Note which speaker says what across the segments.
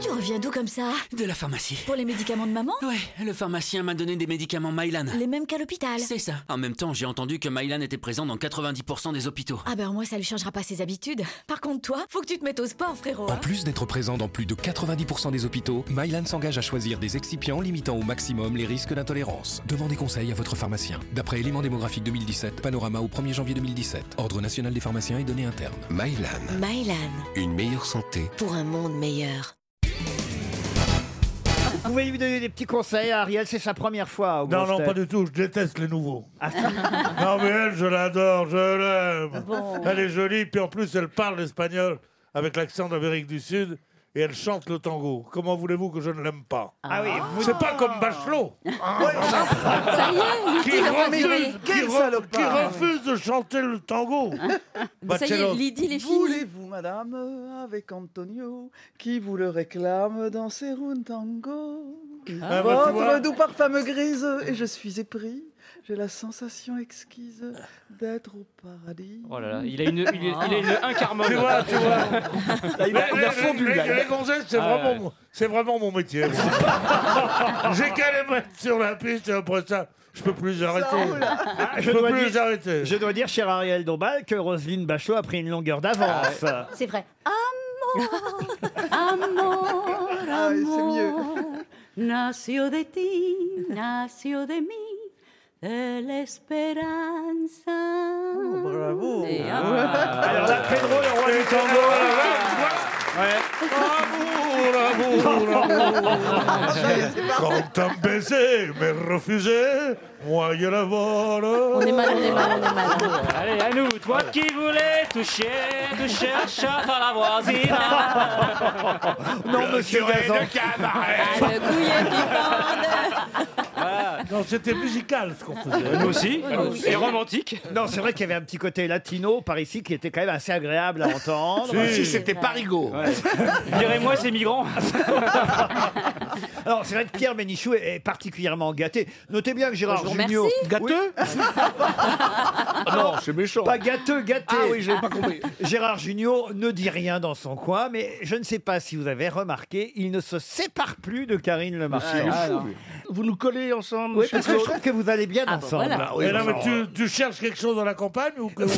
Speaker 1: Tu reviens d'où comme ça
Speaker 2: De la pharmacie.
Speaker 1: Pour les médicaments de maman
Speaker 2: Ouais, le pharmacien m'a donné des médicaments Mylan.
Speaker 1: Les mêmes qu'à l'hôpital.
Speaker 2: C'est ça. En même temps, j'ai entendu que Mylan était présent dans 90% des hôpitaux.
Speaker 1: Ah ben au moins ça lui changera pas ses habitudes. Par contre toi, faut que tu te mettes au sport frérot.
Speaker 3: En
Speaker 1: hein.
Speaker 3: plus d'être présent dans plus de 90% des hôpitaux, Mylan s'engage à choisir des excipients limitant au maximum les risques d'intolérance. Demandez conseil à votre pharmacien. D'après éléments démographiques 2017, panorama au 1er janvier 2017, Ordre national des pharmaciens et données internes.
Speaker 4: Mylan,
Speaker 5: Mylan,
Speaker 4: une meilleure santé
Speaker 5: pour un monde meilleur.
Speaker 6: Vous pouvez lui donner des petits conseils à Ariel, c'est sa première fois. Aux
Speaker 7: Non,
Speaker 6: grosses
Speaker 7: non,
Speaker 6: têtes.
Speaker 7: pas du tout, je déteste les nouveaux.
Speaker 6: Ah,
Speaker 7: non, mais elle, je l'adore, je l'aime. Elle est jolie, puis en plus, elle parle l'espagnol avec l'accent d'Amérique du Sud et elle chante le tango. Comment voulez-vous que je ne l'aime pas
Speaker 6: Ah oui, vous-
Speaker 7: C'est pas comme Bachelot qui, refuse, qui, re- qui refuse de chanter le tango.
Speaker 8: Bah,
Speaker 9: Ça y est,
Speaker 7: Bachelot.
Speaker 9: l'idylle est finie.
Speaker 10: Voulez-vous, madame, avec Antonio, qui vous le réclame dans ses runes tango
Speaker 7: Ah, bah, tu vois.
Speaker 10: Votre doux parfum grise, et je suis épris, j'ai la sensation exquise d'être au paradis.
Speaker 8: Oh là là, il a une, il,
Speaker 10: Ah.
Speaker 8: il a une un carbone.
Speaker 7: Tu vois, tu vois.
Speaker 6: Là, il a, il a
Speaker 7: Les- les-
Speaker 6: fondu,
Speaker 7: les-
Speaker 6: là.
Speaker 7: les gonzesses, c'est
Speaker 8: Ah,
Speaker 7: vraiment,
Speaker 8: ouais.
Speaker 7: mon- c'est vraiment mon métier. J'ai qu'à les mettre sur la piste et après ça, je peux plus les arrêter.
Speaker 6: Ah,
Speaker 7: Je
Speaker 6: je,
Speaker 7: peux
Speaker 6: dois
Speaker 7: plus les
Speaker 6: dire,
Speaker 7: arrêter.
Speaker 6: je dois dire, cher Ariel Dombal, que Roselyne Bachelot a pris une longueur d'avance.
Speaker 1: C'est vrai.
Speaker 9: Amor,
Speaker 10: Ah, c'est mieux.
Speaker 9: amor, nació de ti, nació de mí, de l'esperanza.
Speaker 10: Bravo
Speaker 9: Et
Speaker 8: Ah.
Speaker 6: Alors là, Pedro, le roi du tango.
Speaker 7: L'amour, l'amour, l'amour. Quand un baiser m'est refusé, moi je la
Speaker 9: On est
Speaker 7: vole.
Speaker 9: mal, on est mal, on est mal.
Speaker 8: Allez, à nous, toi qui voulais toucher, toucher un chat à la voisine.
Speaker 7: Ah,
Speaker 6: Non, monsieur Gazan.
Speaker 9: Ah, Le couillet qui
Speaker 7: Non, c'était musical ce qu'on faisait.
Speaker 8: Nous aussi, et romantique.
Speaker 6: Non, c'est vrai qu'il y avait un petit côté latino par ici qui était quand même assez agréable à entendre.
Speaker 7: Si.
Speaker 4: Parigo.
Speaker 8: Virez-moi ces migrants.
Speaker 6: Alors, c'est vrai que Pierre Bénichou est est particulièrement gâté. Notez bien que Gérard
Speaker 9: Je vous
Speaker 6: Jugnot... Gâteux Non,
Speaker 4: c'est méchant.
Speaker 6: pas gâteux, gâté.
Speaker 4: pas compris.
Speaker 6: Gérard Jugnot ne dit rien dans son coin, mais je ne sais pas si vous avez remarqué, il ne se sépare plus de Karine Le
Speaker 7: Ah,
Speaker 6: Marchand.
Speaker 4: Vous nous collez ensemble
Speaker 6: Oui, parce que je trouve que vous allez bien
Speaker 9: Ah, bah,
Speaker 6: ensemble.
Speaker 9: voilà.
Speaker 6: Oui,
Speaker 7: Et là,
Speaker 6: bon,
Speaker 7: mais
Speaker 8: euh,
Speaker 7: tu, tu cherches quelque chose dans la campagne ou que...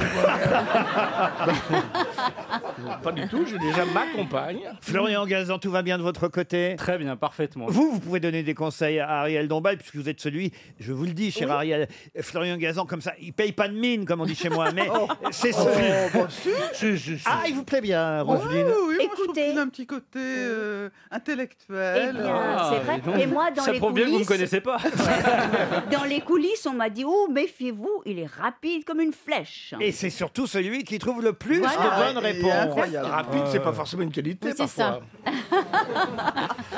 Speaker 4: Pas du tout, j'ai déjà ma compagne.
Speaker 6: Florian Gazan, tout va bien de votre côté
Speaker 8: Très bien, parfaitement.
Speaker 6: Vous, vous pouvez donner des conseils à Ariel Dombal, puisque vous êtes celui, je vous le dis, cher Ariel, Florian Gazan, comme ça, il paye pas de mine, comme on dit chez moi, mais c'est celui.
Speaker 7: Si, si, si.
Speaker 6: Ah, il vous plaît bien,
Speaker 10: Oui,
Speaker 6: Roselyne
Speaker 10: oui, moi, je trouve
Speaker 1: Écoutez.
Speaker 10: qu'il a un petit côté euh,
Speaker 1: Eh
Speaker 10: intellectuel.
Speaker 1: bien, c'est vrai.
Speaker 8: dis Ah, donc.
Speaker 1: Et moi, dans
Speaker 8: Ça
Speaker 1: les
Speaker 8: prouve bien que vous me
Speaker 1: coulisses,
Speaker 8: connaissez pas.
Speaker 1: dans les coulisses, on m'a dit oh méfiez-vous, il est rapide comme une flèche.
Speaker 6: Et c'est surtout celui qui trouve le plus
Speaker 9: Voilà.
Speaker 6: de bonnes
Speaker 10: Ah, et
Speaker 6: réponses.
Speaker 10: incroyable.
Speaker 4: Rapide, c'est pas forcément une qualité.
Speaker 9: Oui, c'est ça.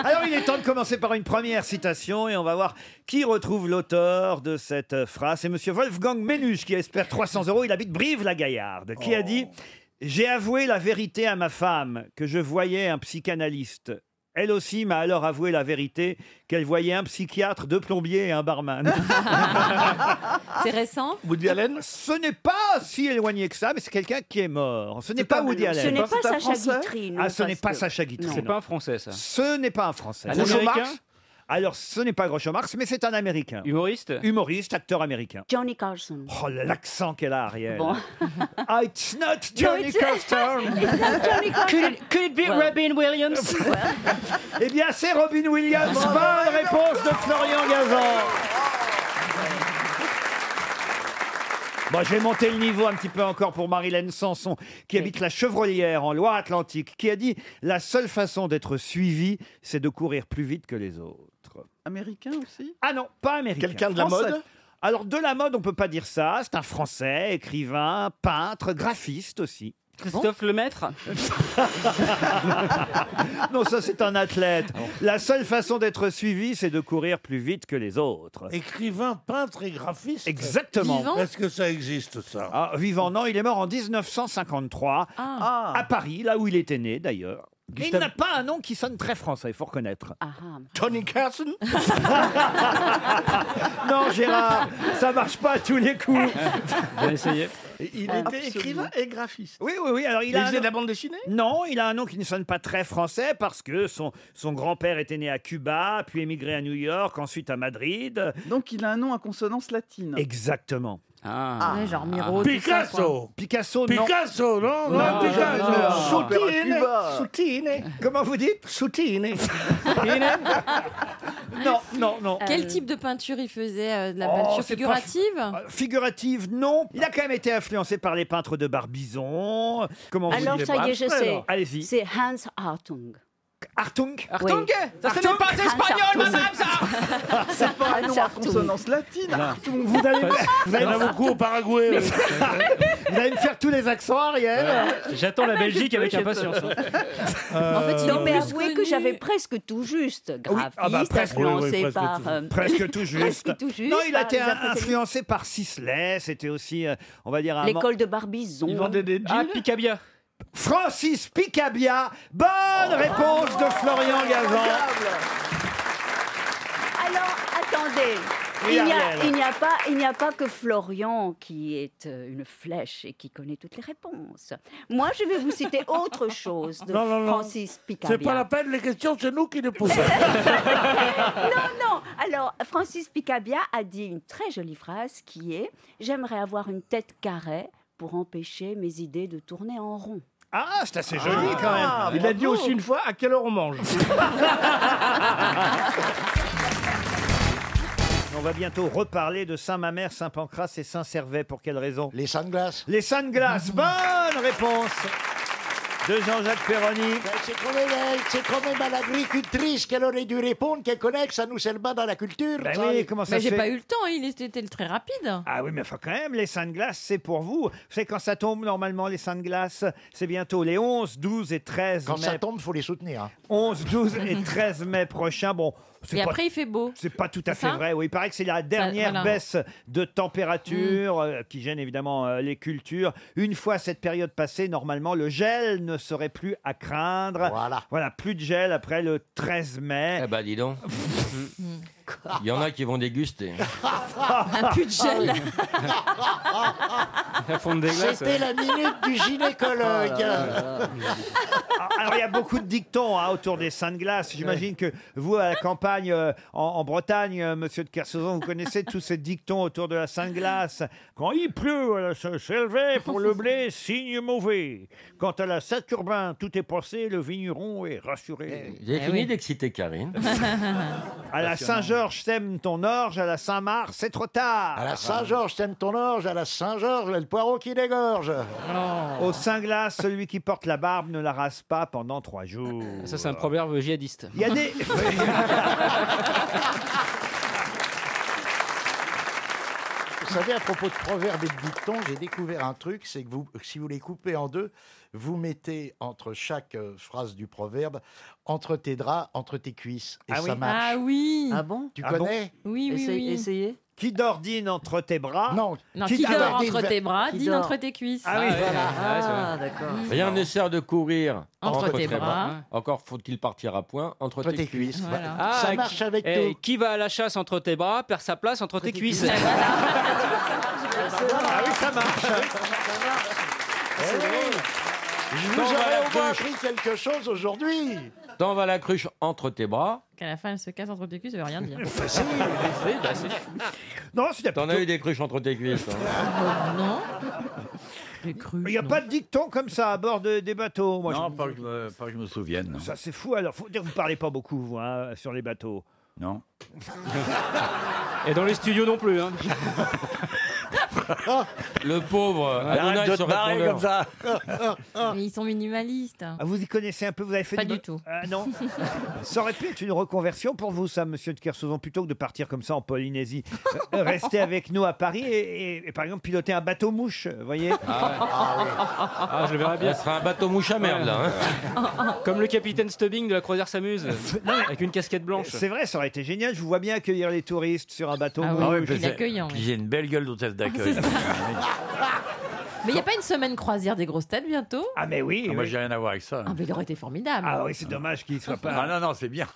Speaker 6: Alors, il est temps de commencer par une première citation et on va voir qui retrouve l'auteur de cette euh, phrase. C'est monsieur Wolfgang Ménuche qui espère 300 euros. Il habite Brive-la-Gaillarde, qui a dit J'ai avoué la vérité à ma femme que je voyais un psychanalyste. Elle aussi m'a alors avoué la vérité qu'elle voyait un psychiatre, deux plombiers et un barman.
Speaker 9: C'est récent
Speaker 4: Woody Allen
Speaker 6: Ce n'est pas si éloigné que ça, mais c'est quelqu'un qui est mort. Ce n'est
Speaker 10: C'est
Speaker 6: pas
Speaker 10: un-
Speaker 6: Woody
Speaker 1: Ce
Speaker 6: Allen.
Speaker 1: n'est
Speaker 10: Bah,
Speaker 1: pas
Speaker 10: c'est un
Speaker 1: Sacha
Speaker 10: Français
Speaker 1: Guitry. non,
Speaker 6: Ah, ce n'est
Speaker 1: parce
Speaker 6: pas
Speaker 1: que-
Speaker 6: Sacha Guitry.
Speaker 8: C'est
Speaker 6: non.
Speaker 8: pas un français, ça.
Speaker 6: Ce n'est pas un Français.
Speaker 8: Un
Speaker 6: Groucho
Speaker 8: Américain
Speaker 6: Marx Alors, ce n'est pas Groucho Marx, mais c'est un Américain.
Speaker 8: Humoriste
Speaker 6: Humoriste, acteur américain.
Speaker 1: Johnny Carson.
Speaker 6: Oh, l'accent qu'elle a, Ariel.
Speaker 9: Bon.
Speaker 6: Ah, It's not Johnny
Speaker 1: it's-
Speaker 6: Carson.
Speaker 1: Johnny Carson.
Speaker 8: Could it, could it be Robin Williams
Speaker 6: eh bien, c'est Robin Williams. Bonne réponse de Florian Gazan. Bon, je vais monter le niveau un petit peu encore pour Marilène Sanson, qui habite la Chevrolière en Loire-Atlantique, qui a dit La seule façon d'être suivi, c'est de courir plus vite que les autres.
Speaker 10: Américain aussi
Speaker 6: Ah non, pas américain.
Speaker 4: Quelqu'un de la
Speaker 10: Français.
Speaker 4: mode
Speaker 6: Alors, de la mode, on peut pas dire ça. C'est un Français, écrivain, peintre, graphiste aussi.
Speaker 8: Christophe Lemaître
Speaker 6: Non, ça, c'est un athlète. La seule façon d'être suivi, c'est de courir plus vite que les autres.
Speaker 7: Écrivain, peintre et graphiste.
Speaker 6: Exactement.
Speaker 9: Vivant
Speaker 7: Est-ce que ça existe, ça
Speaker 6: Ah, vivant, non, il est mort en 1953
Speaker 9: Ah.
Speaker 10: Ah,
Speaker 6: à Paris, là où il était né d'ailleurs. Mais il n'a pas un nom qui sonne très français, il faut reconnaître.
Speaker 1: Ah, ah.
Speaker 11: Tony Carson
Speaker 6: Non, Gérard, ça marche pas à tous les coups.
Speaker 8: J'ai essayé.
Speaker 11: Il était écrivain et graphiste.
Speaker 6: Oui, oui, oui. Alors, il
Speaker 11: Ah. Il,
Speaker 6: a un
Speaker 11: faisait de
Speaker 6: nom-
Speaker 11: la bande dessinée
Speaker 6: Non, il a un nom qui ne sonne pas très français parce que son, son grand-père était né à Cuba, puis émigré à New York, ensuite à Madrid.
Speaker 12: Donc il a un nom à consonance latine.
Speaker 6: Exactement.
Speaker 7: Ah.
Speaker 13: Ouais, genre Miro, tout ça, quoi.
Speaker 10: Picasso
Speaker 6: Picasso, non.
Speaker 10: Picasso, non Non,
Speaker 11: Non,
Speaker 10: Picasso
Speaker 11: non, non.
Speaker 6: Soutine,
Speaker 11: Soutine
Speaker 6: Comment vous dites
Speaker 11: Soutine
Speaker 6: Non, non, non.
Speaker 13: Ah, Quel type de peinture il faisait euh, De la
Speaker 6: Oh,
Speaker 13: peinture
Speaker 6: c'est
Speaker 13: figurative
Speaker 6: Euh, Figurative, non. Il a quand même été influencé par les peintres de Barbizon. Comment vous
Speaker 1: Alors,
Speaker 6: direz
Speaker 1: ça y est, je
Speaker 6: Après,
Speaker 1: sais.
Speaker 6: alors, Allez-y.
Speaker 1: C'est Hans Hartung.
Speaker 6: Artung.
Speaker 1: Hartung
Speaker 6: Ça, ce n'est pas
Speaker 1: espagnol, madame,
Speaker 12: C'est pas un nom à consonance latine. Artung, vous allez-
Speaker 6: Vous
Speaker 10: Il y
Speaker 6: allez,
Speaker 10: en a beaucoup au Paraguay.
Speaker 6: vous allez me faire tous les accents, Ariel.
Speaker 8: J'attends la Belgique avec impatience. hein. Euh,
Speaker 13: En fait, il
Speaker 1: Non,
Speaker 4: Euh,
Speaker 13: est
Speaker 1: mais
Speaker 13: plus
Speaker 1: avouez que
Speaker 13: connu.
Speaker 1: j'avais presque tout juste. Graphiste,
Speaker 6: ah bah, presque,
Speaker 10: oui, oui,
Speaker 1: influencé
Speaker 10: presque
Speaker 1: par.
Speaker 10: tout.
Speaker 1: euh,
Speaker 6: Presque tout juste.
Speaker 1: presque tout juste. bah,
Speaker 6: Non, il a
Speaker 1: par
Speaker 6: été
Speaker 1: les
Speaker 6: un-
Speaker 1: impressionnistes.
Speaker 6: influencé par Sisley. C'était aussi, euh, on va dire, un man-
Speaker 1: L'école de Barbizon. hein.
Speaker 11: Il vendait des
Speaker 8: Ah,
Speaker 11: jeans
Speaker 8: Picabia.
Speaker 6: Francis Picabia. Bonne
Speaker 8: Oh.
Speaker 6: réponse de Florian Gazan.
Speaker 1: Alors, attendez.
Speaker 6: Oui,
Speaker 1: Il n'y,
Speaker 6: Ariel.
Speaker 1: a, il n'y a pas, il n'y a pas que Florian qui est euh, une flèche et qui connaît toutes les réponses. Moi, je vais vous citer autre chose de
Speaker 10: Non, non, non.
Speaker 1: Francis Picabia.
Speaker 10: C'est pas la peine, les questions, c'est nous qui les posons.
Speaker 1: Non, alors Francis Picabia a dit une très jolie phrase qui est J'aimerais avoir une tête carrée pour empêcher mes idées de tourner en rond.
Speaker 6: Ah, c'est assez joli quand même.
Speaker 11: Il a dit aussi une fois à quelle heure on mange.
Speaker 6: On va bientôt reparler de Saint-Mamère, Saint-Pancras et Saint-Servais. Pour quelle raison
Speaker 4: Les sunglasses.
Speaker 6: Les Saintes Glaces. Bonne réponse de Jean-Jacques Perroni.
Speaker 4: Ben, C'est quand même, euh, c'est quand même à l'agricultrice qu'elle aurait dû répondre, qu'elle connaît, que ça nous sert pas dans la culture.
Speaker 6: Ben
Speaker 4: ça.
Speaker 6: oui, comment ça
Speaker 13: Mais
Speaker 6: se
Speaker 13: j'ai
Speaker 6: fait
Speaker 13: pas eu le temps, hein, il était était très rapide.
Speaker 6: Ah oui, mais enfin quand même, les Saintes Glaces, c'est pour vous. Vous savez, quand ça tombe, normalement, les Saintes Glaces, c'est bientôt les 11, 12 et 13
Speaker 4: Quand
Speaker 6: mai.
Speaker 4: ça tombe, faut les soutenir. hein.
Speaker 6: 11, 12 et 13 mai prochain. Bon, c'est
Speaker 13: Et
Speaker 6: pas...
Speaker 13: après, il fait beau.
Speaker 6: C'est pas tout à
Speaker 13: C'est
Speaker 6: fait
Speaker 13: ça
Speaker 6: vrai. Oui, il paraît que c'est la dernière
Speaker 13: voilà. Mm.
Speaker 6: baisse de température euh, qui gêne évidemment euh, les cultures. Une fois cette période passée, normalement, le gel ne serait plus à craindre.
Speaker 4: Voilà.
Speaker 6: Voilà, plus de gel après le 13 mai.
Speaker 7: Eh bah dis donc. Mm. Il y en a qui vont déguster.
Speaker 14: Eh
Speaker 13: Un plus de
Speaker 9: Ah
Speaker 13: gel.
Speaker 8: La fonte des glaces.
Speaker 4: C'était la minute du gynécologue.
Speaker 6: Ah, Alors, il y a beaucoup de dictons hein, autour des saints de glace. J'imagine que vous, à la campagne euh, en, en Bretagne, euh, monsieur de Kersauzon, vous connaissez tous ces dictons autour de la sainte glace. Quand il pleut, à la se- s'élever pour le blé, signe mauvais. Quant à la Saint-Urbain, tout est pensé, le vigneron est rassuré. Eh
Speaker 7: J'ai fini d'exciter Karine.
Speaker 6: À la Saint-Georges, sème ton orge. À la Saint-Marc, c'est trop
Speaker 4: À
Speaker 6: tard.
Speaker 4: la Saint-Georges, t'aimes ton orge. À la Saint-Georges, le poireau qui dégorge.
Speaker 6: Oh. Au saint glace, celui qui porte la barbe ne la rase pas pendant trois jours.
Speaker 8: Ça, c'est un proverbe djihadiste.
Speaker 6: Il y a des.
Speaker 4: Vous savez, à propos de proverbes et de dictons, j'ai découvert un truc, c'est que vous, si vous les coupez en deux, vous mettez entre chaque euh, phrase du proverbe, entre tes draps, entre tes cuisses. Et
Speaker 6: Ah
Speaker 4: ça
Speaker 6: oui.
Speaker 4: marche.
Speaker 13: Ah oui.
Speaker 12: Ah bon
Speaker 4: Tu
Speaker 6: Ah bon
Speaker 4: connais
Speaker 13: Oui, oui,
Speaker 12: Essaye-
Speaker 13: oui.
Speaker 12: Essayez.
Speaker 6: Qui dordine entre tes bras
Speaker 4: Non.
Speaker 13: Non,
Speaker 6: Qui
Speaker 13: qui
Speaker 4: dort
Speaker 13: dort
Speaker 4: dîne-
Speaker 13: entre tes bras,
Speaker 12: qui
Speaker 13: dîne
Speaker 12: dort.
Speaker 13: entre tes cuisses.
Speaker 6: Ah oui,
Speaker 8: Ah, ouais, c'est vrai.
Speaker 12: Ah, d'accord.
Speaker 13: Mm.
Speaker 7: Rien ne sert de courir
Speaker 13: Entre tes bras.
Speaker 7: Encore faut-il partir à point entre,
Speaker 4: Entre tes
Speaker 7: tes cuisses.
Speaker 4: cuisses.
Speaker 13: Voilà.
Speaker 8: Ah,
Speaker 4: ça
Speaker 8: qui-
Speaker 4: marche avec
Speaker 8: Eh,
Speaker 4: tout.
Speaker 8: qui va à la chasse entre tes bras perd sa place entre tes cuisses.
Speaker 6: Ah oui, ça marche.
Speaker 4: Je vous
Speaker 7: T'en vas
Speaker 4: aurais
Speaker 7: la
Speaker 4: bah, au moins
Speaker 7: cruche.
Speaker 4: appris quelque chose aujourd'hui.
Speaker 7: T'en vas la cruche entre tes bras.
Speaker 13: Qu'à la fin, elle se casse entre tes cuisses, ça veut rien dire.
Speaker 14: Ah, bah,
Speaker 6: Non, c'était
Speaker 7: T'en as eu des cruches entre tes cuisses. hein.
Speaker 13: non
Speaker 6: Il n'y a pas de dicton comme ça à bord de- des bateaux. Moi,
Speaker 2: Non,
Speaker 6: je-
Speaker 2: pas que, je me, pas que je me souvienne.
Speaker 6: Ça, c'est fou. Alors, faut dire que vous parlez pas beaucoup, vous, hein, sur les bateaux.
Speaker 2: Non.
Speaker 8: Et dans les studios non plus. hein.
Speaker 7: Le pauvre. Hanouna, il se répondeur.
Speaker 2: ça.
Speaker 13: Mais ils sont minimalistes. hein.
Speaker 6: Ah, vous y connaissez un peu Vous avez fait
Speaker 13: Pas
Speaker 6: de-
Speaker 13: du tout.
Speaker 6: Ah, non. ça aurait pu être une reconversion pour vous, ça, monsieur de Kersauzon, plutôt que de partir comme ça en Polynésie. Euh, Restez avec nous à Paris et, et- et, par exemple, piloter un bateau mouche, vous voyez
Speaker 8: Ah, je le verrais bien.
Speaker 7: Ça sera un bateau mouche à merde là. hein.
Speaker 8: Comme le capitaine Stubbing de la croisière s'amuse. avec une casquette blanche.
Speaker 6: C'est vrai, ça aurait été génial. Je vous vois bien accueillir les touristes sur un bateau
Speaker 13: Ah oui,
Speaker 6: mouche.
Speaker 13: puis
Speaker 2: parce que-
Speaker 13: l'accueillant. oui.
Speaker 2: J'ai une belle gueule d'hôtesse d'accueil.
Speaker 13: Mais il n'y a pas une semaine croisière des grosses têtes bientôt
Speaker 6: Ah, mais oui.
Speaker 15: Moi, j'ai rien à voir avec ça.
Speaker 13: Ah, mais il aurait été formidable.
Speaker 6: Ah oui, c'est dommage qu'il ne soit pas.
Speaker 15: Ah non, non, c'est bien.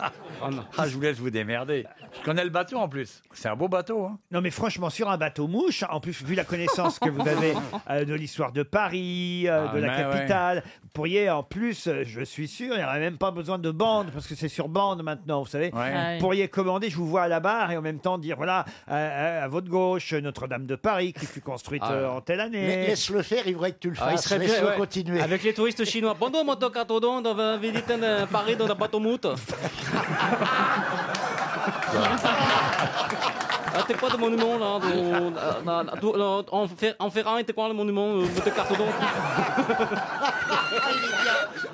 Speaker 15: Ah, je vous laisse vous démerder. Je connais le bateau en plus. C'est un beau bateau. Hein.
Speaker 6: Non mais franchement sur un bateau mouche, en plus vu la connaissance que vous avez euh, de l'histoire de Paris, euh,
Speaker 15: Ah,
Speaker 6: de la
Speaker 15: mais ouais.
Speaker 6: capitale, vous pourriez en plus, euh, je suis sûr, il n'y aurait même pas besoin de bande parce que c'est sur bande maintenant, vous savez.
Speaker 15: Ouais.
Speaker 6: Vous pourriez commander, je vous vois à la barre et en même temps dire voilà euh, euh, à votre gauche Notre-Dame de Paris qui fut construite
Speaker 4: Ah.
Speaker 6: euh, en telle année.
Speaker 4: Mais laisse-le faire, il faudrait que tu le
Speaker 6: Ah, il
Speaker 4: fasses.
Speaker 6: serait bien,
Speaker 4: Laisse-le
Speaker 6: ouais.
Speaker 4: continuer.
Speaker 8: Avec les touristes chinois. Pendant mon toc à Todon, on va visiter euh, Paris dans un bateau moute. Ah, t'es quoi de monument là de- la- la- la- tout- la- En fer- en ferraille, t'es quoi le monument euh, de Cartodon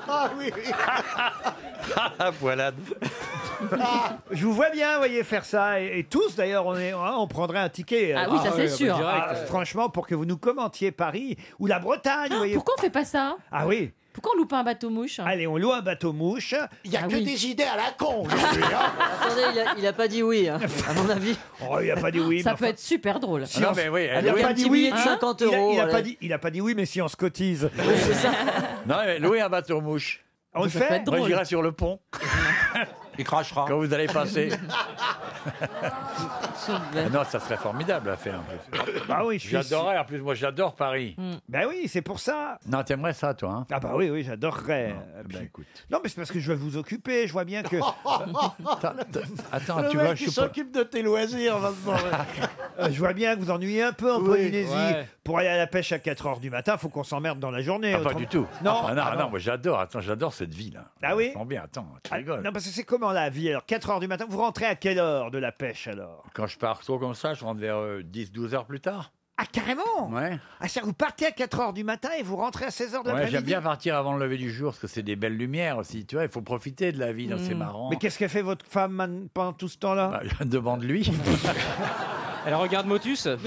Speaker 4: Ah oui
Speaker 9: Ah
Speaker 6: Ah,
Speaker 15: voilà.
Speaker 6: Je vous vois bien, vous voyez, faire ça. Et, et tous, d'ailleurs, on, est- hein, on prendrait un ticket.
Speaker 13: Ah oui, ça, Ah c'est ouais, sûr. bah, direct.
Speaker 6: Ah, franchement, pour que vous nous commentiez Paris ou la Bretagne, vous voyez.
Speaker 13: Pourquoi on fait pas ça
Speaker 6: Ah oui.
Speaker 13: Pourquoi on loue pas un bateau mouche Ah
Speaker 6: Allez, on loue un bateau mouche. Ah,
Speaker 4: Il n'y a que des idées à la con.
Speaker 14: Ah, Attendez, il a, il a pas dit oui, hein, à mon avis.
Speaker 6: Oh, il a pas dit oui.
Speaker 13: Ça peut être super drôle.
Speaker 6: Si on- il a
Speaker 14: louer
Speaker 6: pas
Speaker 14: un
Speaker 6: dit
Speaker 14: petit
Speaker 6: oui. Hein
Speaker 14: billet de 50
Speaker 6: Il a-
Speaker 14: euros,
Speaker 6: Il a,
Speaker 14: voilà.
Speaker 6: pas dit, il a pas dit oui, mais si on se cotise.
Speaker 15: Non, mais louez un bateau mouche.
Speaker 6: On le Ça fait peut être drôle.
Speaker 15: Moi, j'irai sur le pont. Il crachera. Quand vous allez passer. Ah non, ça serait formidable à faire. en plus.
Speaker 6: Bah oui, je suis
Speaker 15: J'adorerais. En plus, moi, j'adore Paris.
Speaker 6: Ben oui, c'est pour ça.
Speaker 15: Non, t'aimerais ça, toi. hein
Speaker 6: Ah bah oui, oui, j'adorerais. Euh, puis- Non, mais c'est parce que je vais vous occuper. Je vois bien que.
Speaker 15: Attends,
Speaker 4: Le
Speaker 6: tu
Speaker 4: mec
Speaker 6: vois, je
Speaker 4: qui
Speaker 6: suis pas-
Speaker 4: s'occupe de tes loisirs maintenant.
Speaker 6: Euh, je vois bien que vous ennuyez un peu en
Speaker 4: Oui.
Speaker 6: Polynésie.
Speaker 4: Ouais.
Speaker 6: Pour aller à la pêche à 4h du matin, faut qu'on s'emmerde dans la journée.
Speaker 15: Ah, pas
Speaker 6: autrement-
Speaker 15: du tout.
Speaker 6: Non,
Speaker 15: Ah, non,
Speaker 6: ah
Speaker 15: non, moi, j'adore. Attends, j'adore cette ville. là
Speaker 6: Ah oui
Speaker 15: bien, attends, tu
Speaker 6: Ah,
Speaker 15: rigoles.
Speaker 6: Non, parce que c'est comment la vie alors 4h du matin, vous rentrez à quelle heure de la pêche alors
Speaker 15: Quand je pars trop comme ça, je rentre vers 10-12 heures plus tard.
Speaker 6: Ah, carrément Ah,
Speaker 15: Ouais.
Speaker 6: c'est-à-dire que vous partez à 4h du matin et vous rentrez à 16h de
Speaker 15: Ouais,
Speaker 6: l'après-midi
Speaker 15: j'aime bien partir avant le lever du jour parce que c'est des belles lumières aussi, tu vois. Il faut profiter de la ville, hein, c'est
Speaker 6: Mm.
Speaker 15: marrant. Bah,
Speaker 6: Mais qu'est-ce qu'a fait votre femme man- pendant tout ce temps-là
Speaker 15: Demande-lui.
Speaker 8: Elle regarde Motus.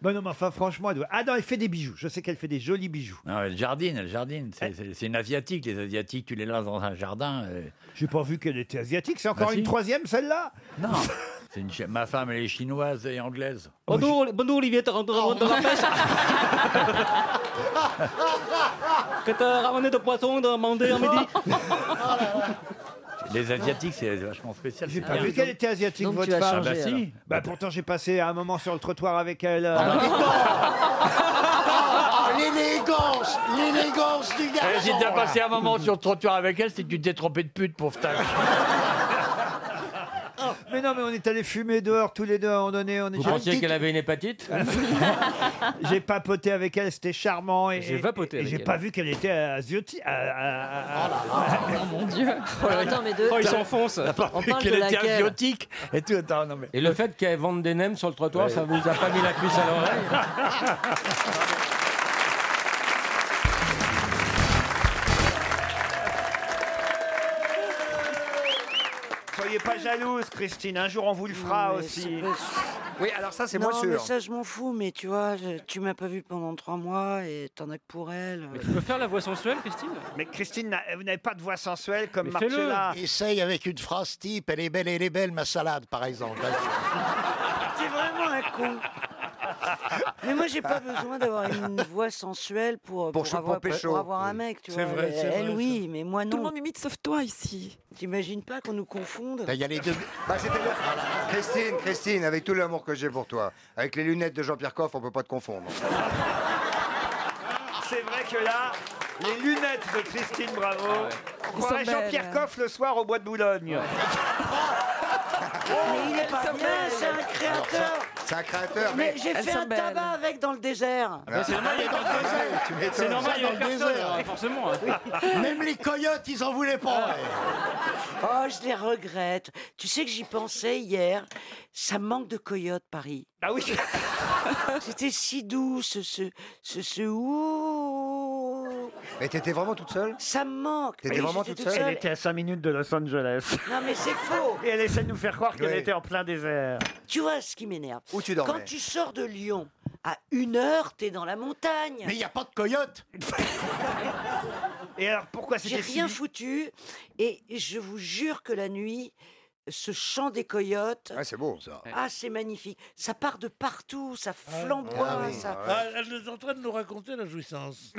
Speaker 6: Bah non, mais enfin, franchement, elle doit- ah non, elle fait des bijoux. Je sais qu'elle fait des jolis bijoux.
Speaker 15: Non, elle jardine, elle jardine.
Speaker 6: Eh.
Speaker 15: C'est- C'est c'est une asiatique. Les asiatiques, tu les lances dans un jardin. euh,
Speaker 6: J'ai pas vu qu'elle était asiatique. C'est encore
Speaker 15: Bah, si.
Speaker 6: une troisième, celle-là
Speaker 15: Non. c'est une chi- Ma femme, elle est chinoise et anglaise.
Speaker 8: Bonjour, bonjour Olivier, t'as
Speaker 6: Ah,
Speaker 8: rentré dans la pêche Que t'as ramené de poisson, de mandé à midi
Speaker 15: Les asiatiques, c'est vachement spécial.
Speaker 6: J'ai pas vu qu'elle était asiatique,
Speaker 15: Ah, Donc,
Speaker 6: votre
Speaker 15: tu as
Speaker 6: femme.
Speaker 15: changé,
Speaker 6: bah,
Speaker 15: alors.
Speaker 6: si. Bah, pourtant, j'ai passé un moment sur le trottoir avec elle. euh.
Speaker 4: Ah, L'élégance, l'élégance du
Speaker 15: Eh, si
Speaker 4: garçon.
Speaker 15: t'as passé un moment sur le trottoir avec elle, c'est que tu t'es trompé de pute, pauvre tâche.
Speaker 6: Mais non, mais on est allé fumer dehors tous les deux à un moment donné. On est...
Speaker 8: Vous pensiez qu'elle avait une hépatite
Speaker 6: J'ai papoté avec elle, c'était charmant. Et,
Speaker 8: J'ai
Speaker 6: et
Speaker 8: vapoté avec
Speaker 6: j'ai
Speaker 8: elle.
Speaker 6: pas vu qu'elle était euh, asiatique. Oh euh,
Speaker 8: Mon Dieu
Speaker 14: Oh Attends, mais de-
Speaker 8: Oh, il s'enfonce
Speaker 14: On parle de laquelle
Speaker 15: et tout. Attends, non, mais...
Speaker 8: Et le fait qu'elle vende des nems sur le trottoir,
Speaker 15: Ouais.
Speaker 8: ça vous a pas mis la cuisse à l'oreille
Speaker 6: Soyez pas jalouse, Christine. Un jour, on vous le fera
Speaker 14: Non, mais
Speaker 6: aussi.
Speaker 14: pas-
Speaker 6: Oui, alors ça, c'est
Speaker 14: non,
Speaker 6: moins sûr.
Speaker 14: mais ça, je m'en fous, mais tu vois, je- tu m'as pas vu pendant trois mois et t'en as que pour elle.
Speaker 8: Tu peux faire la voix sensuelle, Christine
Speaker 6: Mais Christine, n'a- vous n'avez pas de voix sensuelle comme
Speaker 8: Mais fais-le.
Speaker 6: Marcella.
Speaker 4: Essaye avec une phrase type, elle est belle, elle est belle, ma salade, par exemple.
Speaker 14: T'es vraiment un con. Mais moi, j'ai pas besoin d'avoir une voix sensuelle pour,
Speaker 4: Pour
Speaker 14: pour,
Speaker 4: choper
Speaker 14: avoir,
Speaker 4: Pécho.
Speaker 14: pour avoir un mec, tu
Speaker 4: C'est
Speaker 14: vois.
Speaker 4: vrai, c'est
Speaker 14: elle,
Speaker 4: vrai,
Speaker 14: oui, mais moi, non.
Speaker 16: Tout le monde m'imite sauf toi ici.
Speaker 14: T'imagines pas qu'on nous confonde
Speaker 4: Il y a les deux.
Speaker 17: Bah, c'était bien. Christine, Christine, avec tout l'amour que j'ai pour toi, avec les lunettes de Jean-Pierre Coff, on peut pas te confondre.
Speaker 6: C'est vrai que là, les lunettes de Christine Bravo. On
Speaker 17: Elles
Speaker 6: croirait
Speaker 17: sont belles,
Speaker 6: Jean-Pierre
Speaker 17: hein.
Speaker 6: Coff le soir au bois de Boulogne.
Speaker 14: Mais il est pas bien, c'est un créateur.
Speaker 17: C'est un créateur, mais.
Speaker 14: Mais j'ai fait un tabac avec dans le désert.
Speaker 17: Ah, c'est normal, il y a pas de désert.
Speaker 4: Tu
Speaker 17: m'étonnes.
Speaker 4: C'est normal, il y a
Speaker 14: dans le
Speaker 4: personne,
Speaker 14: désert.
Speaker 4: hein,
Speaker 8: forcément. hein.
Speaker 4: Même les coyotes, ils en voulaient pas. ouais.
Speaker 14: Ah. Oh, je les regrette. Tu sais que j'y pensais hier. Ça me manque de coyote, Paris.
Speaker 6: Ah oui
Speaker 14: C'était si doux, ce... ce, ce, ce ouh.
Speaker 17: Mais t'étais vraiment toute seule
Speaker 14: Ça me manque.
Speaker 17: T'étais
Speaker 14: Oui,
Speaker 17: vraiment
Speaker 14: j'étais
Speaker 17: toute seule
Speaker 14: seule.
Speaker 6: à 5 minutes de Los Angeles.
Speaker 14: Non, mais c'est faux.
Speaker 6: Et elle essaie de nous faire croire qu'elle
Speaker 17: Oui.
Speaker 6: était en plein désert.
Speaker 14: Tu vois ce qui m'énerve
Speaker 17: Où tu dormais
Speaker 14: Quand tu sors de Lyon, à une heure, t'es dans la montagne.
Speaker 4: Mais il n'y a pas de coyote.
Speaker 6: Et alors pourquoi
Speaker 14: J'ai
Speaker 6: c'était si
Speaker 14: rien
Speaker 6: bi-
Speaker 14: foutu. Et je vous jure que la nuit, ce chant des coyotes.
Speaker 18: Ah, c'est beau ça.
Speaker 14: Ah, c'est magnifique. Ça part de partout, ça flamboie.
Speaker 18: Ah oui,
Speaker 14: ça...
Speaker 18: ah
Speaker 10: Elle est en train de nous raconter la jouissance.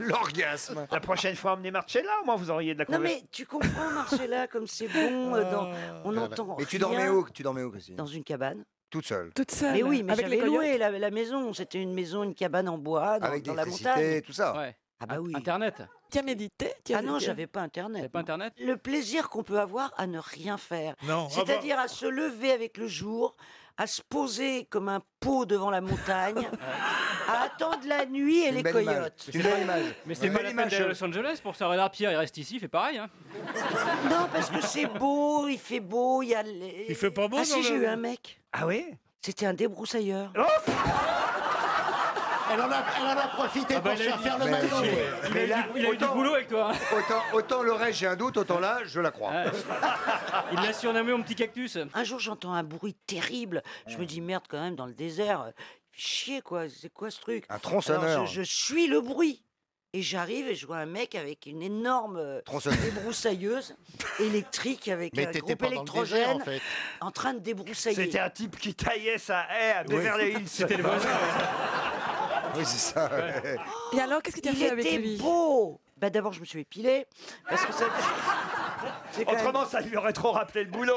Speaker 18: L'orgasme.
Speaker 6: La prochaine fois, emmenez Marcella, au moins vous auriez de la
Speaker 14: Ah, Non,
Speaker 6: conver-
Speaker 14: mais tu comprends, Marcella, comme c'est bon. euh, dans- On entend.
Speaker 18: Ah, Mais tu
Speaker 14: rien.
Speaker 18: dormais où Tu dormais où, Christine
Speaker 14: Dans une cabane.
Speaker 18: Toute seule.
Speaker 14: Mais oui, mais
Speaker 19: Avec les
Speaker 14: j'avais loué
Speaker 19: coyotes.
Speaker 14: la, la maison. C'était une maison, une cabane en bois, dans,
Speaker 18: Avec
Speaker 14: dans la
Speaker 18: d'électricité,
Speaker 14: montagne.
Speaker 18: tout ça.
Speaker 14: Ah bah oui.
Speaker 8: Internet.
Speaker 19: Tu as médité tu as
Speaker 14: Ah non,
Speaker 19: médité
Speaker 14: j'avais pas Internet.
Speaker 8: pas Internet
Speaker 14: Le plaisir qu'on peut avoir à ne rien faire.
Speaker 10: Non, ah bah-
Speaker 14: C'est-à-dire à se lever avec le jour, à se poser comme un pot devant la montagne, à attendre la nuit et les coyotes.
Speaker 8: Mais c'est pas- Mais c'est pas la peine d'aller à Los Angeles pour ça. Regarde, Pierre, il reste ici, il fait pareil. Hein.
Speaker 14: Non, parce que c'est beau, il fait beau, il y a. les-
Speaker 8: Il fait pas beau
Speaker 14: Ah
Speaker 8: dans
Speaker 14: si,
Speaker 8: le-
Speaker 14: j'ai eu un mec.
Speaker 6: Ah oui
Speaker 14: C'était un débroussailleur.
Speaker 4: Elle en a, elle
Speaker 8: Oh
Speaker 4: en a profité
Speaker 14: Ah bah,
Speaker 4: pour se
Speaker 14: elle a
Speaker 4: faire faire
Speaker 14: dit-
Speaker 4: le
Speaker 14: mais-
Speaker 4: maillot.
Speaker 14: mais-
Speaker 4: ouais.
Speaker 18: Mais là,
Speaker 8: Il a eu du boulot avec toi. hein.
Speaker 18: autant, autant le reste, j'ai un doute, autant là, je la crois.
Speaker 8: Il l'a surnommé mon petit cactus.
Speaker 14: Un jour, j'entends un bruit terrible. Je me dis, merde, quand même, dans le désert. euh, Chier, quoi. C'est quoi ce truc
Speaker 18: Un tronçonneur.
Speaker 14: Alors, je, je suis le bruit. Et j'arrive et je vois un mec avec une énorme euh,
Speaker 18: Tronçonneuse.
Speaker 14: débroussailleuse électrique avec
Speaker 4: Mais
Speaker 14: un
Speaker 4: t'étais
Speaker 14: groupe
Speaker 4: pas dans le désert,
Speaker 14: électrogène
Speaker 4: en fait.
Speaker 14: en train de débroussailler.
Speaker 6: C'était un type qui taillait sa haie à Beverly Hills.
Speaker 18: C'était le voisin,
Speaker 9: Ah
Speaker 18: Oui, c'est ça.
Speaker 19: Et alors, qu'est-ce que tu as
Speaker 14: Il
Speaker 19: fait avec
Speaker 14: était
Speaker 19: lui
Speaker 14: beau Bah, D'abord, je me suis épilé. Parce que ça... C'est quand même-
Speaker 6: Autrement, ça lui aurait trop rappelé le boulot.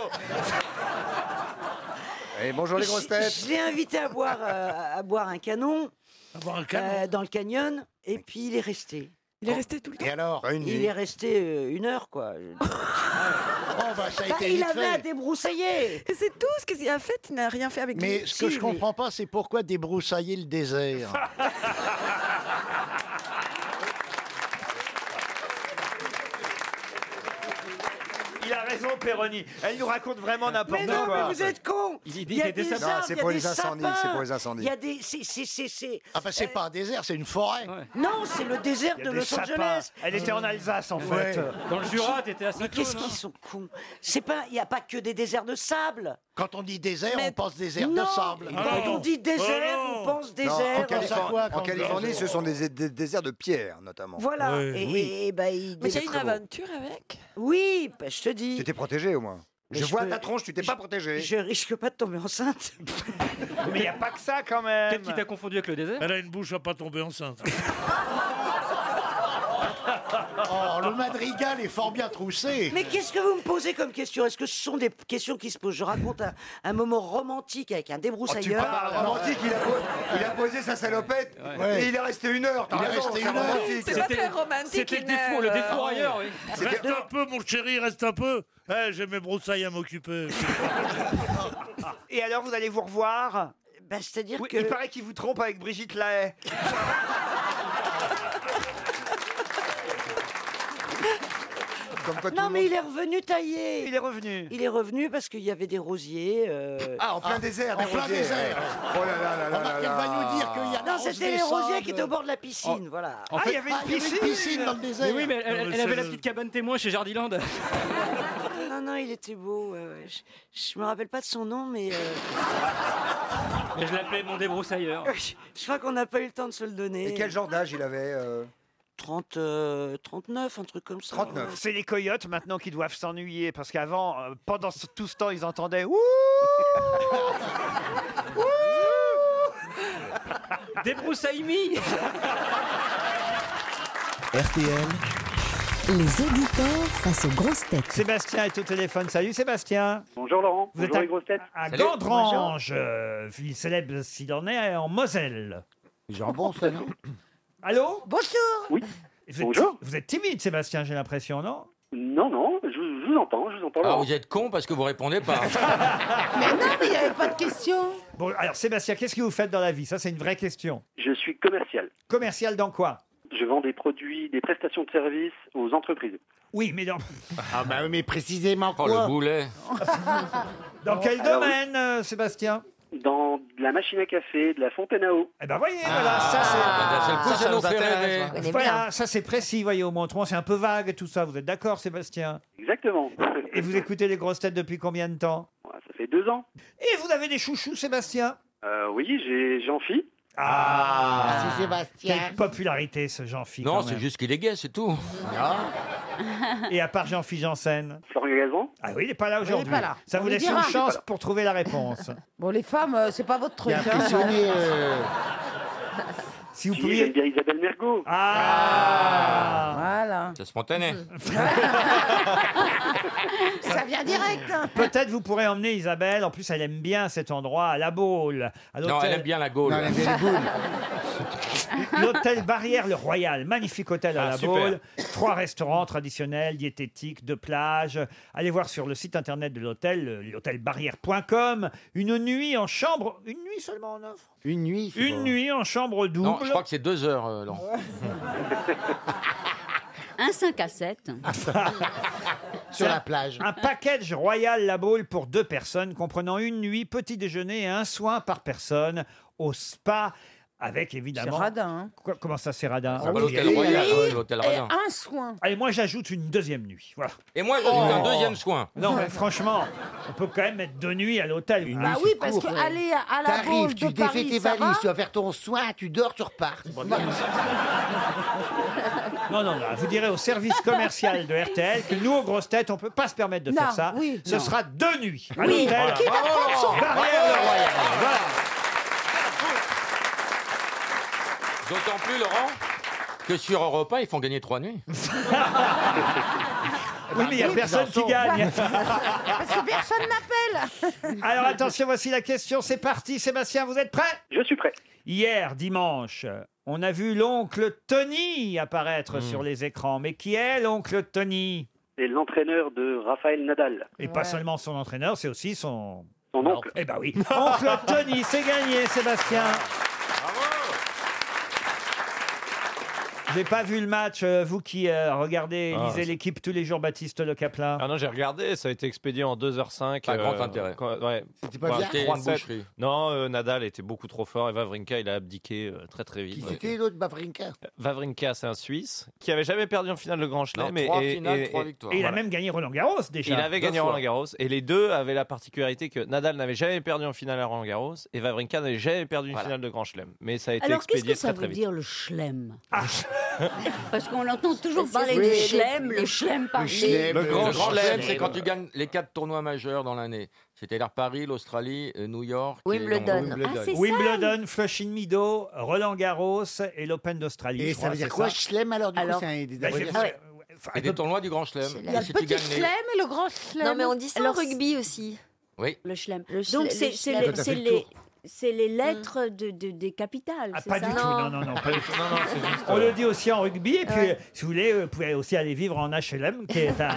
Speaker 18: Et bonjour les grosses
Speaker 14: Je-
Speaker 18: têtes.
Speaker 14: Je l'ai invité à boire, euh, à boire un canon, euh, dans le canyon, et puis il est resté.
Speaker 19: Il est resté tout le temps.
Speaker 4: Et alors
Speaker 18: Une
Speaker 14: Il
Speaker 18: nuit.
Speaker 14: est resté euh, une heure, quoi.
Speaker 4: Oh, bah, ça a
Speaker 14: Bah,
Speaker 4: été
Speaker 14: il
Speaker 4: vite
Speaker 14: avait
Speaker 4: fait.
Speaker 14: à débroussailler.
Speaker 19: Et c'est tout ce qu'il a fait, tu n'as rien fait avec lui.
Speaker 4: Mais ce que
Speaker 19: Si,
Speaker 4: je comprends pas, c'est pourquoi débroussailler le désert.
Speaker 8: Ah,
Speaker 6: Il a raison, Péroni. Elle nous raconte vraiment n'importe
Speaker 14: Mais non,
Speaker 6: quoi.
Speaker 14: mais vous êtes cons
Speaker 8: Il dit
Speaker 14: Il y a
Speaker 8: qu'il était
Speaker 14: des
Speaker 8: sapin.
Speaker 14: arbres,
Speaker 18: Non, c'est
Speaker 14: il y a
Speaker 18: pour
Speaker 14: des
Speaker 18: les incendies,
Speaker 14: sapins,
Speaker 18: c'est pour les incendies.
Speaker 14: Il y a des... c'est- c'est- c'est- c'est- Euh,
Speaker 4: Ah bah c'est pas un désert, c'est une forêt.
Speaker 14: Non, c'est le désert
Speaker 6: Il y a
Speaker 14: de
Speaker 6: des
Speaker 14: Los
Speaker 6: sapins.
Speaker 14: Angeles. Euh,
Speaker 6: Elle était en Alsace, en
Speaker 4: Ouais.
Speaker 6: fait.
Speaker 8: Dans le Jura, t'étais à
Speaker 14: Mais
Speaker 8: Saint-Claude.
Speaker 14: qu'est-ce qu'ils sont cons C'est pas, Il n'y a pas que des déserts de sable.
Speaker 4: Quand on dit désert, on pense désert
Speaker 14: non.
Speaker 4: de sable.
Speaker 14: Quand on dit désert,
Speaker 10: Oh non.
Speaker 14: on pense
Speaker 18: Non, en,
Speaker 14: désert.
Speaker 4: Calif-
Speaker 18: Californie,
Speaker 4: quoi, quand
Speaker 18: en Californie,
Speaker 4: on-
Speaker 18: ce sont des, des déserts de pierre, notamment.
Speaker 14: Voilà.
Speaker 10: Oui,
Speaker 14: et,
Speaker 10: oui.
Speaker 14: et- et bah, il-
Speaker 19: Mais
Speaker 14: il
Speaker 19: t'as
Speaker 14: est
Speaker 19: une
Speaker 14: très beau.
Speaker 19: aventure avec
Speaker 14: Oui, bah, je te dis.
Speaker 18: Tu t'es protégé au moins.
Speaker 14: Mais
Speaker 18: je,
Speaker 14: je
Speaker 18: vois
Speaker 14: peux-
Speaker 18: ta tronche, tu t'es pas protégé.
Speaker 14: Je risque pas de tomber enceinte.
Speaker 6: Mais il n'y a pas que ça, quand même.
Speaker 8: Peut-être qu'il t'a confondu avec le désert.
Speaker 10: Elle a une bouche à pas tomber enceinte.
Speaker 4: Oh, le madrigal est fort bien troussé.
Speaker 14: Mais qu'est-ce que vous me posez comme question Est-ce que ce sont des questions qui se posent Je raconte un, un moment romantique
Speaker 18: Oh,
Speaker 14: avec un débroussailleur.
Speaker 18: Ah, romantique, il a, po- il a posé sa salopette
Speaker 4: Ouais.
Speaker 18: et il est resté une heure. t'as
Speaker 4: Il est
Speaker 18: raison, c'est
Speaker 4: resté une heure.
Speaker 18: romantique.
Speaker 19: C'est pas très romantique.
Speaker 8: C'était le
Speaker 19: une,
Speaker 8: défaut, le
Speaker 19: euh,
Speaker 8: défaut ailleurs, oui.
Speaker 10: Reste un peu, mon chéri, reste un peu. Eh, j'ai mes broussailles à m'occuper.
Speaker 6: Ah. Et alors, vous allez vous revoir
Speaker 14: Bah, C'est-à-dire
Speaker 6: Oui,
Speaker 14: que.
Speaker 6: Il paraît qu'il vous trompe avec Brigitte Lahaye.
Speaker 18: Comme quoi, tout
Speaker 14: Non,
Speaker 18: le
Speaker 14: mais
Speaker 18: monde-
Speaker 14: il est revenu taillé.
Speaker 6: Il est revenu.
Speaker 14: Il est revenu parce qu'il y avait des rosiers. euh,
Speaker 18: Ah, en plein désert.
Speaker 4: en
Speaker 18: des
Speaker 4: plein
Speaker 18: rosiers.
Speaker 4: désert.
Speaker 18: Oh là là là là là
Speaker 4: Remarque, elle
Speaker 18: là.
Speaker 4: va nous dire qu'il y a la
Speaker 14: Non,
Speaker 4: rose
Speaker 14: c'était
Speaker 4: des
Speaker 14: les rosiers
Speaker 4: sables.
Speaker 14: qui étaient au bord de la piscine, voilà.
Speaker 6: ah, il y avait une
Speaker 4: Ah, il y avait
Speaker 6: piscine.
Speaker 4: piscine dans le désert.
Speaker 8: Mais oui, mais elle,
Speaker 10: Non, mais
Speaker 8: elle avait
Speaker 10: c'est
Speaker 8: la
Speaker 10: le-
Speaker 8: petite cabane témoin chez Jardiland.
Speaker 14: Non, non, il était beau. ouais, ouais. Je, je me rappelle pas de son nom, mais euh,
Speaker 8: Et je l'appelais mon débroussailleur.
Speaker 14: je, crois qu'on n'a pas eu le temps de se le donner.
Speaker 18: Et quel genre d'âge il avait euh
Speaker 14: 30, euh, 39, un truc comme ça.
Speaker 18: 39.
Speaker 6: C'est les coyotes maintenant qui doivent s'ennuyer parce qu'avant, euh, pendant ce- tout ce temps, ils entendaient Ouh
Speaker 8: Débroussaille-mi
Speaker 20: RTL,
Speaker 21: Les auditeurs face aux grosses têtes.
Speaker 6: Sébastien est au téléphone. Salut Sébastien.
Speaker 22: Bonjour Laurent,
Speaker 6: Vous êtes
Speaker 22: bonjour
Speaker 6: à-
Speaker 22: les grosses têtes.
Speaker 6: À
Speaker 22: Salut.
Speaker 6: Gandrange, euh, ville célèbre s'il en est, en Moselle.
Speaker 2: Jambon, ça, non
Speaker 6: Allô
Speaker 14: Bonjour
Speaker 22: Oui,
Speaker 6: vous êtes,
Speaker 22: Bonjour.
Speaker 6: Vous êtes timide, Sébastien, j'ai l'impression, non
Speaker 22: non, non, je, je vous entends, je vous entends
Speaker 2: Ah,
Speaker 22: Laurent.
Speaker 2: vous êtes con parce que vous répondez pas.
Speaker 13: Mais non, mais il n'y avait pas de question.
Speaker 6: Bon, alors Sébastien, qu'est-ce que vous faites dans la vie Ça, c'est une vraie question.
Speaker 22: Je suis commercial.
Speaker 6: Commercial dans quoi
Speaker 22: Je vends des produits, des prestations de services aux entreprises.
Speaker 6: Oui, mais dans,
Speaker 4: Ah bah oui, mais précisément
Speaker 2: Oh, le boulet.
Speaker 6: dans quel
Speaker 22: Alors,
Speaker 6: domaine, euh, Sébastien
Speaker 22: Dans de la machine à café, de la fontaine à eau.
Speaker 6: Eh ben voyez,
Speaker 23: Ah.
Speaker 6: voilà, ça c'est...
Speaker 2: Ah, Eh bah, ben, D'un seul coup, ça, nous fait rêver.
Speaker 6: Voilà, ça c'est précis, voyez, au Montron, c'est un peu vague tout ça, vous êtes d'accord Sébastien
Speaker 22: Exactement.
Speaker 6: Et vous écoutez les grosses têtes depuis combien de temps
Speaker 22: Voilà, Ça fait deux ans.
Speaker 6: Et vous avez des chouchous Sébastien
Speaker 22: Euh, oui, j'ai j'ai amphi.
Speaker 6: Ah,
Speaker 4: Sébastien.
Speaker 13: Ah,
Speaker 6: Quelle popularité ce Jean-Philippe
Speaker 2: Non, c'est juste qu'il est gay, c'est tout.
Speaker 6: Et à part Jean-Philippe Janssen
Speaker 22: Florian Gazan
Speaker 6: Ah oui, il n'est pas là
Speaker 13: Ah. Il est pas
Speaker 6: aujourd'hui.
Speaker 13: là.
Speaker 6: Ça
Speaker 13: On
Speaker 6: vous
Speaker 13: lui
Speaker 6: laisse
Speaker 13: dira.
Speaker 6: une
Speaker 13: Il est pas
Speaker 6: chance
Speaker 13: là.
Speaker 6: pour trouver la réponse.
Speaker 13: Bon, les femmes, euh, c'est pas votre truc. hein.
Speaker 6: euh, Si vous
Speaker 22: Si, j'aime
Speaker 6: pouviez... Ah.
Speaker 22: bien Isabelle Mergo.
Speaker 13: Voilà.
Speaker 2: C'est spontané.
Speaker 1: Mm.
Speaker 13: Ça vient direct. hein.
Speaker 6: Peut-être vous pourrez emmener Isabelle. En plus, elle aime bien cet endroit, à la Baule. à
Speaker 2: Non,
Speaker 6: l'hôtel-
Speaker 2: elle aime bien la Gaule. Non, elle aime bien la
Speaker 6: L'hôtel Barrière le Royal, magnifique hôtel à
Speaker 2: Ah,
Speaker 6: la
Speaker 2: super.
Speaker 6: Baule. Trois restaurants traditionnels, diététiques, de plage. Allez voir sur le site internet de l'hôtel, euh, l'hôtelbarrière.com. Une nuit en chambre. Une nuit seulement en offre
Speaker 4: Une nuit.
Speaker 6: Une nuit en chambre double.
Speaker 2: Non, je crois que c'est deux heures, euh, Laurent.
Speaker 1: Un 5 à 7.
Speaker 6: Ah, Sur la plage. Un package Royal La Baule pour deux personnes, comprenant une nuit, petit déjeuner et un soin par personne au spa. Avec évidemment.
Speaker 13: C'est radin, hein.
Speaker 6: Quoi- comment ça, c'est radin
Speaker 2: Ah bah, l'hôtel Royal, ouais, l'hôtel Radin.
Speaker 13: Un soin.
Speaker 6: Allez, moi j'ajoute une deuxième nuit. Voilà. Oh.
Speaker 2: Et moi, j'ajoute un deuxième soin.
Speaker 6: Non, mais franchement, on peut quand même mettre deux nuits à l'hôtel. Ah
Speaker 20: Bah oui, parce
Speaker 6: euh,
Speaker 20: que aller à- à la Baule
Speaker 6: T'arrives,
Speaker 20: de Paris, ça va
Speaker 6: tu vas
Speaker 20: faire ton soin, tu dors, tu repars.
Speaker 6: Non, non, non. Vous direz au service commercial de RTL que nous, aux grosses têtes, on peut pas se permettre de
Speaker 20: Non,
Speaker 6: faire ça.
Speaker 20: oui.
Speaker 6: Ce
Speaker 20: Non.
Speaker 6: sera deux nuits. à
Speaker 20: Oui,
Speaker 6: l'hôtel.
Speaker 20: qui va
Speaker 6: Bravo,
Speaker 20: prendre son-
Speaker 6: Laurent.
Speaker 20: Bravo,
Speaker 6: Barrière le
Speaker 20: Laurent.
Speaker 6: Royal. Voilà.
Speaker 2: D'autant plus, Laurent, que sur Europa, ils font gagner trois nuits.
Speaker 6: Oui, mais il n'y a personne qui gagne.
Speaker 13: Parce que personne n'appelle.
Speaker 6: Alors attention, voici la question. C'est parti, Sébastien, vous êtes prêt Je suis prêt. Hier, dimanche, on a vu l'oncle Tony apparaître sur les écrans. Mais qui est l'oncle Tony
Speaker 22: C'est l'entraîneur de Raphaël Nadal.
Speaker 6: Et pas seulement son entraîneur, c'est aussi son...
Speaker 22: Son oncle.
Speaker 6: Eh ben oui. oncle Tony, c'est gagné, Sébastien. J'ai pas vu le match, euh, vous qui euh, regardez,
Speaker 17: Ah,
Speaker 6: lisez
Speaker 17: c'est-
Speaker 6: l'équipe tous les jours, Baptiste Le Caplin.
Speaker 17: Ah non, j'ai regardé, ça a été expédié en 2h05.
Speaker 2: Pas grand intérêt.
Speaker 17: euh, quand- ouais.
Speaker 2: C'était pas
Speaker 17: Ouais,
Speaker 2: bien. C'était une
Speaker 17: 3-7.
Speaker 2: boucherie.
Speaker 17: Non, euh, Nadal était beaucoup trop fort et Vavrinka, il a abdiqué euh, très très vite.
Speaker 20: C'était l'autre Bavrinka.
Speaker 17: Vavrinka, c'est un Suisse qui avait jamais perdu en finale de Grand Chelem.
Speaker 2: Non,
Speaker 17: mais-
Speaker 2: trois
Speaker 17: et-
Speaker 2: finales,
Speaker 17: et-
Speaker 2: trois
Speaker 17: et-
Speaker 2: victoires.
Speaker 6: Et il a
Speaker 17: voilà.
Speaker 6: même gagné Roland Garros déjà.
Speaker 17: Il avait
Speaker 6: Deux
Speaker 17: gagné
Speaker 6: fois.
Speaker 17: Roland Garros et les deux avaient la particularité que Nadal n'avait jamais perdu en finale à Roland Garros et Vavrinka n'avait jamais perdu une finale de Grand Chelem. Mais ça a été
Speaker 1: Alors qu'est-ce
Speaker 17: expédié
Speaker 1: que ça
Speaker 17: très très
Speaker 1: veut
Speaker 17: vite.
Speaker 1: dire le schlem
Speaker 6: Ah.
Speaker 1: Parce qu'on entend toujours parler
Speaker 2: Oui.
Speaker 1: du schlem, le schlem par
Speaker 2: Le grand, chelem, c'est quand tu gagnes les quatre tournois majeurs dans l'année. C'est-à-dire Paris, l'Australie, euh, New York. et
Speaker 1: Wimbledon.
Speaker 2: Londres.
Speaker 1: Ah, c'est ça.
Speaker 6: Wimbledon, Flushing Meadow, Roland Garros et l'Open d'Australie.
Speaker 20: Et
Speaker 6: je
Speaker 20: ça
Speaker 6: crois,
Speaker 20: veut dire
Speaker 6: c'est
Speaker 20: quoi, Schlem alors du
Speaker 6: Alors-
Speaker 20: coup, c'est un- des
Speaker 6: Bah, j'ai-
Speaker 20: abréviations.
Speaker 1: Ah
Speaker 2: Et des tournois du grand chelem.
Speaker 20: Il y a
Speaker 2: Et
Speaker 20: le
Speaker 2: si tu
Speaker 20: petit
Speaker 2: gagnes les-
Speaker 20: chelem
Speaker 13: et le grand chelem.
Speaker 15: Non, mais on dit ça
Speaker 1: Alors,
Speaker 15: au rugby aussi.
Speaker 2: Oui.
Speaker 1: Le schlem.
Speaker 15: schlem,
Speaker 1: Donc c'est
Speaker 15: le
Speaker 1: c'est
Speaker 6: Ah,
Speaker 15: schlem.
Speaker 1: les,
Speaker 15: Quand t'as
Speaker 1: c'est
Speaker 15: fait le
Speaker 1: les,
Speaker 15: tour.
Speaker 1: c'est les lettres de, de- des capitales.
Speaker 6: Ah,
Speaker 1: c'est
Speaker 6: pas
Speaker 1: ça
Speaker 6: du tout, non, non, non, pas du tout. On
Speaker 2: euh,
Speaker 6: le dit aussi en rugby, et puis,
Speaker 1: Ouais.
Speaker 6: euh, si vous voulez, euh, vous pouvez aussi aller vivre en HLM, qui est un-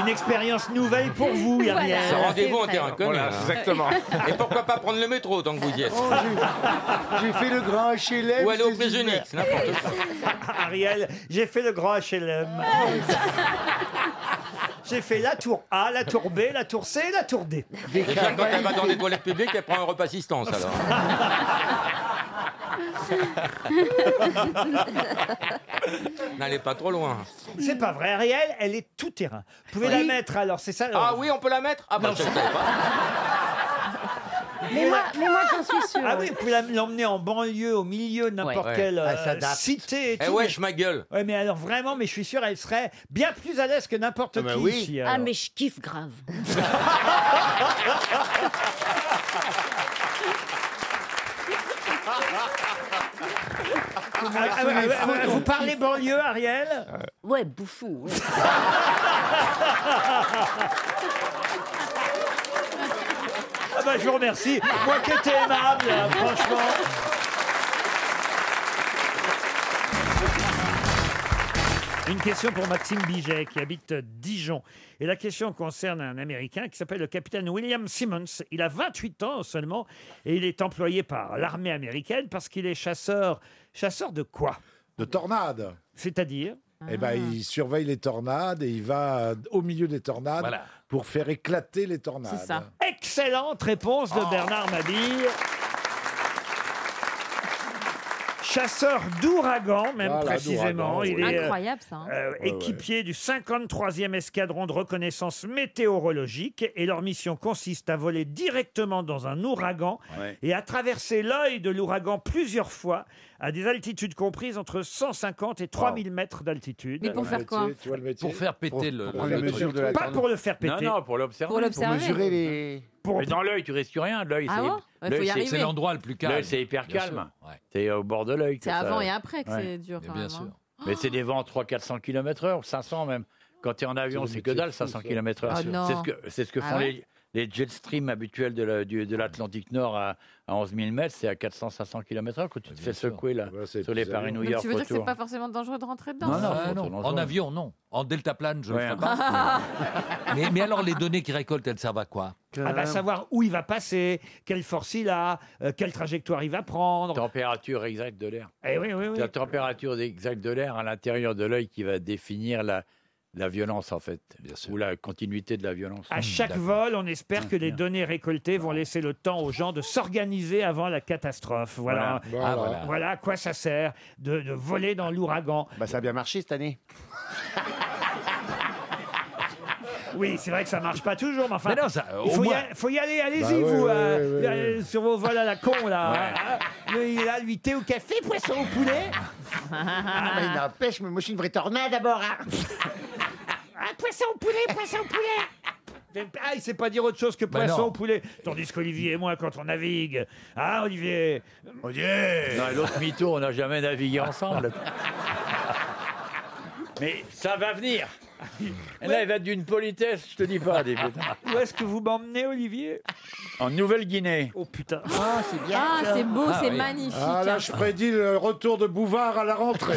Speaker 6: une expérience nouvelle pour vous, Yannick.
Speaker 2: C'est rendez-vous en terrain connu.
Speaker 6: Voilà,
Speaker 2: hein.
Speaker 6: exactement.
Speaker 2: Et pourquoi pas prendre le métro tant que vous y êtes
Speaker 20: Oh, j'ai- J'ai fait le grand HLM.
Speaker 2: Ou aller aux
Speaker 20: je te dis,
Speaker 2: prisonniers, Euh, c'est n'importe quoi.
Speaker 6: Ariel, j'ai fait le grand HLM. J'ai fait la tour A, la tour B, la tour C, la tour D.
Speaker 2: Déjà, quand elle va dans les toilettes publiques, elle prend un repas assistance alors. N'allez pas trop loin.
Speaker 6: C'est pas vrai, Ariel, elle est tout terrain. Vous pouvez
Speaker 2: Oui.
Speaker 6: la mettre alors, c'est ça
Speaker 2: Ah oui, on peut la mettre Ah bah je ne savais pas.
Speaker 13: Mais moi, mais moi j'en suis sûre.
Speaker 6: Ah oui, vous pouvez la- l'emmener en banlieue, au milieu de n'importe
Speaker 2: Ouais.
Speaker 6: quelle
Speaker 2: Ah,
Speaker 6: euh,
Speaker 2: s'adapte.
Speaker 6: cité. Et
Speaker 2: Eh
Speaker 6: tout,
Speaker 2: wesh, ma gueule.
Speaker 6: Ouais, mais alors vraiment, mais je suis sûr, elle serait bien plus à l'aise que n'importe qui ici. alors. Ah,
Speaker 1: Ah, mais je kiffe grave.
Speaker 6: Ah, ah, ah, ah, ah, vous parlez banlieue, Ariel
Speaker 1: Ouais, bouffon. ouais.
Speaker 6: Ah bah je vous remercie. Moi qui étais aimable, hein, franchement. Une question pour Maxime Biget qui habite Dijon. Et la question concerne un Américain qui s'appelle le capitaine William Simmons. Il a 28 ans seulement et il est employé par l'armée américaine parce qu'il est chasseur. Chasseur de quoi
Speaker 23: De tornades.
Speaker 6: C'est-à-dire
Speaker 23: Eh ben, il surveille les tornades et il va euh, au milieu des tornades
Speaker 6: Voilà.
Speaker 23: pour faire éclater les tornades.
Speaker 6: Excellente réponse
Speaker 15: Oh.
Speaker 6: de Bernard Mabille. Chasseur d'ouragan, même
Speaker 23: Voilà,
Speaker 15: Ah,
Speaker 14: Ah,
Speaker 6: précisément.
Speaker 14: hein,
Speaker 23: d'ouragan,
Speaker 6: Il
Speaker 23: oui.
Speaker 6: est, euh,
Speaker 23: Incroyable,
Speaker 15: ça, hein.
Speaker 6: euh,
Speaker 23: Ouais,
Speaker 6: équipier du 53e escadron de reconnaissance météorologique. Et leur mission consiste à voler directement dans un ouragan
Speaker 23: Ouais.
Speaker 6: et à traverser l'œil de l'ouragan plusieurs fois à des altitudes comprises entre 150 et 3000 mètres d'altitude.
Speaker 15: Mais pour faire quoi Tu vois le métier
Speaker 6: Pour faire
Speaker 15: péter le-
Speaker 6: pour
Speaker 15: le
Speaker 6: la
Speaker 15: truc.
Speaker 6: mesure de la
Speaker 15: Pas
Speaker 6: Pas pour le faire péter.
Speaker 15: Non, non, pour l'observer. Pour l'observer. Pour mesurer les- Mais dans l'œil, tu risques rien. L'œil,
Speaker 13: Ah
Speaker 15: c'est-
Speaker 13: bon Ouais, faut
Speaker 15: l'œil,
Speaker 13: y
Speaker 15: c'est
Speaker 13: arriver. C'est l'endroit
Speaker 2: le plus calme.
Speaker 15: L'œil, c'est hyper
Speaker 2: Bien
Speaker 15: calme.
Speaker 2: sûr, ouais.
Speaker 15: C'est au bord de l'œil. que
Speaker 13: C'est
Speaker 15: ça-
Speaker 13: avant et après que
Speaker 15: Ouais.
Speaker 13: c'est dur. Quand même, hein.
Speaker 15: Mais c'est des vents 300-400 km/h, 500 même. Quand tu es en avion, c'est que dalle, 500 km/h.
Speaker 13: Ah non.
Speaker 15: c'est ce que, c'est ce que
Speaker 13: Ah
Speaker 15: font
Speaker 13: ouais
Speaker 15: les, les jet streams habituels de, la- du- de l'Atlantique Nord à, à 11 000 mètres, c'est à 400-500 km/h que tu te fais secouer là, sur les
Speaker 13: Donc,
Speaker 15: Paris-New York.
Speaker 13: tu veux dire que
Speaker 6: hein.
Speaker 13: c'est
Speaker 15: retour.
Speaker 13: pas forcément dangereux de rentrer dedans
Speaker 15: Non, non,
Speaker 13: Ah,
Speaker 15: faut-
Speaker 13: non.
Speaker 15: faut-
Speaker 2: En avion, non. En deltaplane, je ne
Speaker 15: Ouais. Ah.
Speaker 2: le ferai pas. mais, mais alors, les données qu'ils récoltent, elles servent à quoi
Speaker 6: Ah bah, savoir où il va passer, quelle force il a, euh, quelle trajectoire il va prendre.
Speaker 15: Température exacte de l'air.
Speaker 6: Eh oui, oui, oui.
Speaker 15: La température exacte de l'air à l'intérieur de l'œil qui va définir la, la violence, en fait, ou la continuité de la violence.
Speaker 6: À chaque vol, on espère que les données récoltées vont laisser le temps aux gens de s'organiser avant la catastrophe. Voilà.
Speaker 15: Voilà. Ah, voilà.
Speaker 6: Voilà à quoi ça sert de, de voler dans l'ouragan. Bah, ça a bien marché cette année. Oui, c'est vrai que ça marche pas toujours, mais enfin,
Speaker 2: Mais non, ça, au
Speaker 6: il faut,
Speaker 2: moins-
Speaker 6: y, a- faut y aller, allez-y,
Speaker 2: Bah oui,
Speaker 6: vous,
Speaker 2: oui,
Speaker 6: euh,
Speaker 2: oui, oui,
Speaker 6: euh, sur vos vols à la con, là.
Speaker 2: Ouais.
Speaker 6: hein. Ah, lui, il a, lui, thé au café, poisson au poulet.
Speaker 17: Ah, mais n'empêche, mais moi je suis une vraie tornade d'abord. hein.
Speaker 6: Ah, poisson au poulet, poisson au poulet Ah, il sait pas dire autre chose que
Speaker 17: Bah
Speaker 6: poisson
Speaker 17: non.
Speaker 6: au poulet. Tandis qu'Olivier et moi, quand on navigue. Ah, Olivier Olivier
Speaker 15: Non, et l'autre mytho, on n'a jamais navigué ensemble. Mais ça va venir. Et Là, il va être d'une politesse, je te dis pas. Des...
Speaker 6: Où est-ce que vous m'emmenez, Olivier
Speaker 15: En Nouvelle-Guinée.
Speaker 6: Oh putain.
Speaker 17: Ah, c'est bien.
Speaker 13: Ah,
Speaker 17: ça.
Speaker 13: c'est beau, c'est magnifique.
Speaker 4: Ah là, je prédis le retour de Bouvard à la rentrée.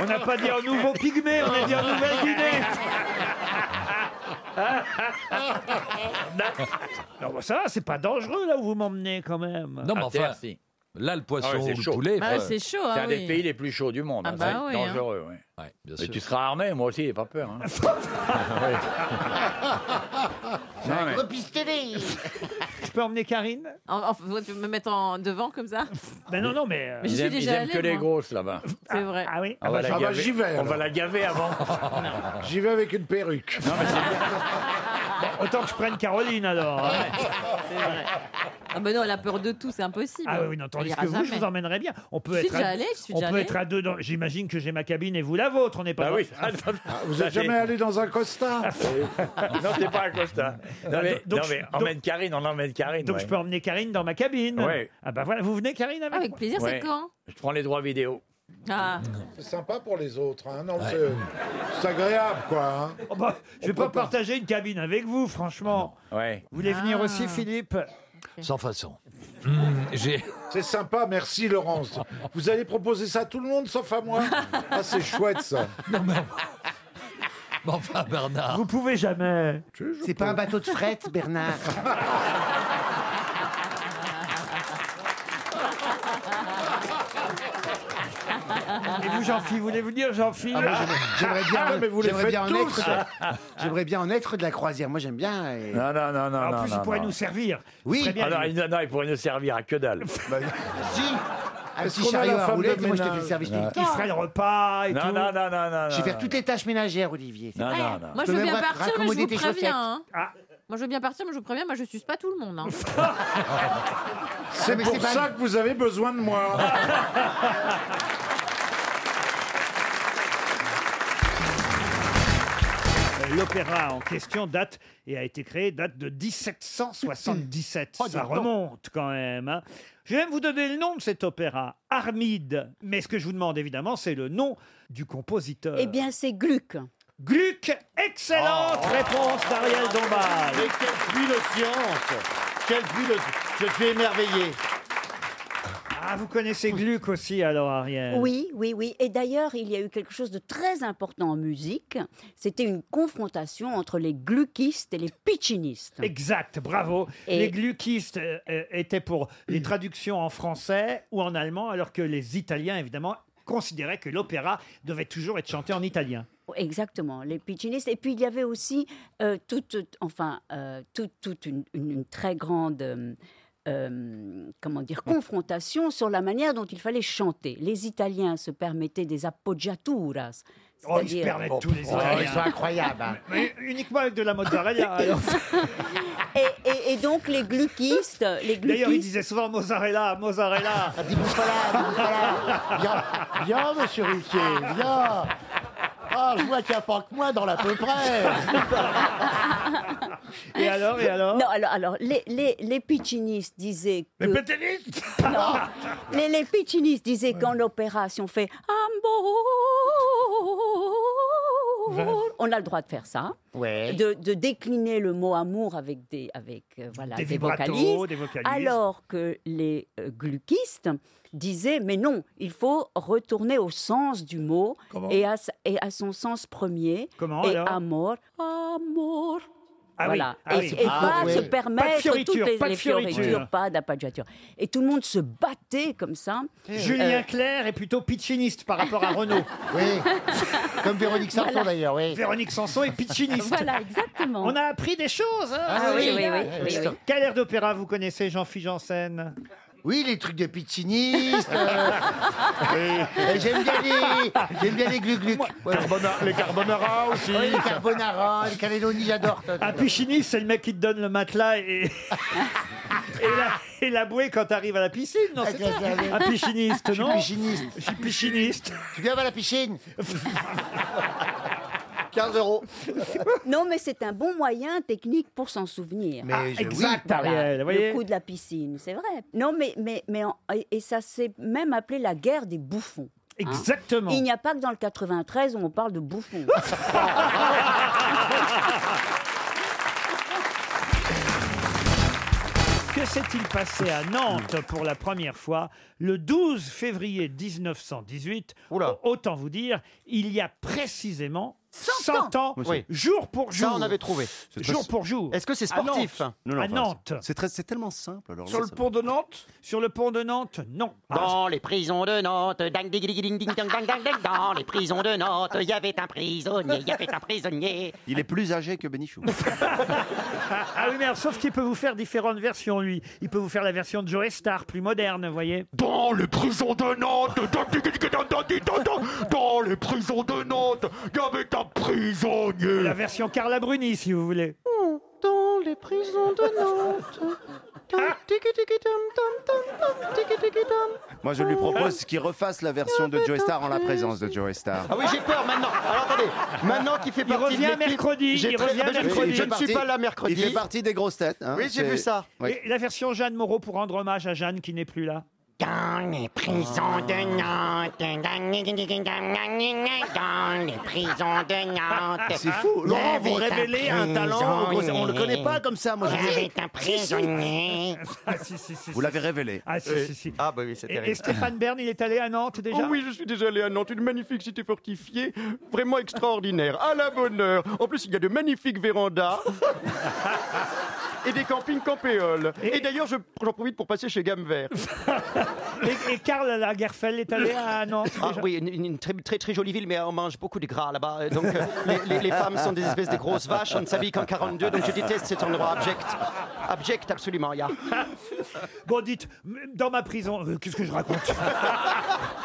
Speaker 6: On n'a pas dit en nouveau pygmée, on a dit en Nouvelle-Guinée. non, bah, ça va, c'est pas dangereux là où vous m'emmenez quand même.
Speaker 2: Non, mais enfin, là, le poisson
Speaker 15: Ah ouais, c'est
Speaker 2: ou le
Speaker 15: chaud.
Speaker 2: poulet.
Speaker 6: Bah ouais, c'est chaud,
Speaker 15: C'est
Speaker 6: hein,
Speaker 15: un des
Speaker 6: oui.
Speaker 15: pays les plus chauds du monde.
Speaker 6: Ah
Speaker 15: hein,
Speaker 6: bah
Speaker 15: c'est
Speaker 6: oui, hein.
Speaker 15: dangereux. oui. Mais
Speaker 2: sûr.
Speaker 15: tu seras armé, moi aussi, pas peur. hein.
Speaker 17: J'ai
Speaker 15: Non,
Speaker 17: un
Speaker 15: mais-
Speaker 17: gros pistolet.
Speaker 6: Je peux emmener Karine
Speaker 13: En- en- faut- tu veux me mettre en devant comme ça
Speaker 6: Ben non, non, mais. euh,
Speaker 13: Mais je
Speaker 15: ils
Speaker 13: suis
Speaker 15: aiment, ils
Speaker 13: déjà
Speaker 15: aiment
Speaker 13: allée,
Speaker 15: que les
Speaker 13: moi.
Speaker 15: grosses là-bas.
Speaker 13: C'est vrai.
Speaker 6: Ah oui
Speaker 15: On va bah, la gaver- On va la gaver avant.
Speaker 4: J'y vais avec une perruque.
Speaker 6: Bon, autant que je prenne Caroline alors. hein.
Speaker 13: Ah ben non, elle a peur de tout, c'est impossible.
Speaker 6: Ah oui, oui, non,
Speaker 13: Elle
Speaker 6: tandis
Speaker 13: ira
Speaker 6: que vous, je
Speaker 13: jamais.
Speaker 6: vous emmènerai bien. On peut
Speaker 13: Je suis
Speaker 6: être
Speaker 13: déjà
Speaker 6: à,
Speaker 13: allée, je suis
Speaker 6: on
Speaker 13: déjà
Speaker 6: peut
Speaker 13: allée.
Speaker 6: être à deux. dans- J'imagine que j'ai ma cabine et vous la vôtre. On n'est pas.
Speaker 15: Bah oui.
Speaker 4: Vous êtes jamais allé dans un Costa
Speaker 15: non, c'est pas à Costa. Non, mais,
Speaker 6: Donc,
Speaker 15: non, mais
Speaker 6: je-
Speaker 15: emmène Karine, on emmène Karine.
Speaker 6: Donc
Speaker 15: ouais.
Speaker 6: je peux emmener Karine dans ma cabine.
Speaker 15: Ouais.
Speaker 6: Ah bah voilà, vous venez Karine avec
Speaker 13: Avec plaisir,
Speaker 15: Ouais.
Speaker 13: c'est quand
Speaker 15: Je prends les droits vidéo.
Speaker 13: Ah.
Speaker 4: C'est sympa pour les autres. hein. Non, c'est- C'est agréable, quoi. hein.
Speaker 6: Oh bah, je vais
Speaker 4: On
Speaker 6: pas
Speaker 4: peut pas.
Speaker 6: partager une cabine avec vous, franchement.
Speaker 15: Ouais.
Speaker 6: Vous voulez venir
Speaker 4: Ah.
Speaker 6: aussi, Philippe
Speaker 4: Sans façon.
Speaker 17: Mmh,
Speaker 4: C'est sympa, merci Laurence. Vous allez proposer ça à tout le monde sauf à moi Ah, c'est chouette ça.
Speaker 2: Mais enfin, Bernard.
Speaker 6: Vous pouvez jamais.
Speaker 17: C'est pas un bateau de fret, Bernard.
Speaker 6: Et vous, jean vous voulez venir, Jean-Philippe
Speaker 17: Ah, moi, J'aimerais bien,
Speaker 6: Ah, mais vous les
Speaker 17: j'aimerais
Speaker 6: faites
Speaker 17: bien en
Speaker 6: tous.
Speaker 17: être. de- J'aimerais bien en être de la croisière. Moi, j'aime bien. et-
Speaker 15: Non, non, non, non.
Speaker 6: Ah, En
Speaker 15: non,
Speaker 6: plus, il
Speaker 15: non,
Speaker 6: pourrait
Speaker 15: non.
Speaker 6: nous servir.
Speaker 17: Oui.
Speaker 6: serait bien,
Speaker 15: Alors,
Speaker 6: lui.
Speaker 15: il, non, non, il pourrait nous servir à que dalle.
Speaker 17: Si. Bah,
Speaker 6: Ah,
Speaker 17: Un
Speaker 4: Est-ce
Speaker 17: petit
Speaker 4: qu'on a la
Speaker 17: chariot à
Speaker 4: femme de
Speaker 17: roulettes, moi, je te fais
Speaker 4: ménage
Speaker 17: le service tout
Speaker 15: Ouais.
Speaker 17: le temps.
Speaker 15: Il
Speaker 6: ferait le repas et
Speaker 15: non, non, non, non, non,
Speaker 6: ah,
Speaker 15: non.
Speaker 17: Je vais faire
Speaker 15: non.
Speaker 17: toutes les tâches ménagères, Olivier. c'est
Speaker 15: Non,
Speaker 17: vrai.
Speaker 15: non, non.
Speaker 13: Moi, je
Speaker 17: peux
Speaker 13: veux
Speaker 17: même
Speaker 13: bien
Speaker 17: ra-
Speaker 13: partir, mais je
Speaker 17: raccommoder
Speaker 13: vous
Speaker 17: tes
Speaker 13: préviens.
Speaker 17: chaussettes. Ah,
Speaker 13: hein.
Speaker 4: Ah,
Speaker 13: Moi, je veux bien partir, mais je vous préviens, moi, je suce pas tout le monde. hein.
Speaker 4: C'est
Speaker 17: mais
Speaker 4: pour
Speaker 17: c'est pas-
Speaker 4: ça que vous avez besoin de moi.
Speaker 6: L'opéra en question date et a été créé date de 1777.
Speaker 17: Oh, dis
Speaker 6: Ça
Speaker 17: donc.
Speaker 6: remonte quand même. hein. Je vais même vous donner le nom de cet opéra, Armide. Mais ce que je vous demande évidemment, c'est le nom du compositeur.
Speaker 1: Eh bien, c'est Gluck.
Speaker 6: Gluck, excellente réponse d'Ariel Dombal.
Speaker 24: Oh. Mais quelle pluie de science Quelle pluie de Je suis émerveillé.
Speaker 6: Ah, vous connaissez Gluck aussi alors, Ariel
Speaker 1: Oui, oui, oui. Et d'ailleurs, il y a eu quelque chose de très important en musique. C'était une confrontation entre les gluckistes et les piccinistes.
Speaker 6: Exact, bravo.
Speaker 1: Et-
Speaker 6: Les gluckistes euh, euh, étaient pour les traductions en français ou en allemand, alors que les Italiens, évidemment, considéraient que l'opéra devait toujours être chanté en italien.
Speaker 1: Exactement, les piccinistes. Et puis il y avait aussi euh, toute, euh, enfin, euh, toute, toute une, une- une très grande, euh, euh, comment dire, confrontation sur la manière dont il fallait chanter. Les Italiens se permettaient des appoggiaturas,
Speaker 6: Oh, ils se permettent tous
Speaker 1: ah,
Speaker 6: les Italiens.
Speaker 20: Ils sont incroyables. hein.
Speaker 6: Mais uniquement avec de la mozzarella. alors.
Speaker 1: Et, et- et donc les gluquistes, les
Speaker 6: D'ailleurs, ils
Speaker 1: gluquistes.
Speaker 6: disaient souvent mozzarella, mozzarella. Dis
Speaker 4: Viens, viens, monsieur Ruquier, viens. Ah, je vois qu'il n'y a pas que moi dans la peu près.
Speaker 6: Et alors, et alors
Speaker 1: Non, alors, alors les, les, les piccinistes disaient que...
Speaker 6: Les pétainistes
Speaker 1: Non, les, les piccinistes disaient qu'en opéra, si on fait amour, on a le droit de faire ça.
Speaker 20: Ouais.
Speaker 1: De, de décliner le mot amour avec des, avec, euh, voilà,
Speaker 20: Des
Speaker 1: des,
Speaker 20: vibratos,
Speaker 1: vocalises,
Speaker 20: des vocalises.
Speaker 1: Alors que les euh, gluckistes disaient, mais non, il faut retourner au sens du mot
Speaker 6: Comment
Speaker 1: et à, sa- et à son sens premier.
Speaker 6: Comment,
Speaker 1: Et
Speaker 6: alors
Speaker 1: amour, amour.
Speaker 6: Ah oui,
Speaker 1: voilà.
Speaker 6: ah
Speaker 1: et
Speaker 6: oui.
Speaker 1: et
Speaker 6: Ah
Speaker 1: pas
Speaker 6: oui.
Speaker 1: se
Speaker 6: Pas de
Speaker 1: permettre
Speaker 6: fioriture,
Speaker 1: toutes les,
Speaker 6: pas de
Speaker 1: les
Speaker 6: fioriture.
Speaker 1: fioritures, pas d'appoggiature. Et tout le monde se battait comme ça.
Speaker 6: Julien
Speaker 1: Euh,
Speaker 6: Clerc est plutôt pitchiniste par rapport à Renaud.
Speaker 20: Oui.
Speaker 6: Comme Véronique
Speaker 20: Sanson, Voilà. d'ailleurs, oui.
Speaker 6: Véronique Sanson est pitchiniste.
Speaker 1: Voilà, exactement.
Speaker 6: On a appris des choses. hein,
Speaker 20: Ah
Speaker 6: c'est
Speaker 20: oui,
Speaker 6: génial.
Speaker 20: oui, oui, oui, oui.
Speaker 6: Quel air d'opéra vous connaissez, Jean-Philippe Janssen
Speaker 20: Oui, les trucs de pitchinistes. J'aime bien les, j'aime bien les gluc
Speaker 6: les carbonara aussi.
Speaker 20: Oui, les carbonara, les cannelloni, j'adore. ça.
Speaker 6: Un pitchiniste, c'est le mec qui te donne le matelas et, et, la, et la bouée quand t'arrives à la piscine. Non, c'est ça. Un
Speaker 20: Ah, Je
Speaker 6: pitchiniste,
Speaker 20: suis
Speaker 6: non
Speaker 20: Pichiniste.
Speaker 6: Je suis pichiniste.
Speaker 20: Tu viens voir la piscine 15 euros.
Speaker 1: Non, mais c'est un bon moyen technique pour s'en souvenir.
Speaker 20: Mais Ah, je- oui.
Speaker 6: exact,
Speaker 1: Voilà,
Speaker 6: Ariel, vous voyez
Speaker 1: le coup de la piscine, c'est vrai. Non, mais, mais, mais en- et- et ça s'est même appelé la guerre des bouffons. hein.
Speaker 6: Exactement.
Speaker 1: Il n'y a pas que dans le 93 où on parle de bouffons.
Speaker 6: Que s'est-il passé à Nantes pour la première fois le 12 février 1918 Autant vous dire, il y a précisément 100 ans,
Speaker 3: Oui.
Speaker 6: jour pour jour.
Speaker 3: Ça, on avait trouvé. C'est
Speaker 6: Jour
Speaker 3: très-
Speaker 6: pour jour.
Speaker 3: Est-ce que c'est
Speaker 6: À
Speaker 3: sportif
Speaker 6: Nantes.
Speaker 3: Non, non,
Speaker 6: À
Speaker 3: enfin,
Speaker 6: Nantes.
Speaker 3: c'est- C'est très- c'est tellement simple. Alors
Speaker 6: Sur
Speaker 3: là,
Speaker 6: le
Speaker 3: ça
Speaker 6: pont de Nantes Sur le pont de Nantes, non.
Speaker 11: Dans les prisons de Nantes, dang ding ding ding ding dang dang dang dang, dans les prisons de Nantes, il y avait un prisonnier, il y avait un prisonnier.
Speaker 3: va. Il est plus âgé que Bénichou.
Speaker 6: Ah oui, mais alors, sauf qu'il peut vous faire différentes versions, lui. Il peut vous faire la version de Joe Star, plus moderne, vous voyez.
Speaker 9: Dans les prisons de Nantes, dans les prisons de Nantes, il y avait un prisonnier.
Speaker 6: La version Carla Bruni, si vous voulez.
Speaker 9: Dans les prisons de Nantes.
Speaker 3: Moi, je lui propose qu'il refasse la version de Joey Star en la présence de Joey Star.
Speaker 11: Ah oui, j'ai peur maintenant. Alors attendez, maintenant qu'il fait
Speaker 3: Il
Speaker 11: partie de
Speaker 3: revient
Speaker 11: l'équipe,
Speaker 3: mercredi,
Speaker 11: j'ai
Speaker 3: il
Speaker 11: très-
Speaker 3: revient
Speaker 11: Ah ben, je ne suis-
Speaker 3: mercredi.
Speaker 11: Je ne suis pas là mercredi.
Speaker 3: Il fait partie des grosses têtes. hein.
Speaker 11: Oui, j'ai
Speaker 3: C'est-
Speaker 11: vu ça.
Speaker 3: Oui.
Speaker 6: Et la version Jeanne Moreau pour rendre hommage à Jeanne qui n'est plus là.
Speaker 11: Dans les prisons de Nantes, dans les prisons de Nantes.
Speaker 3: C'est fou. Laurent, vous révélez un talent. au gros- On le connaît pas comme ça. Moi, je
Speaker 11: Il avait un prisonnier.
Speaker 3: Vous l'avez révélé.
Speaker 6: Ah,
Speaker 11: si,
Speaker 6: si, si.
Speaker 3: Ah, bah oui, c'est
Speaker 6: Et, et Stéphane Bern, il est allé à Nantes déjà
Speaker 11: Oh oui, je suis déjà allé à Nantes, une magnifique cité fortifiée, vraiment extraordinaire, à la bonne heure. En plus, il y a de magnifiques vérandas et des campings campéoles. Et, d'ailleurs, je- j'en profite pour passer chez Gamme Vert.
Speaker 6: Et, et Karl Lagerfeld est allé à Nantes
Speaker 11: Ah
Speaker 6: déjà
Speaker 11: oui, une, une- une très, très très jolie ville, mais on mange beaucoup de gras là-bas. Et Donc euh, les, les- les femmes sont des espèces de grosses vaches, on ne s'habille qu'en 42, donc je déteste cet endroit abject. Abject, absolument, ya.
Speaker 6: Bon, dites, m- dans ma prison, euh, qu'est-ce que je raconte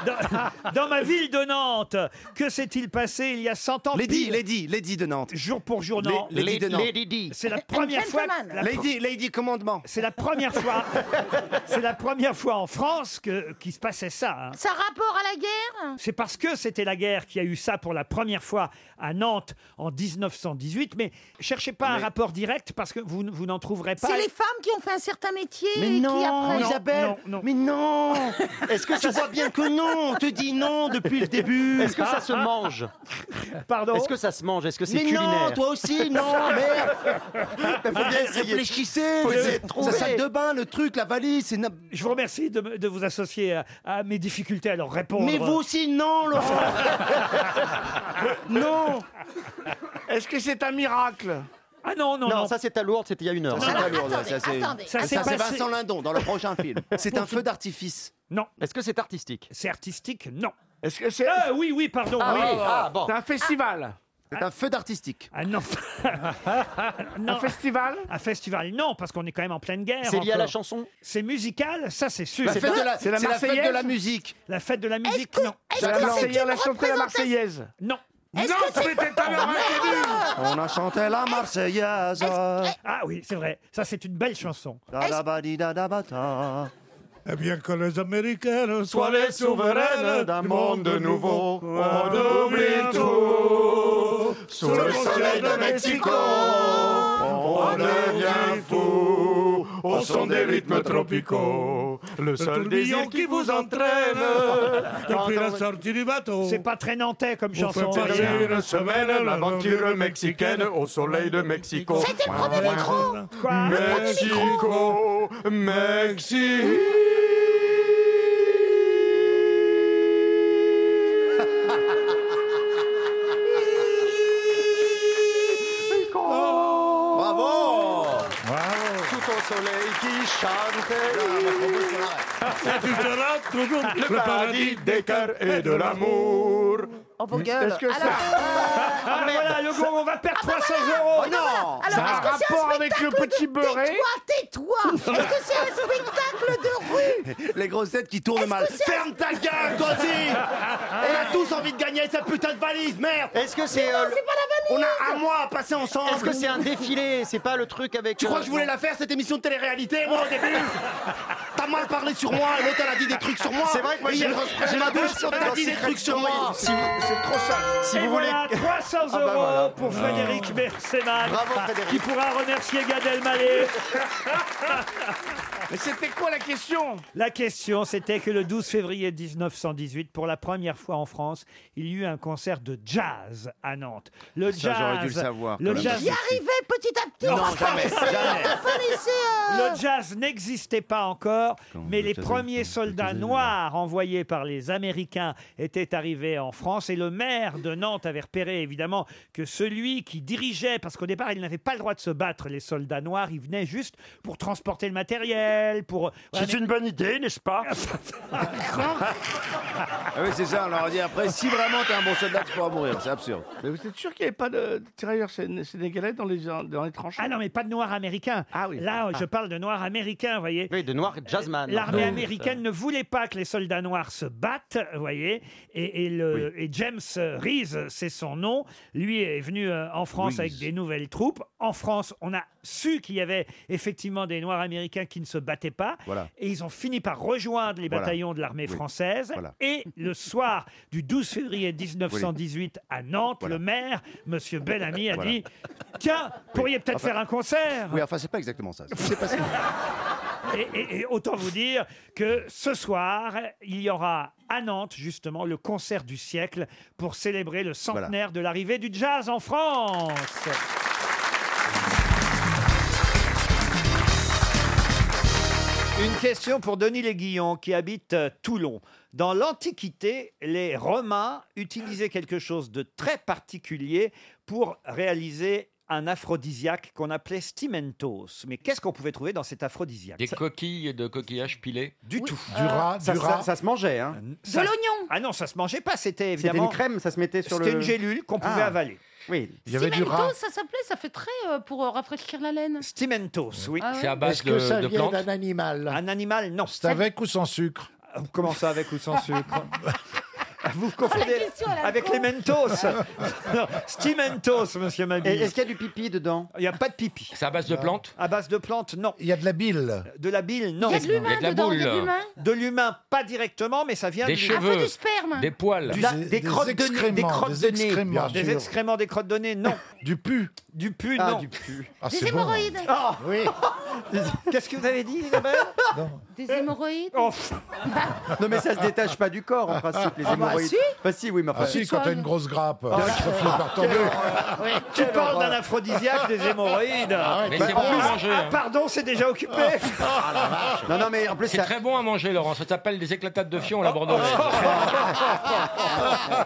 Speaker 6: dans, dans ma ville de Nantes, que s'est-il passé il y a 100 ans
Speaker 3: Lady,
Speaker 6: pile
Speaker 3: Lady, Lady de Nantes.
Speaker 6: Jour pour jour, non.
Speaker 3: Lady, de Nantes.
Speaker 6: C'est la première fois. la pr-
Speaker 3: Lady, Lady Commandement.
Speaker 6: C'est la première fois. c'est la première fois en France que qu'il se passait ça. hein.
Speaker 12: Ça a rapport à la guerre
Speaker 6: C'est parce que c'était la guerre qui a eu ça pour la première fois à Nantes en 1918. Mais cherchez pas un rapport direct parce que vous, n- vous n'en trouverez pas.
Speaker 12: C'est les femmes qui ont fait un certain métier
Speaker 3: Mais
Speaker 12: et qui
Speaker 3: non,
Speaker 12: après...
Speaker 3: Isabelle, mais non Est-ce que Ah, tu vois bien que non On te dit non depuis le début Ah,
Speaker 11: Est-ce que ça se mange
Speaker 6: Pardon
Speaker 11: Est-ce que ça se mange Est-ce que c'est
Speaker 3: Mais
Speaker 11: culinaire
Speaker 3: non, toi aussi, non, merde
Speaker 6: Ah,
Speaker 11: Faut bien essayer.
Speaker 3: Réfléchissez
Speaker 11: Faut essayer de
Speaker 3: Ça
Speaker 11: trouver.
Speaker 3: sac de bain, le truc, la valise, c'est... n'ab-
Speaker 6: Je vous remercie de, me- de vous associer à, à mes difficultés à leur répondre.
Speaker 3: Mais vous aussi, non, Laurent Non
Speaker 11: Est-ce que c'est un miracle
Speaker 6: Ah non, non,
Speaker 11: non.
Speaker 3: non.
Speaker 11: ça c'est à Lourdes, c'était il y a une heure.
Speaker 3: Ça, c'est pas lourd, ça, c'est- Ça, c'est
Speaker 11: passé-
Speaker 3: Vincent Lindon dans le prochain film. C'est un feu d'artifice.
Speaker 6: Non.
Speaker 11: Est-ce que c'est artistique
Speaker 6: C'est artistique, non.
Speaker 3: Est-ce que c'est...
Speaker 6: Ah oui, oui, pardon.
Speaker 11: Ah
Speaker 6: oui.
Speaker 11: oui, ah, bon. C'est un
Speaker 3: festival. C'est un feu d'artistique.
Speaker 6: Ah non. Un festival Un festival, non, parce qu'on est quand même en pleine guerre.
Speaker 11: C'est lié à
Speaker 6: encore.
Speaker 11: la chanson
Speaker 6: C'est musical, ça c'est sûr.
Speaker 3: La fête Bah, de la- C'est la c'est la fête de la Marseillaise
Speaker 6: musique. La fête de la musique, non.
Speaker 12: est-ce que c'est une représentation-
Speaker 6: Non.
Speaker 12: Est-ce
Speaker 9: Non,
Speaker 12: que c'est-
Speaker 9: c'était tout à l'heure inconnu.
Speaker 3: On a chanté la Marseillaise.
Speaker 6: Ah oui, c'est vrai. Ça, c'est une belle chanson.
Speaker 7: Eh bien que les Américaines
Speaker 9: Soient les souveraines d'un monde nouveau, Oh, on oublie tout. Sous le soleil de Mexico, on devient fou au son des rythmes tropicaux. oh. Le seul désir qui vous entraîne.
Speaker 7: Depuis la sortie du bateau.
Speaker 6: C'est pas très nantais comme
Speaker 7: chanson.
Speaker 9: Vous faites aller une semaine l'aventure mexicaine au soleil de Mexico. C'était
Speaker 10: Oh,
Speaker 9: le premier micro Mexico, Mexico. Bravo Tout au soleil qui chante.
Speaker 7: Et tu seras toujours
Speaker 9: Le paradis des cœurs et de l'amour.
Speaker 12: Oh, vos gueules.
Speaker 9: Est-ce que ça...
Speaker 6: Ah, voilà, le gong, on va perdre
Speaker 10: Ah, bah,
Speaker 6: 300 euros.
Speaker 12: Oh, non
Speaker 6: Ça a
Speaker 12: Alors, est-ce que c'est
Speaker 6: rapport
Speaker 12: un
Speaker 6: avec le
Speaker 12: spectacle
Speaker 6: petit beurré
Speaker 12: Tais-toi, tais-toi Est-ce que c'est un spectacle de rue
Speaker 3: Les grosses têtes qui tournent mal. Ferme ta gueule, toi aussi On a tous envie de gagner cette putain de valise, merde
Speaker 10: Est-ce que c'est, Mais non, euh, c'est pas
Speaker 3: On a un mois à passer ensemble
Speaker 10: Est-ce que c'est un défilé C'est pas le truc avec. euh,
Speaker 3: Tu crois que je voulais la faire, cette émission de télé-réalité, moi, au début T'as mal parlé sur moi, et l'autre, elle a dit des trucs sur moi
Speaker 10: C'est vrai que moi,
Speaker 3: Et
Speaker 10: j'ai-
Speaker 3: hier,
Speaker 10: j'ai
Speaker 3: j'ai
Speaker 10: la
Speaker 3: la
Speaker 10: bouche
Speaker 3: bouche,
Speaker 10: sur
Speaker 3: elle a
Speaker 10: ta
Speaker 3: dit des
Speaker 10: secret
Speaker 3: trucs sur
Speaker 10: story.
Speaker 3: moi
Speaker 10: Si vous- c'est trop ça. Si vous
Speaker 6: voilà,
Speaker 10: voulez-
Speaker 6: 300 euros
Speaker 10: Ah bah voilà.
Speaker 6: pour
Speaker 10: Ah.
Speaker 6: Frédéric Berseman,
Speaker 10: Bravo, Frédéric.
Speaker 6: Ah, qui pourra remercier Gad Elmaleh.
Speaker 10: Mais c'était quoi la question
Speaker 6: La question, c'était que le 12 février 1918, pour la première fois en France, il y eut un concert de jazz à Nantes. Le
Speaker 3: Ça,
Speaker 6: jazz,
Speaker 3: j'aurais dû le savoir, quand
Speaker 6: Le
Speaker 3: même.
Speaker 6: jazz,
Speaker 12: J'y arrivais petit à petit.
Speaker 6: Non,
Speaker 12: on
Speaker 6: jamais,
Speaker 12: finissait,
Speaker 6: jamais.
Speaker 12: on finissait, euh,
Speaker 6: Le jazz n'existait pas encore, mais les premiers soldats noirs envoyés par les Américains étaient arrivés en France et le maire de Nantes avait repéré évidemment que celui qui dirigeait, parce qu'au départ ils n'avaient pas le droit de se battre, les soldats noirs, ils venaient juste pour transporter le matériel, pour... C'est
Speaker 25: une bonne idée, n'est-ce pas
Speaker 3: Ah oui, c'est ça, on leur a dit après, si vraiment t'es un bon soldat, tu pourras mourir, c'est absurde.
Speaker 25: Mais vous êtes sûr qu'il n'y avait pas de tirailleurs sén- sénégalais dans les, dans les tranchées
Speaker 6: Ah non, mais pas de noirs américains.
Speaker 4: Ah.
Speaker 6: Là, je parle de noirs américains, vous voyez. Euh,
Speaker 25: Oui, de noirs jazzman.
Speaker 6: L'armée américaine ne voulait pas que les soldats noirs se battent, vous voyez. Et, et le, et James Reese, c'est son nom, lui est venu euh, en France
Speaker 25: Reese.
Speaker 6: avec des nouvelles troupes. En France, on a su qu'il y avait effectivement des noirs américains qui ne se battaient pas.
Speaker 25: Voilà.
Speaker 6: Et ils ont fini par rejoindre les
Speaker 25: Voilà.
Speaker 6: bataillons de l'armée
Speaker 25: Oui.
Speaker 6: française.
Speaker 25: Voilà.
Speaker 6: Et le soir du 12 février 1918 à Nantes, le maire, Monsieur Bellamy, a
Speaker 3: Voilà.
Speaker 6: dit Tiens, pourriez peut-être
Speaker 3: Enfin-
Speaker 6: faire un concert
Speaker 3: Oui, enfin, c'est pas exactement ça.
Speaker 6: et, et- et autant vous dire que ce soir, il y aura à Nantes, justement, le concert du siècle pour célébrer le centenaire de l'arrivée du jazz en France. Une question pour Denis Léguillon qui habite euh, Toulon. Dans l'Antiquité, les Romains utilisaient quelque chose de très particulier pour réaliser un aphrodisiaque qu'on appelait stimentos. Mais qu'est-ce qu'on pouvait trouver dans cet aphrodisiaque
Speaker 2: Des coquilles de coquillages pilés
Speaker 6: Ah, Du tout.
Speaker 2: Du rat,
Speaker 6: Ça-
Speaker 2: du
Speaker 6: ça-
Speaker 2: rat.
Speaker 6: ça se mangeait, hein
Speaker 2: Ça-
Speaker 6: l'oignon Ah non, ça se mangeait pas, c'était
Speaker 25: C'était
Speaker 6: évidemment...
Speaker 25: une crème, ça se mettait sur le.
Speaker 6: C'était une gélule qu'on pouvait
Speaker 25: Ah.
Speaker 6: avaler. Oui,
Speaker 25: Il y avait du rat.
Speaker 19: ça s'appelait, ça fait très euh, pour euh, rafraîchir la laine.
Speaker 6: Stimentos, oui.
Speaker 19: Ah ouais. C'est à
Speaker 23: base Est-ce que de- ça de vient plantes
Speaker 6: d'un animal Un animal, non.
Speaker 23: C'est avec ou sans sucre
Speaker 6: Comment ça, avec ou sans sucre Vous
Speaker 19: Oh, la
Speaker 6: confondez
Speaker 19: question à la
Speaker 6: avec
Speaker 19: con.
Speaker 6: les mentos. Non, Stimentos, monsieur Mabille.
Speaker 25: Et Est-ce qu'il y a du pipi dedans
Speaker 6: Il n'y a pas de pipi.
Speaker 2: C'est à base de plantes
Speaker 6: À base de plantes, non.
Speaker 23: Il y a de la bile.
Speaker 6: De la bile, non.
Speaker 19: Il y a de l'humain Il y a de la dedans, il y a de boule. l'humain
Speaker 6: De l'humain, pas directement, mais ça vient
Speaker 19: Des
Speaker 6: du-
Speaker 19: cheveux. Un peu du sperme. Des poils.
Speaker 6: Du-
Speaker 19: Des-
Speaker 6: des,
Speaker 19: des
Speaker 6: crottes de nez. Des
Speaker 19: excréments,
Speaker 6: crottes
Speaker 23: des
Speaker 6: de nez.
Speaker 23: excréments, bien
Speaker 6: Des
Speaker 23: sûr.
Speaker 6: excréments, des crottes de nez, non.
Speaker 23: Du pu.
Speaker 6: Du pu,
Speaker 23: Ah,
Speaker 6: non.
Speaker 23: du
Speaker 6: pu.
Speaker 23: Ah, Des c'est bon. hémorroïdes.
Speaker 6: Ah
Speaker 23: Oui.
Speaker 6: Qu'est-ce que vous avez dit, Isabelle
Speaker 19: Des hémorroïdes.
Speaker 25: Non, mais ça se détache pas du corps en principe, les
Speaker 23: Ah bah,
Speaker 25: hémorroïdes.
Speaker 23: si.
Speaker 25: Bah si, oui, mais enfin.
Speaker 23: Ah si, quand t'as une grosse grappe,
Speaker 25: Ah,
Speaker 23: tu te refais par tomber.
Speaker 6: Bah, Tu
Speaker 25: quelle
Speaker 6: parles
Speaker 25: horreur.
Speaker 6: d'un aphrodisiaque, des hémorroïdes.
Speaker 25: Ah ouais, Mais c'est
Speaker 6: En
Speaker 25: bon à
Speaker 6: plus-
Speaker 2: manger,
Speaker 6: Ah,
Speaker 2: hein.
Speaker 6: pardon, c'est déjà occupé.
Speaker 25: Ah,
Speaker 6: Ah,
Speaker 2: Non, non, mais en plus, c'est très bon à manger, Laurent. Ça s'appelle des éclatades de fion à la bordelaise.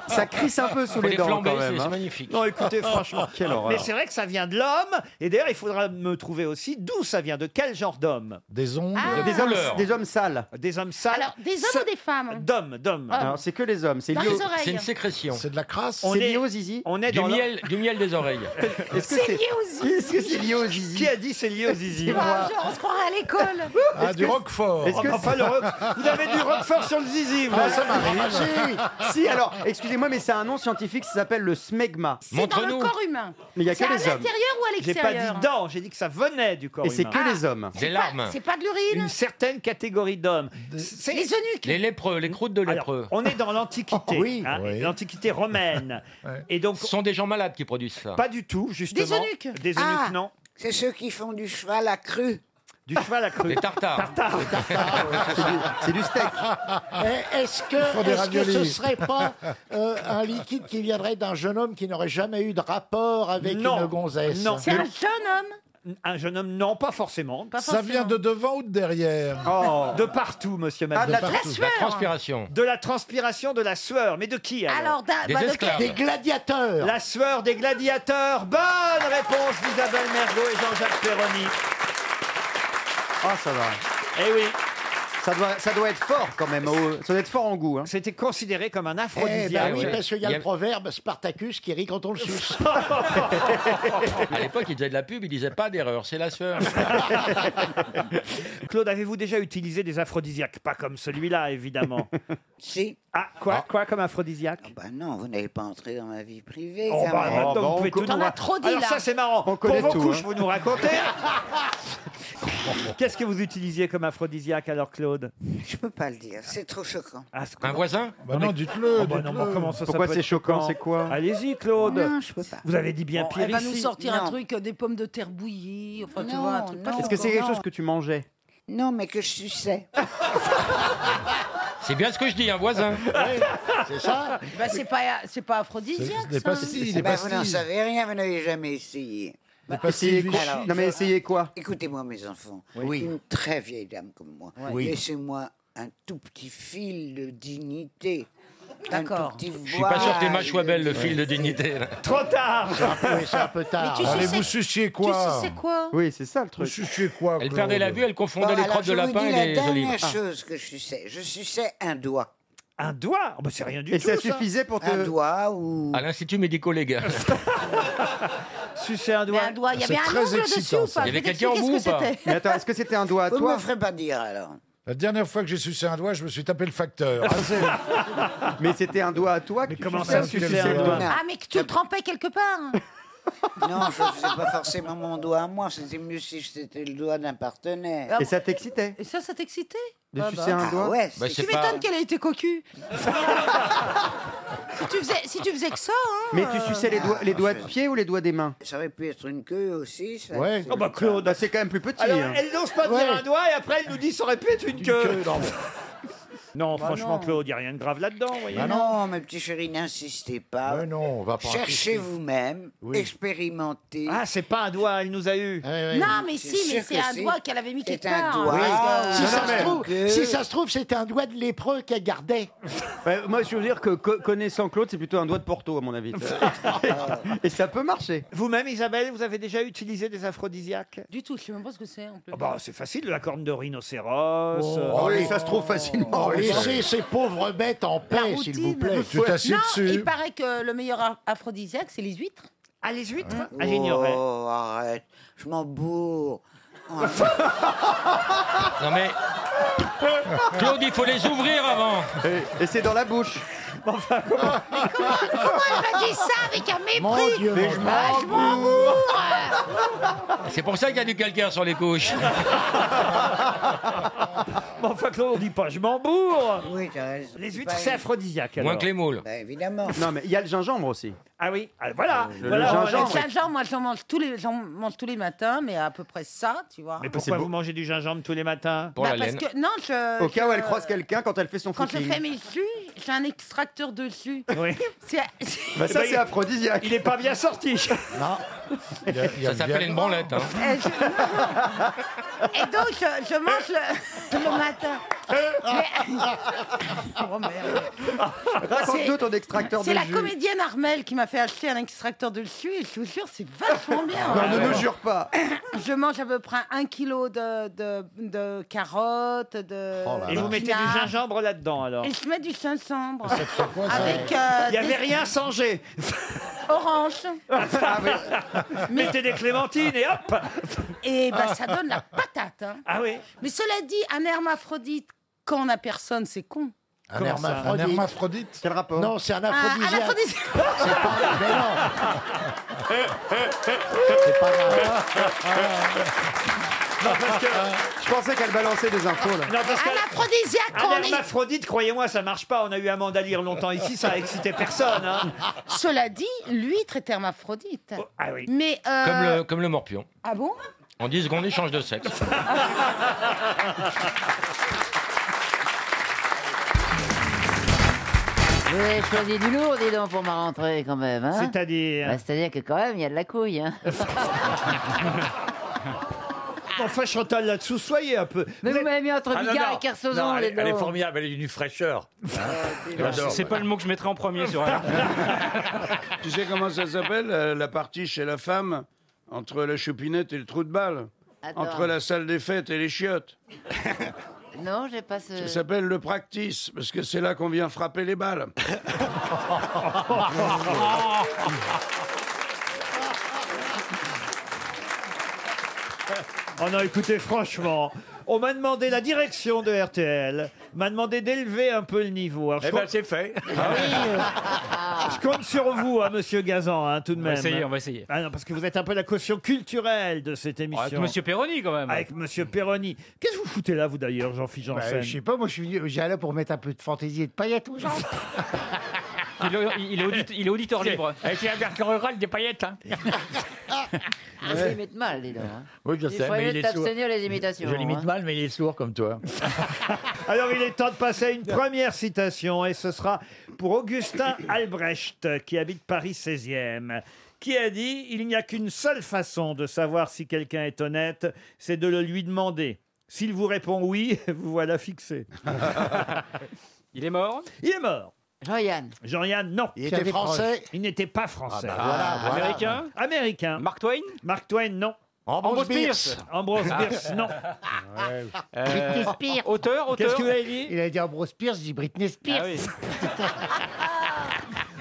Speaker 25: Ça crisse un peu sous
Speaker 2: Faut
Speaker 25: les
Speaker 2: les
Speaker 25: dents
Speaker 2: flamber,
Speaker 25: quand même.
Speaker 2: c'est-
Speaker 25: hein.
Speaker 2: c'est magnifique.
Speaker 6: Non, écoutez, franchement.
Speaker 25: Quelle horreur.
Speaker 6: Mais c'est vrai que ça vient de l'homme. Et d'ailleurs, il faudra me trouver aussi d'où ça vient, de quel genre d'homme
Speaker 23: Des ondes
Speaker 19: Ah.
Speaker 25: Des hommes, des hommes sales.
Speaker 6: Des hommes sales.
Speaker 19: Des hommes ou des femmes
Speaker 6: D'hommes, d'hommes.
Speaker 19: Hommes.
Speaker 25: Alors, c'est que les hommes.
Speaker 10: pomme. C'est
Speaker 2: Dans
Speaker 10: lié
Speaker 2: les
Speaker 10: au-
Speaker 2: oreilles.
Speaker 10: C'est une sécrétion.
Speaker 2: C'est de la crasse
Speaker 10: C'est
Speaker 2: On
Speaker 10: lié
Speaker 2: est-
Speaker 10: au zizi.
Speaker 6: on est
Speaker 2: du,
Speaker 6: dans la-
Speaker 2: miel, du miel des oreilles.
Speaker 6: Est-ce que
Speaker 4: C'est lié au zizi.
Speaker 10: Est-ce que c'est lié au zizi
Speaker 6: Qui a dit c'est
Speaker 19: Ah,
Speaker 6: lié au zizi
Speaker 4: C'est pas genre, on se croirait à l'école.
Speaker 6: Est-ce
Speaker 10: Ah,
Speaker 6: que- Est-ce que
Speaker 10: c'est-
Speaker 6: le roquefort. Vous avez du roquefort sur le zizi, vous.
Speaker 10: Ah, ça m'arrive. Ah, si, alors, excusez-moi, mais c'est un nom scientifique, ça s'appelle le smegma.
Speaker 19: C'est dans le corps humain.
Speaker 10: Mais il y a
Speaker 19: C'est
Speaker 10: que
Speaker 19: à
Speaker 10: les hommes.
Speaker 19: l'intérieur ou à
Speaker 6: J'ai
Speaker 19: l'extérieur Ah,
Speaker 6: pas dit dents, j'ai dit que ça venait du corps
Speaker 10: Et c'est
Speaker 6: humain.
Speaker 10: que les hommes. Des
Speaker 19: C'est pas- larmes. c'est pas de l'urine
Speaker 6: Une certaine catégorie d'hommes.
Speaker 19: Les eunuques.
Speaker 6: Les lépreux, les croûtes de lépreux. on est dans l'Antiquité. hein, L'Antiquité romaine. Et donc,
Speaker 2: Ce sont des gens malades qui produisent ça.
Speaker 6: Pas du tout, justement.
Speaker 4: Des eunuques
Speaker 6: Des eunuques,
Speaker 4: Ah.
Speaker 6: non.
Speaker 4: C'est ceux qui font du cheval à cru.
Speaker 6: Du cheval à cru.
Speaker 2: Des tartares.
Speaker 6: Tartares.
Speaker 4: Ah C'est du steak. Est-ce que,
Speaker 26: Ils font des
Speaker 4: est-ce que ce
Speaker 26: raviolis.
Speaker 4: serait pas euh, un liquide qui viendrait d'un jeune homme qui n'aurait jamais eu de rapport avec
Speaker 6: Non.
Speaker 4: une gonzesse
Speaker 6: Non. C'est un jeune
Speaker 4: homme
Speaker 6: Un jeune homme, non, pas forcément. Oh.
Speaker 9: Ça vient de devant ou de derrière
Speaker 10: Oh.
Speaker 4: Oh.
Speaker 6: De partout, monsieur Madame.
Speaker 9: Ah, de la De partout. sueur. La transpiration.
Speaker 6: De la transpiration, de la sueur. Mais de qui alors
Speaker 4: Alors, d'un- Des bah, de- esclaves. des
Speaker 6: gladiateurs. La sueur des gladiateurs. Bonne réponse d'Isabelle Mergot et Jean-Jacques Perroni.
Speaker 10: Ah, ça va.
Speaker 6: Eh oui.
Speaker 10: Ça doit, ça doit être fort quand même. au- Ça doit être fort en goût. hein.
Speaker 6: C'était considéré comme un
Speaker 4: Eh ben
Speaker 10: aphrodisiaque.
Speaker 4: oui, parce qu'il y a le proverbe Spartacus qui rit quand on le suce.
Speaker 2: À l'époque, ils faisaient de la pub, ils disaient pas d'erreur, c'est la sœur.
Speaker 6: Claude, avez-vous déjà utilisé des aphrodisiaques Pas comme celui-là, évidemment.
Speaker 12: Si.
Speaker 6: Ah, quoi, quoi comme aphrodisiaque
Speaker 12: Bah non, vous n'avez pas entré dans ma vie privée.
Speaker 6: Oh,
Speaker 12: quand
Speaker 6: bah,
Speaker 12: même.
Speaker 6: maintenant, vous pouvez tout nous ra- Alors ça, c'est marrant. Pour
Speaker 12: connaît
Speaker 6: vos
Speaker 12: tout,
Speaker 6: couches,
Speaker 12: hein.
Speaker 6: vous nous racontez. Qu'est-ce que vous utilisiez comme aphrodisiaque alors, Claude Ah,
Speaker 12: Je peux pas le dire, c'est trop choquant.
Speaker 2: Un voisin
Speaker 6: Bah non, dites-le. non, mais comment ça, ça
Speaker 10: Pourquoi
Speaker 6: peut
Speaker 10: c'est
Speaker 6: être
Speaker 10: choquant, c'est quoi eh ben,
Speaker 6: Allez-y, Claude.
Speaker 12: Non, je peux pas.
Speaker 6: Vous avez dit bien
Speaker 19: Oh,
Speaker 12: Bon,
Speaker 6: pire
Speaker 12: elle va
Speaker 6: ici.
Speaker 12: nous
Speaker 19: sortir un
Speaker 12: Non.
Speaker 19: truc, euh, des pommes de terre bouillies, enfin tu
Speaker 12: Non,
Speaker 19: vois, un truc pas
Speaker 12: non.
Speaker 10: Est-ce que c'est quelque chose que tu mangeais
Speaker 12: Non, mais que je suçais.
Speaker 2: C'est bien ce que je dis, un voisin.
Speaker 12: c'est ça.
Speaker 19: Bah, c'est pas, c'est pas aphrodisiaque.
Speaker 2: C'est des
Speaker 19: ça.
Speaker 2: pastilles, des
Speaker 12: Bah, vous n'en
Speaker 2: pastilles.
Speaker 12: savez rien, vous n'avez jamais essayé. Bah,
Speaker 10: Des pastilles Essayez quoi Vichy. Non, mais essayez quoi
Speaker 12: Écoutez-moi, mes enfants. Une très vieille dame comme moi.
Speaker 10: Oui.
Speaker 12: Laissez-moi un tout petit fil de dignité.
Speaker 19: D'accord.
Speaker 12: Je
Speaker 2: Je suis pas sûr que t'aies mâchois belle, le fil de dignité. là.
Speaker 6: Trop tard
Speaker 12: C'est un peu
Speaker 2: tard.
Speaker 12: Mais tu
Speaker 9: Allez,
Speaker 12: sais-
Speaker 9: vous suciez quoi
Speaker 12: tu suçais quoi
Speaker 10: Oui, c'est ça le truc. Bah,
Speaker 9: quoi
Speaker 2: Elle perdait la vue, elle
Speaker 12: Bah,
Speaker 2: confondait les crottes de lapin et
Speaker 12: La
Speaker 2: les olives. Ah.
Speaker 12: dernière chose que je suçais, je suçais un doigt.
Speaker 6: Un doigt Oh, bah, C'est rien du tout.
Speaker 12: Un doigt ou.
Speaker 2: À l'Institut médico-légal.
Speaker 6: Sucer un
Speaker 12: doigt.
Speaker 19: un
Speaker 10: Ah,
Speaker 19: doigt, il y avait un ongle dessus ou pas
Speaker 2: Il y avait quelqu'un au bout ou pas
Speaker 12: Mais
Speaker 10: attends, est-ce que c'était un doigt à
Speaker 12: Vous ne
Speaker 9: toi
Speaker 12: me ferez pas dire alors.
Speaker 9: La dernière fois que j'ai sucé un doigt, je me suis tapé le facteur.
Speaker 2: Ah,
Speaker 10: Mais c'était un doigt à toi
Speaker 9: Mais
Speaker 10: comment ça, sucer un doigt
Speaker 19: Ah, mais que tu le trempais quelque part hein.
Speaker 12: Non, je ne faisais pas forcément mon doigt à moi. C'était mieux si c'était le doigt d'un partenaire.
Speaker 10: Et ça t'excitait
Speaker 19: Et ça, ça t'excitait
Speaker 12: De
Speaker 19: Ah,
Speaker 12: sucer un
Speaker 19: bah.
Speaker 12: doigt Ouais,
Speaker 2: Bah, je
Speaker 19: Tu
Speaker 2: sais pas.
Speaker 19: m'étonnes qu'elle ait été cocu si, tu faisais, si tu faisais que ça, hein
Speaker 10: Mais tu suçais les doigts, les doigts de
Speaker 12: c'est-
Speaker 10: pied ou les doigts des mains
Speaker 12: Ça aurait pu être une queue aussi. Ça, C'est-
Speaker 10: bah Claude, c'est quand même plus petit.
Speaker 12: Alors,
Speaker 10: hein.
Speaker 12: elle-
Speaker 6: Ah, Elle n'ose pas dire un doigt et après elle nous dit ça aurait pu être une queue. Non,
Speaker 12: Bah
Speaker 6: franchement,
Speaker 12: non.
Speaker 6: Claude, il n'y a rien de grave là-dedans. vous voyez.
Speaker 12: Bah non, mes petits chéris, n'insistez pas.
Speaker 9: non, on va
Speaker 6: pas insister.
Speaker 12: Cherchez vous-même,
Speaker 6: Oui.
Speaker 12: expérimentez.
Speaker 6: Ah, c'est pas un doigt, il nous a eu.
Speaker 19: Non, mais si, mais
Speaker 12: sûr
Speaker 19: c'est
Speaker 12: que
Speaker 19: un
Speaker 12: si.
Speaker 19: doigt qu'elle avait mis
Speaker 12: C'est
Speaker 19: quelque
Speaker 12: un
Speaker 19: part.
Speaker 12: doigt.
Speaker 19: Parce que-
Speaker 12: Si
Speaker 10: Non,
Speaker 12: ça
Speaker 10: non,
Speaker 12: se
Speaker 10: mais-
Speaker 12: trouve-
Speaker 10: Que-
Speaker 12: si ça se trouve, c'était un doigt de lépreux qu'elle gardait.
Speaker 10: Ouais, moi, je veux dire que co- connaissant Claude, c'est plutôt un doigt de Porto, à mon avis. Et ça peut marcher.
Speaker 6: Vous-même, Isabelle, vous avez déjà utilisé des aphrodisiaques
Speaker 19: Du tout, je sais même pas ce que c'est. en plus.
Speaker 6: Ah bah, C'est facile, de la corne de rhinocéros. euh,
Speaker 9: Ah oui,
Speaker 6: ça se trouve facilement.
Speaker 12: Oh,
Speaker 6: laissez
Speaker 12: ces pauvres bêtes en
Speaker 6: paix,
Speaker 12: s'il vous plaît.
Speaker 9: Tu t'assieds
Speaker 19: non,
Speaker 9: dessus.
Speaker 19: il paraît que le meilleur a- aphrodisiaque, c'est les huîtres.
Speaker 6: Ah, les huîtres
Speaker 12: Oh, arrête, je m'en bourre.
Speaker 2: Non mais. Claude, il faut les ouvrir avant.
Speaker 10: Et c'est dans la bouche.
Speaker 6: Enfin,
Speaker 19: Comment elle m'a dit ça avec un mépris
Speaker 2: Mon Dieu,
Speaker 19: Mais
Speaker 2: mon
Speaker 19: je
Speaker 2: Dieu.
Speaker 19: m'en bourre
Speaker 2: C'est pour ça qu'il y a du calcaire sur les couches.
Speaker 6: Mais enfin, Claude, on dit pas je m'embourre.
Speaker 12: Oui, t'as raison.
Speaker 6: Les
Speaker 12: C'est
Speaker 6: huîtres,
Speaker 12: pas
Speaker 6: c'est
Speaker 12: une-
Speaker 6: aphrodisiaque.
Speaker 2: Moins
Speaker 6: alors.
Speaker 2: que les moules.
Speaker 12: Bah, évidemment.
Speaker 10: Non, mais il y a le gingembre aussi.
Speaker 6: Ah oui, ah, voilà.
Speaker 10: Le
Speaker 6: voilà, on va
Speaker 10: gingembre,
Speaker 6: laisser-
Speaker 19: Le gingembre, moi j'en mange tous les j'en mange tous les matins, mais à peu près ça, tu vois.
Speaker 6: Mais pourquoi vous mangez du gingembre tous les matins
Speaker 19: Bah, parce que non, je,
Speaker 10: Au cas où
Speaker 19: je-
Speaker 10: elle croise quelqu'un quand elle fait son
Speaker 19: Quand je
Speaker 10: footing.
Speaker 19: fais mes jus, j'ai un extracteur de jus.
Speaker 6: Oui.
Speaker 19: C'est-
Speaker 10: Bah, ça,
Speaker 6: Eh ben,
Speaker 10: c'est aphrodisiaque.
Speaker 6: Il est pas bien sorti.
Speaker 10: Non.
Speaker 2: Ça s'appelait une branlette. hein.
Speaker 19: Et, je- Et donc, je, je mange le, tout le matin. Mais- Oh, merde.
Speaker 9: Raconte-nous ton extracteur de
Speaker 19: C'est la
Speaker 9: jus.
Speaker 19: comédienne Armel qui m'a fait acheter un extracteur de jus et je vous jure, c'est vachement bien.
Speaker 9: Non, ne nous jure pas.
Speaker 19: Je mange à peu près un kilo de, de, de carottes, de.
Speaker 2: Oh
Speaker 10: Oh
Speaker 6: Et vous mettez du
Speaker 19: épinards.
Speaker 6: gingembre là-dedans alors
Speaker 19: Et je mets du gingembre.
Speaker 6: quoi, ça
Speaker 19: Avec. euh,
Speaker 6: Il n'y avait
Speaker 19: des-
Speaker 6: rien sans jet.
Speaker 19: Orange. Ah,
Speaker 6: Mettez des clémentines et hop
Speaker 19: Et bah, ça donne la patate. hein.
Speaker 6: Ah oui
Speaker 19: Mais cela dit, un hermaphrodite, quand on n'a personne, c'est con.
Speaker 4: Un hermaphrodite. Un hermaphrodite
Speaker 9: Quel rapport
Speaker 4: Non, c'est Ah, un
Speaker 19: Un- un
Speaker 4: aphrodisiaque.
Speaker 19: aphrodisiaque.
Speaker 4: C'est pas... Mais non C'est pas grave.
Speaker 9: Non, parce que je pensais qu'elle balançait des infos là.
Speaker 6: Non, parce que-
Speaker 19: aphrodisiaque,
Speaker 6: Un hermaphrodite, croyez-moi, ça marche pas. On a eu Amanda Lear longtemps ici, ça a excité personne. hein.
Speaker 19: Ah. Cela dit, l'huître est hermaphrodite.
Speaker 6: ah oui.
Speaker 19: Mais. euh,
Speaker 2: Comme, le, comme le morpion.
Speaker 19: Ah bon
Speaker 2: En 10 secondes, il change de sexe.
Speaker 20: Vous avez choisi du lourd, dis donc, pour ma rentrée, quand même. hein
Speaker 6: C'est-à-dire
Speaker 20: Bah, C'est-à-dire que, quand même, il y a de la couille. Hein
Speaker 6: Enfin, Chantal, là-dessous, soyez un peu.
Speaker 20: Mais vous m'avez mis entre
Speaker 6: Ah, non,
Speaker 20: Bigard
Speaker 6: non.
Speaker 20: et Kersozon,
Speaker 6: Non,
Speaker 20: les
Speaker 6: elle- elle est
Speaker 20: deux.
Speaker 15: formidable, elle est d'une fraîcheur.
Speaker 6: J'adore,
Speaker 8: Ah, C'est pas le mot que je mettrais en premier sur elle.
Speaker 25: Tu sais comment ça s'appelle, euh, la partie chez la femme, entre la choupinette et le trou de balle
Speaker 20: Attends.
Speaker 25: Entre la salle des fêtes et les chiottes.
Speaker 20: Non, j'ai pas ce...
Speaker 25: Ça s'appelle le practice, parce que c'est là qu'on vient frapper les balles.
Speaker 20: Ah,
Speaker 6: Oh non, écoutez, franchement, on m'a demandé la direction de RTL, m'a demandé d'élever un peu le niveau. Alors, je,
Speaker 15: Eh ben,
Speaker 6: compte, Ah
Speaker 15: c'est fait.
Speaker 6: je compte sur vous, hein, monsieur Gazan, hein, tout de
Speaker 8: On va
Speaker 6: même.
Speaker 8: essayer, on va essayer.
Speaker 6: Ah non, parce que vous êtes un peu la caution culturelle de cette émission.
Speaker 8: Avec Monsieur Perroni quand même.
Speaker 6: Avec monsieur Perroni. Qu'est-ce que vous foutez là, vous d'ailleurs, Jean-Philippe
Speaker 8: Bah,
Speaker 6: Janssen
Speaker 8: je sais
Speaker 6: pas, moi je suis là pour mettre un peu de fantaisie et de paillettes aux gens.
Speaker 8: Il est, il est audit- il est auditeur libre. Avec la carte rurale des paillettes. hein.
Speaker 20: Ah, ça, ils mettent mal, dis donc. hein.
Speaker 15: Oui, je
Speaker 20: Il
Speaker 15: sais,
Speaker 20: faut
Speaker 15: mais il
Speaker 20: aller
Speaker 15: est sourd.
Speaker 20: t'abstenir les imitations.
Speaker 15: Je l'imite
Speaker 20: hein.
Speaker 15: mal, mais il est sourd comme toi.
Speaker 6: Alors il est temps de passer à une première citation et ce sera pour Augustin Albrecht qui habite Paris 16e qui a dit il n'y a qu'une seule façon de savoir si quelqu'un est honnête, c'est de le lui demander. S'il vous répond oui, vous voilà fixé.
Speaker 8: Il est mort
Speaker 6: Il est mort.
Speaker 20: Jean-Yann.
Speaker 6: Jean-Yann, non.
Speaker 15: Il était français
Speaker 6: Il n'était pas français.
Speaker 15: Ah bah voilà, Ah, voilà.
Speaker 8: américain
Speaker 6: Américain.
Speaker 8: Mark Twain
Speaker 6: Mark Twain, non.
Speaker 8: Ambrose Bierce. Bierce. Ah.
Speaker 6: Ambrose Bierce, non.
Speaker 8: Euh, Auteur, auteur. Ah
Speaker 6: Qu'est-ce que vous avez dit
Speaker 8: Il a dit Ambrose Pierce, je dis Britney Spears.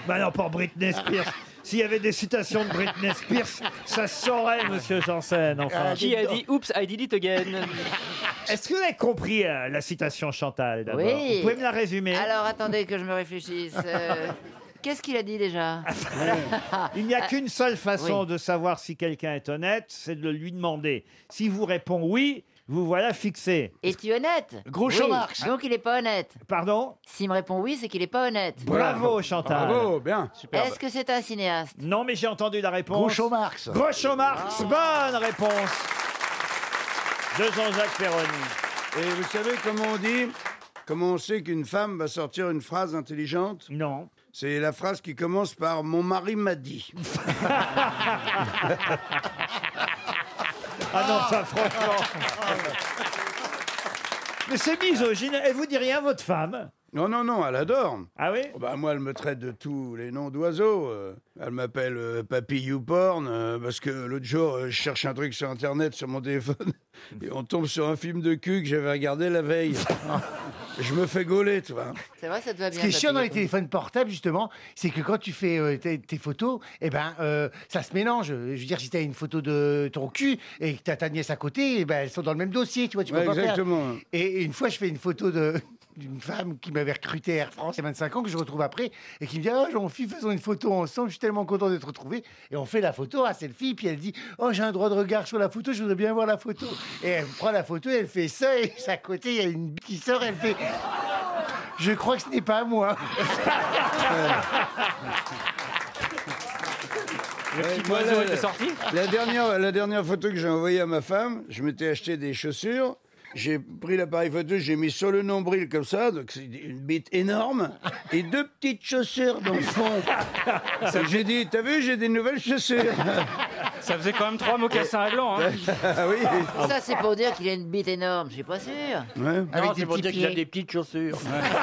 Speaker 6: Bah non, pour Britney Spears. S'il y avait des citations de Britney Spears, ça se saurait, monsieur Janssen, enfin.
Speaker 8: Ah, Qui a dit Oops, I did it again
Speaker 6: Est-ce que vous avez compris euh, la citation Chantal, d'abord
Speaker 20: Oui.
Speaker 6: Vous pouvez me la résumer
Speaker 20: Alors, attendez que je me réfléchisse. Euh, Qu'est-ce qu'il a dit, déjà
Speaker 6: Il n'y
Speaker 8: Euh,
Speaker 6: a qu'une seule façon
Speaker 20: Oui.
Speaker 6: de savoir si quelqu'un est honnête, c'est de le lui demander. Si vous répond oui, vous voilà fixé.
Speaker 20: Es-tu honnête
Speaker 6: Groucho
Speaker 20: Oui.
Speaker 6: Marx.
Speaker 8: Ah,
Speaker 20: Donc il n'est pas honnête.
Speaker 6: Pardon
Speaker 20: S'il me répond oui, c'est qu'il n'est pas honnête.
Speaker 6: Bravo, Chantal.
Speaker 25: Bravo, bien.
Speaker 20: Est-ce que c'est un cinéaste Ah.
Speaker 6: Non, mais j'ai entendu la réponse.
Speaker 20: Groucho Marx.
Speaker 6: Groucho Marx, bonne réponse de Jean-Jacques Perroni.
Speaker 25: Et vous savez comment on dit Comment on sait qu'une femme va sortir une phrase intelligente
Speaker 6: Non.
Speaker 25: C'est la phrase qui commence par Mon mari m'a dit.
Speaker 6: Ah non, ça, franchement. Mais c'est misogyne. Elle vous dit rien, votre femme
Speaker 25: Non, non, non, elle adore.
Speaker 6: Ah oui
Speaker 25: bah, Moi, elle me traite de tous les noms d'oiseaux. euh. Elle m'appelle euh, Papy YouPorn euh, parce que l'autre jour, euh, je cherche un truc sur Internet, sur mon téléphone, et on tombe sur un film de cul que j'avais regardé la veille. je me fais gauler, tu vois.
Speaker 20: C'est vrai, ça te va
Speaker 17: Ce
Speaker 20: bien.
Speaker 17: qui est chiant dans les
Speaker 20: papy.
Speaker 17: téléphones portables, justement, c'est que quand tu fais euh, tes, tes photos, eh ben, euh, ça se mélange. Je veux dire, si tu as une photo de ton cul et que tu as ta nièce à côté, eh ben, elles sont dans le même dossier, tu vois, tu peux
Speaker 25: Ouais,
Speaker 17: pas faire.
Speaker 25: exactement.
Speaker 17: Et, et une fois, je fais une photo de d'une femme qui m'avait recruté à Air France il y a 25 ans, que je retrouve après, et qui me dit « Oh, Jean-Philippe, faisons une photo ensemble, je suis tellement content de te retrouver. » Et on fait la photo à selfie, puis elle dit « Oh, j'ai un droit de regard sur la photo, je voudrais bien voir la photo. » Et elle prend la photo, elle fait ça, et à côté, il y a une bite qui sort, elle fait « Je crois que ce n'est pas moi. »
Speaker 8: Le
Speaker 25: Ouais,
Speaker 8: petit
Speaker 25: moi,
Speaker 8: oiseau
Speaker 25: la-
Speaker 8: était sorti
Speaker 25: La dernière, la dernière photo que j'ai envoyée à ma femme, je m'étais acheté des chaussures J'ai pris l'appareil photo, j'ai mis sur le nombril comme ça, donc c'est une bite énorme, et deux petites chaussures dans le fond.
Speaker 9: Ça
Speaker 25: Et j'ai dit, t'as vu, j'ai des nouvelles chaussures.
Speaker 14: Ça faisait quand même trois mocassins à blanc. Hein.
Speaker 25: Ah oui.
Speaker 13: Ça, c'est pour dire qu'il a une bite énorme, je suis pas sûr. Avec
Speaker 15: Non,
Speaker 13: des
Speaker 15: c'est pour
Speaker 13: petits
Speaker 15: dire qu'il a
Speaker 13: pieds.
Speaker 15: des petites chaussures.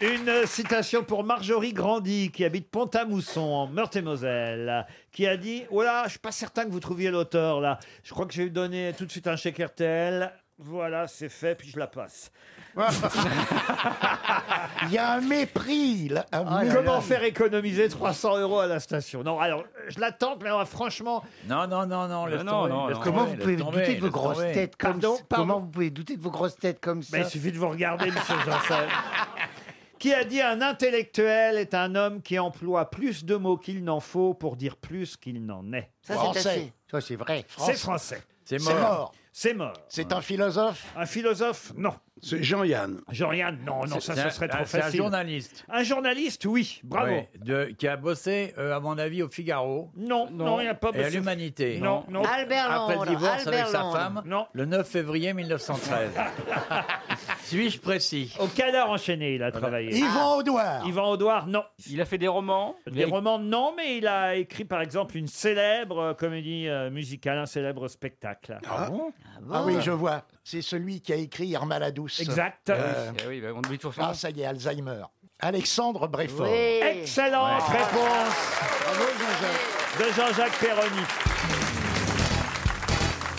Speaker 6: Une citation pour Marjorie Grandy, qui habite Pont-à-Mousson, en Meurthe-et-Moselle, qui a dit « Voilà, je suis pas certain que vous trouviez l'auteur, là. Je crois que je vais lui donner tout de suite un chèque RTL. Voilà, c'est fait, puis je la passe.
Speaker 4: Il y a un mépris. là, un mépris.
Speaker 6: Ah, Comment faire économiser 300 euros à la station ?» Non, alors, je la tente, mais alors, franchement...
Speaker 15: Non, non, non, non, laisse tomber, laisse
Speaker 6: Comment vous
Speaker 15: tomber, laisse
Speaker 6: pouvez
Speaker 15: tomber,
Speaker 6: douter de vos
Speaker 15: laisse
Speaker 6: grosses
Speaker 15: tomber.
Speaker 6: têtes comme
Speaker 15: Pardon,
Speaker 6: ça
Speaker 15: pardon.
Speaker 6: Comment
Speaker 20: vous pouvez douter de vos grosses têtes comme ça
Speaker 6: Mais il suffit de vous regarder, monsieur Janssen. Qui a dit un intellectuel est un homme qui emploie plus de mots qu'il n'en faut pour dire plus qu'il n'en est.
Speaker 20: Ça, c'est Français. assez.
Speaker 6: Ça, c'est vrai.
Speaker 20: Français.
Speaker 6: C'est français.
Speaker 20: C'est C'est mort. mort.
Speaker 6: C'est mort.
Speaker 4: C'est un philosophe
Speaker 6: Un philosophe Non.
Speaker 25: C'est Jean-Yann.
Speaker 6: Jean-Yann, non, non,
Speaker 15: C'est-
Speaker 6: ça,
Speaker 15: c'est
Speaker 6: ce
Speaker 15: un-
Speaker 6: serait trop
Speaker 15: c'est un
Speaker 6: facile.
Speaker 15: journaliste.
Speaker 6: Un journaliste, oui, bravo.
Speaker 15: Oui, de, qui a bossé, euh, à mon avis, au Figaro.
Speaker 6: Non, non, il a pas
Speaker 15: Et à
Speaker 6: bossé.
Speaker 15: l'Humanité.
Speaker 6: Non, non. Albert
Speaker 15: Après
Speaker 6: Londres,
Speaker 15: le divorce
Speaker 6: Albert
Speaker 15: avec
Speaker 6: Londres.
Speaker 15: sa femme, le 9 février 1913. Suis-je précis
Speaker 6: Au canard enchaîné, il a travaillé. Ah.
Speaker 4: Yvan Audouard.
Speaker 6: Yvan Audouard, non.
Speaker 14: Il a fait des romans.
Speaker 6: Des romans, non, mais il a écrit par exemple une célèbre euh, comédie euh, musicale, un célèbre spectacle.
Speaker 4: Ah bon Ah oui, je vois. C'est celui qui a écrit Irma la douce.
Speaker 6: Exact.
Speaker 4: Euh,
Speaker 14: Eh oui, bah, on oublie toujours son
Speaker 4: ah,
Speaker 14: nom.
Speaker 4: ça y est, Alzheimer. Alexandre Bréfort.
Speaker 14: Oui.
Speaker 6: Excellente
Speaker 4: Ouais.
Speaker 6: réponse de Jean-Jacques Perroni.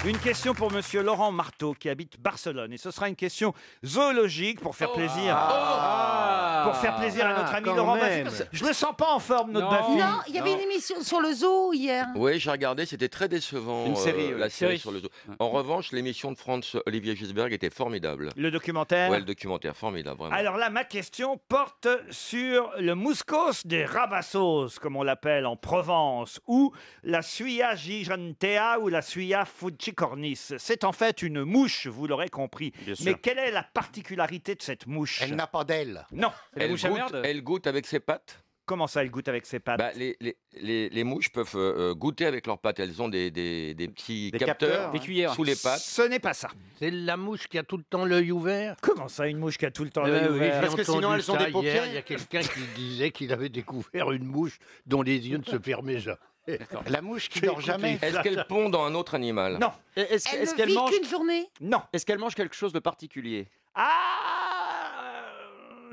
Speaker 6: Une question pour Monsieur Laurent Marteau qui habite Barcelone et ce sera une question zoologique pour faire plaisir. Ah. pour faire plaisir à notre
Speaker 25: Ah,
Speaker 6: ami
Speaker 25: quand
Speaker 6: Laurent
Speaker 25: même.
Speaker 6: Baffie. Je le sens pas en forme notre Baffie.
Speaker 19: Non, il y avait une émission sur le zoo hier.
Speaker 2: Oui, j'ai regardé, c'était très décevant. euh,
Speaker 6: Une série, oui.
Speaker 2: la série,
Speaker 6: Série. Mmh.
Speaker 2: sur le zoo. En revanche, l'émission de France Olivier Gisberg était formidable.
Speaker 6: Le documentaire Ah,
Speaker 2: Ouais, le documentaire formidable, vraiment.
Speaker 6: Alors là, ma question porte sur le mouscos des rabassos, comme on l'appelle en Provence, ou la Suya gigantea ou la Suya fucicornis. C'est en fait une mouche, vous l'aurez compris. Mais
Speaker 2: sûr.
Speaker 6: quelle est la particularité de cette mouche Elle n'a
Speaker 4: pas d'aile.
Speaker 6: Non.
Speaker 2: elle, goûte, elle goûte avec ses pattes
Speaker 6: Comment ça, elle goûte avec ses pattes
Speaker 2: bah, les, les- les- les mouches peuvent euh, euh, goûter avec leurs pattes. Elles ont des, des- des petits capteurs, sous les pattes.
Speaker 6: Ce n'est pas ça.
Speaker 21: C'est la mouche qui a tout le temps l'œil ouvert.
Speaker 6: Comment ça, une mouche qui a tout le temps
Speaker 21: Eh
Speaker 6: l'œil
Speaker 21: oui,
Speaker 6: ouvert
Speaker 21: j'ai entendu ça hier, Il y a quelqu'un qui disait qu'il avait découvert une mouche dont les yeux ne se fermaient jamais.
Speaker 4: La mouche
Speaker 21: J'ai écouté ça.
Speaker 2: Est-ce qu'elle pond dans un autre animal
Speaker 6: Non.
Speaker 21: Est-ce
Speaker 19: Elle
Speaker 21: est-ce
Speaker 19: ne
Speaker 21: qu'elle
Speaker 19: vit
Speaker 21: mange
Speaker 19: qu'une journée.
Speaker 6: Non.
Speaker 21: Est-ce qu'elle mange quelque chose de particulier
Speaker 6: Euh,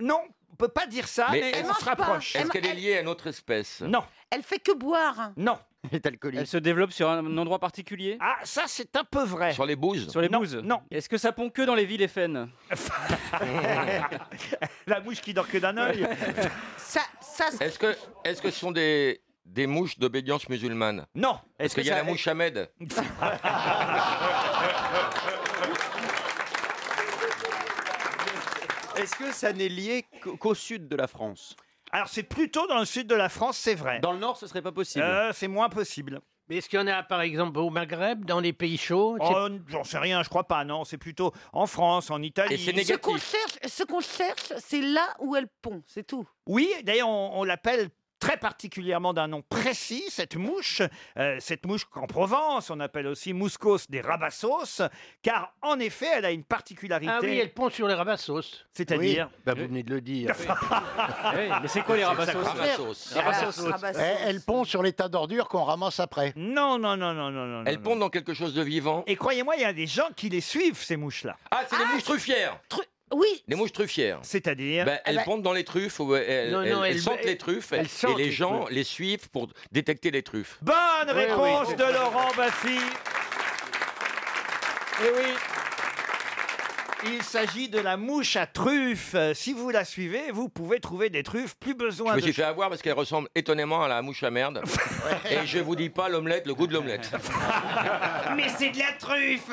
Speaker 6: Non, on peut pas dire ça, mais,
Speaker 2: est-ce-
Speaker 6: on se rapproche.
Speaker 2: Est-ce qu'elle est liée à une autre espèce
Speaker 6: Non.
Speaker 19: Elle fait que boire.
Speaker 6: Non.
Speaker 14: Elle est alcoolique. Elle se développe sur un endroit particulier
Speaker 6: Ah, ça, c'est un peu vrai.
Speaker 2: Sur les bouses
Speaker 14: Sur les bouses
Speaker 6: Non.
Speaker 14: Est-ce que ça pond que dans les villes FN
Speaker 6: La mouche qui dort que d'un œil.
Speaker 19: Ça, ça,
Speaker 2: Est-ce que, est-ce que ce sont des, des mouches d'obédience musulmane
Speaker 6: Non.
Speaker 2: Est-ce qu'il y a la mouche Ahmed
Speaker 21: Est-ce que ça n'est lié qu'au- qu'au sud de la France
Speaker 6: Alors, c'est plutôt dans le sud de la France, c'est vrai.
Speaker 21: Dans le nord, ce serait pas possible.
Speaker 6: Euh, c'est moins possible.
Speaker 21: Mais est-ce qu'il y en a, par exemple, au Maghreb, dans les pays chauds c'est-
Speaker 6: Oh, J'en sais rien, je crois pas, non. C'est plutôt en France, en Italie.
Speaker 19: Ce qu'on cherche, ce qu'on cherche, c'est là où elle pond, c'est tout.
Speaker 6: Oui, d'ailleurs, on, on l'appelle très particulièrement d'un nom précis, cette mouche, euh, cette mouche qu'en Provence, on appelle aussi mouscos des rabassos, car en effet, elle a une particularité.
Speaker 21: Ah oui, elle pond sur les rabassos.
Speaker 6: C'est-à-dire
Speaker 21: Oui. Bah, Vous venez de le dire.
Speaker 14: mais c'est quoi les rabassos Ah,
Speaker 4: Eh, Elle pond sur les tas d'ordures qu'on ramasse après.
Speaker 6: Non, non, non, non, non, non.
Speaker 2: Elles pondent dans quelque chose de vivant
Speaker 6: Et croyez-moi, il y a des gens qui les suivent, ces mouches-là.
Speaker 2: Ah, c'est des mouches truffières
Speaker 19: Oui
Speaker 2: Des mouches truffières
Speaker 6: C'est-à-dire
Speaker 2: Ben, Elles
Speaker 6: Ah bah-
Speaker 2: pondent dans les truffes, ou euh, elles,
Speaker 6: Non, non,
Speaker 2: elles- elles
Speaker 6: elles-
Speaker 2: sentent
Speaker 6: elles-
Speaker 2: les truffes,
Speaker 6: elles
Speaker 2: et-
Speaker 6: sentent
Speaker 2: et les
Speaker 6: les
Speaker 2: gens
Speaker 6: truffes.
Speaker 2: les suivent pour détecter les truffes.
Speaker 6: Bonne
Speaker 2: Oui,
Speaker 6: réponse
Speaker 2: oui.
Speaker 6: de Laurent Baffy. Eh oui. Il s'agit de la mouche à truffes. Euh, Si vous la suivez, vous pouvez trouver des truffes. Plus
Speaker 2: Je
Speaker 6: besoin
Speaker 2: me
Speaker 6: de.
Speaker 2: suis fait avoir parce qu'elle ressemble étonnamment à la mouche à merde. Et je vous dis pas l'omelette, le goût de l'omelette.
Speaker 6: Mais c'est de la truffe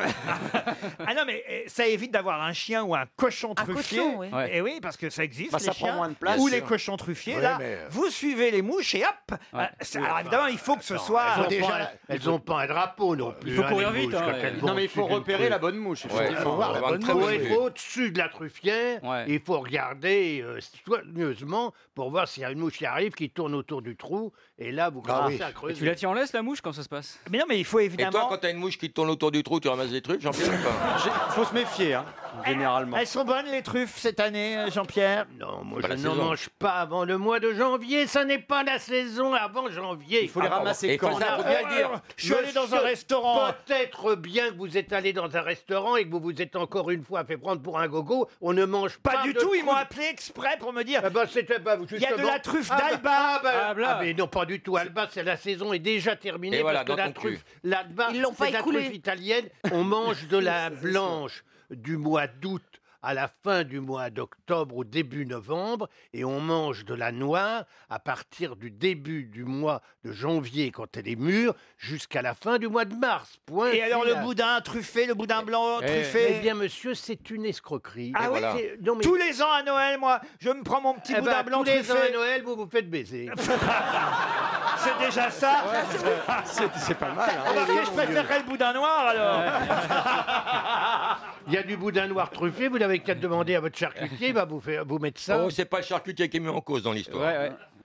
Speaker 6: Ah non, mais eh, ça évite d'avoir un chien ou un cochon truffier.
Speaker 21: cochon, oui. Ouais.
Speaker 6: Et oui, parce que ça existe.
Speaker 21: Bah,
Speaker 6: les
Speaker 21: ça prend
Speaker 6: chiens
Speaker 21: moins de place.
Speaker 6: Ou
Speaker 21: Bien
Speaker 6: les
Speaker 21: sûr.
Speaker 6: cochons truffiers.
Speaker 21: Ouais,
Speaker 6: là,
Speaker 21: mais, euh,
Speaker 6: vous suivez les mouches et hop euh, c'est- Alors évidemment, il faut que ce soit.
Speaker 21: elles ont pas un- elles ont pas un drapeau non plus.
Speaker 6: faut
Speaker 21: hein,
Speaker 6: courir
Speaker 21: les
Speaker 6: vite,
Speaker 21: mouches,
Speaker 6: hein,
Speaker 21: quand
Speaker 6: ouais.
Speaker 21: elles
Speaker 6: Non,
Speaker 21: vont
Speaker 6: mais il faut
Speaker 21: au-dessus d'une
Speaker 6: repérer
Speaker 21: truie.
Speaker 6: la bonne mouche,
Speaker 21: Ouais,
Speaker 6: effectivement.
Speaker 21: faut voir la
Speaker 6: Avoir une
Speaker 21: bonne
Speaker 6: très bonne
Speaker 21: mouche.
Speaker 6: mouche.
Speaker 21: est au-dessus de la truffière.
Speaker 9: Ouais.
Speaker 21: Il faut regarder euh, soigneusement pour voir s'il y a une mouche qui arrive, qui tourne autour du trou. Et là, vous
Speaker 3: Ah
Speaker 2: Ah
Speaker 21: commencez à
Speaker 14: Et
Speaker 21: creuser.
Speaker 14: tu la tiens en laisse la mouche quand ça se passe
Speaker 6: Mais non, mais il faut
Speaker 2: Et toi, quand t'as une mouche qui tourne autour du trou, tu ramasses des trucs, Jean-Pierre ou pas
Speaker 11: Faut se méfier, hein, généralement.
Speaker 20: Elles sont bonnes les truffes cette année, euh, Jean-Pierre
Speaker 21: Ah, Non, moi
Speaker 2: Pas la
Speaker 21: je n'en
Speaker 2: saison.
Speaker 21: mange pas avant le mois de janvier. Ça n'est pas la saison avant janvier. Il
Speaker 11: faut les ramasser
Speaker 21: Et
Speaker 11: quand
Speaker 21: ça
Speaker 11: Ah,
Speaker 21: faut bien
Speaker 11: ouais,
Speaker 21: dire.
Speaker 11: ouais. Je suis allé dans un restaurant.
Speaker 21: Peut-être bien que vous êtes allé dans un restaurant et que vous vous êtes encore une fois fait prendre pour un gogo. On ne mange pas.
Speaker 20: du tout, ils m'ont
Speaker 21: appelé
Speaker 20: exprès pour me dire.
Speaker 21: Ah bah, c'était pas
Speaker 20: Il y a de la truffe d'Alba.
Speaker 21: Ah, bah,
Speaker 20: Ah, bla.
Speaker 21: ah, mais non, pas du tout. Alba, c'est la saison est déjà terminée
Speaker 2: Et voilà,
Speaker 21: parce que
Speaker 2: dans
Speaker 21: la
Speaker 2: ton cul.
Speaker 21: truffe, l'Alba,
Speaker 20: Ils l'ont
Speaker 21: c'est
Speaker 20: pas
Speaker 21: de la
Speaker 20: écoulée.
Speaker 21: truffe italienne. On mange de la
Speaker 20: Oui, ça, c'est
Speaker 21: blanche du mois d'août à la fin du mois d'octobre au début novembre et on mange de la noire à partir du début du mois de janvier quand elle est mûre jusqu'à la fin du mois de mars. Point
Speaker 20: Et alors le
Speaker 21: final.
Speaker 20: boudin truffé, le boudin blanc
Speaker 21: Eh,
Speaker 20: truffé.
Speaker 21: eh bien, monsieur, c'est une escroquerie.
Speaker 20: Ah
Speaker 21: Et
Speaker 20: oui,
Speaker 21: voilà.
Speaker 20: c'est-
Speaker 21: non, mais-
Speaker 20: Tous les ans
Speaker 4: Ah,
Speaker 20: à Noël, moi, je me prends mon petit
Speaker 21: Eh ben,
Speaker 20: boudin blanc
Speaker 21: tous les ans
Speaker 20: truffé.
Speaker 21: à Noël, vous vous faites baiser.
Speaker 20: C'est déjà ça.
Speaker 11: C'est pas mal.
Speaker 21: hein.
Speaker 20: Remarquez, je préférerais le boudin noir alors.
Speaker 21: Il y a du boudin noir truffé, vous n'avez qu'à demander à votre charcutier, il va vous, faire, vous mettre ça.
Speaker 2: Oh, c'est pas le charcutier qui est mis en cause dans l'histoire.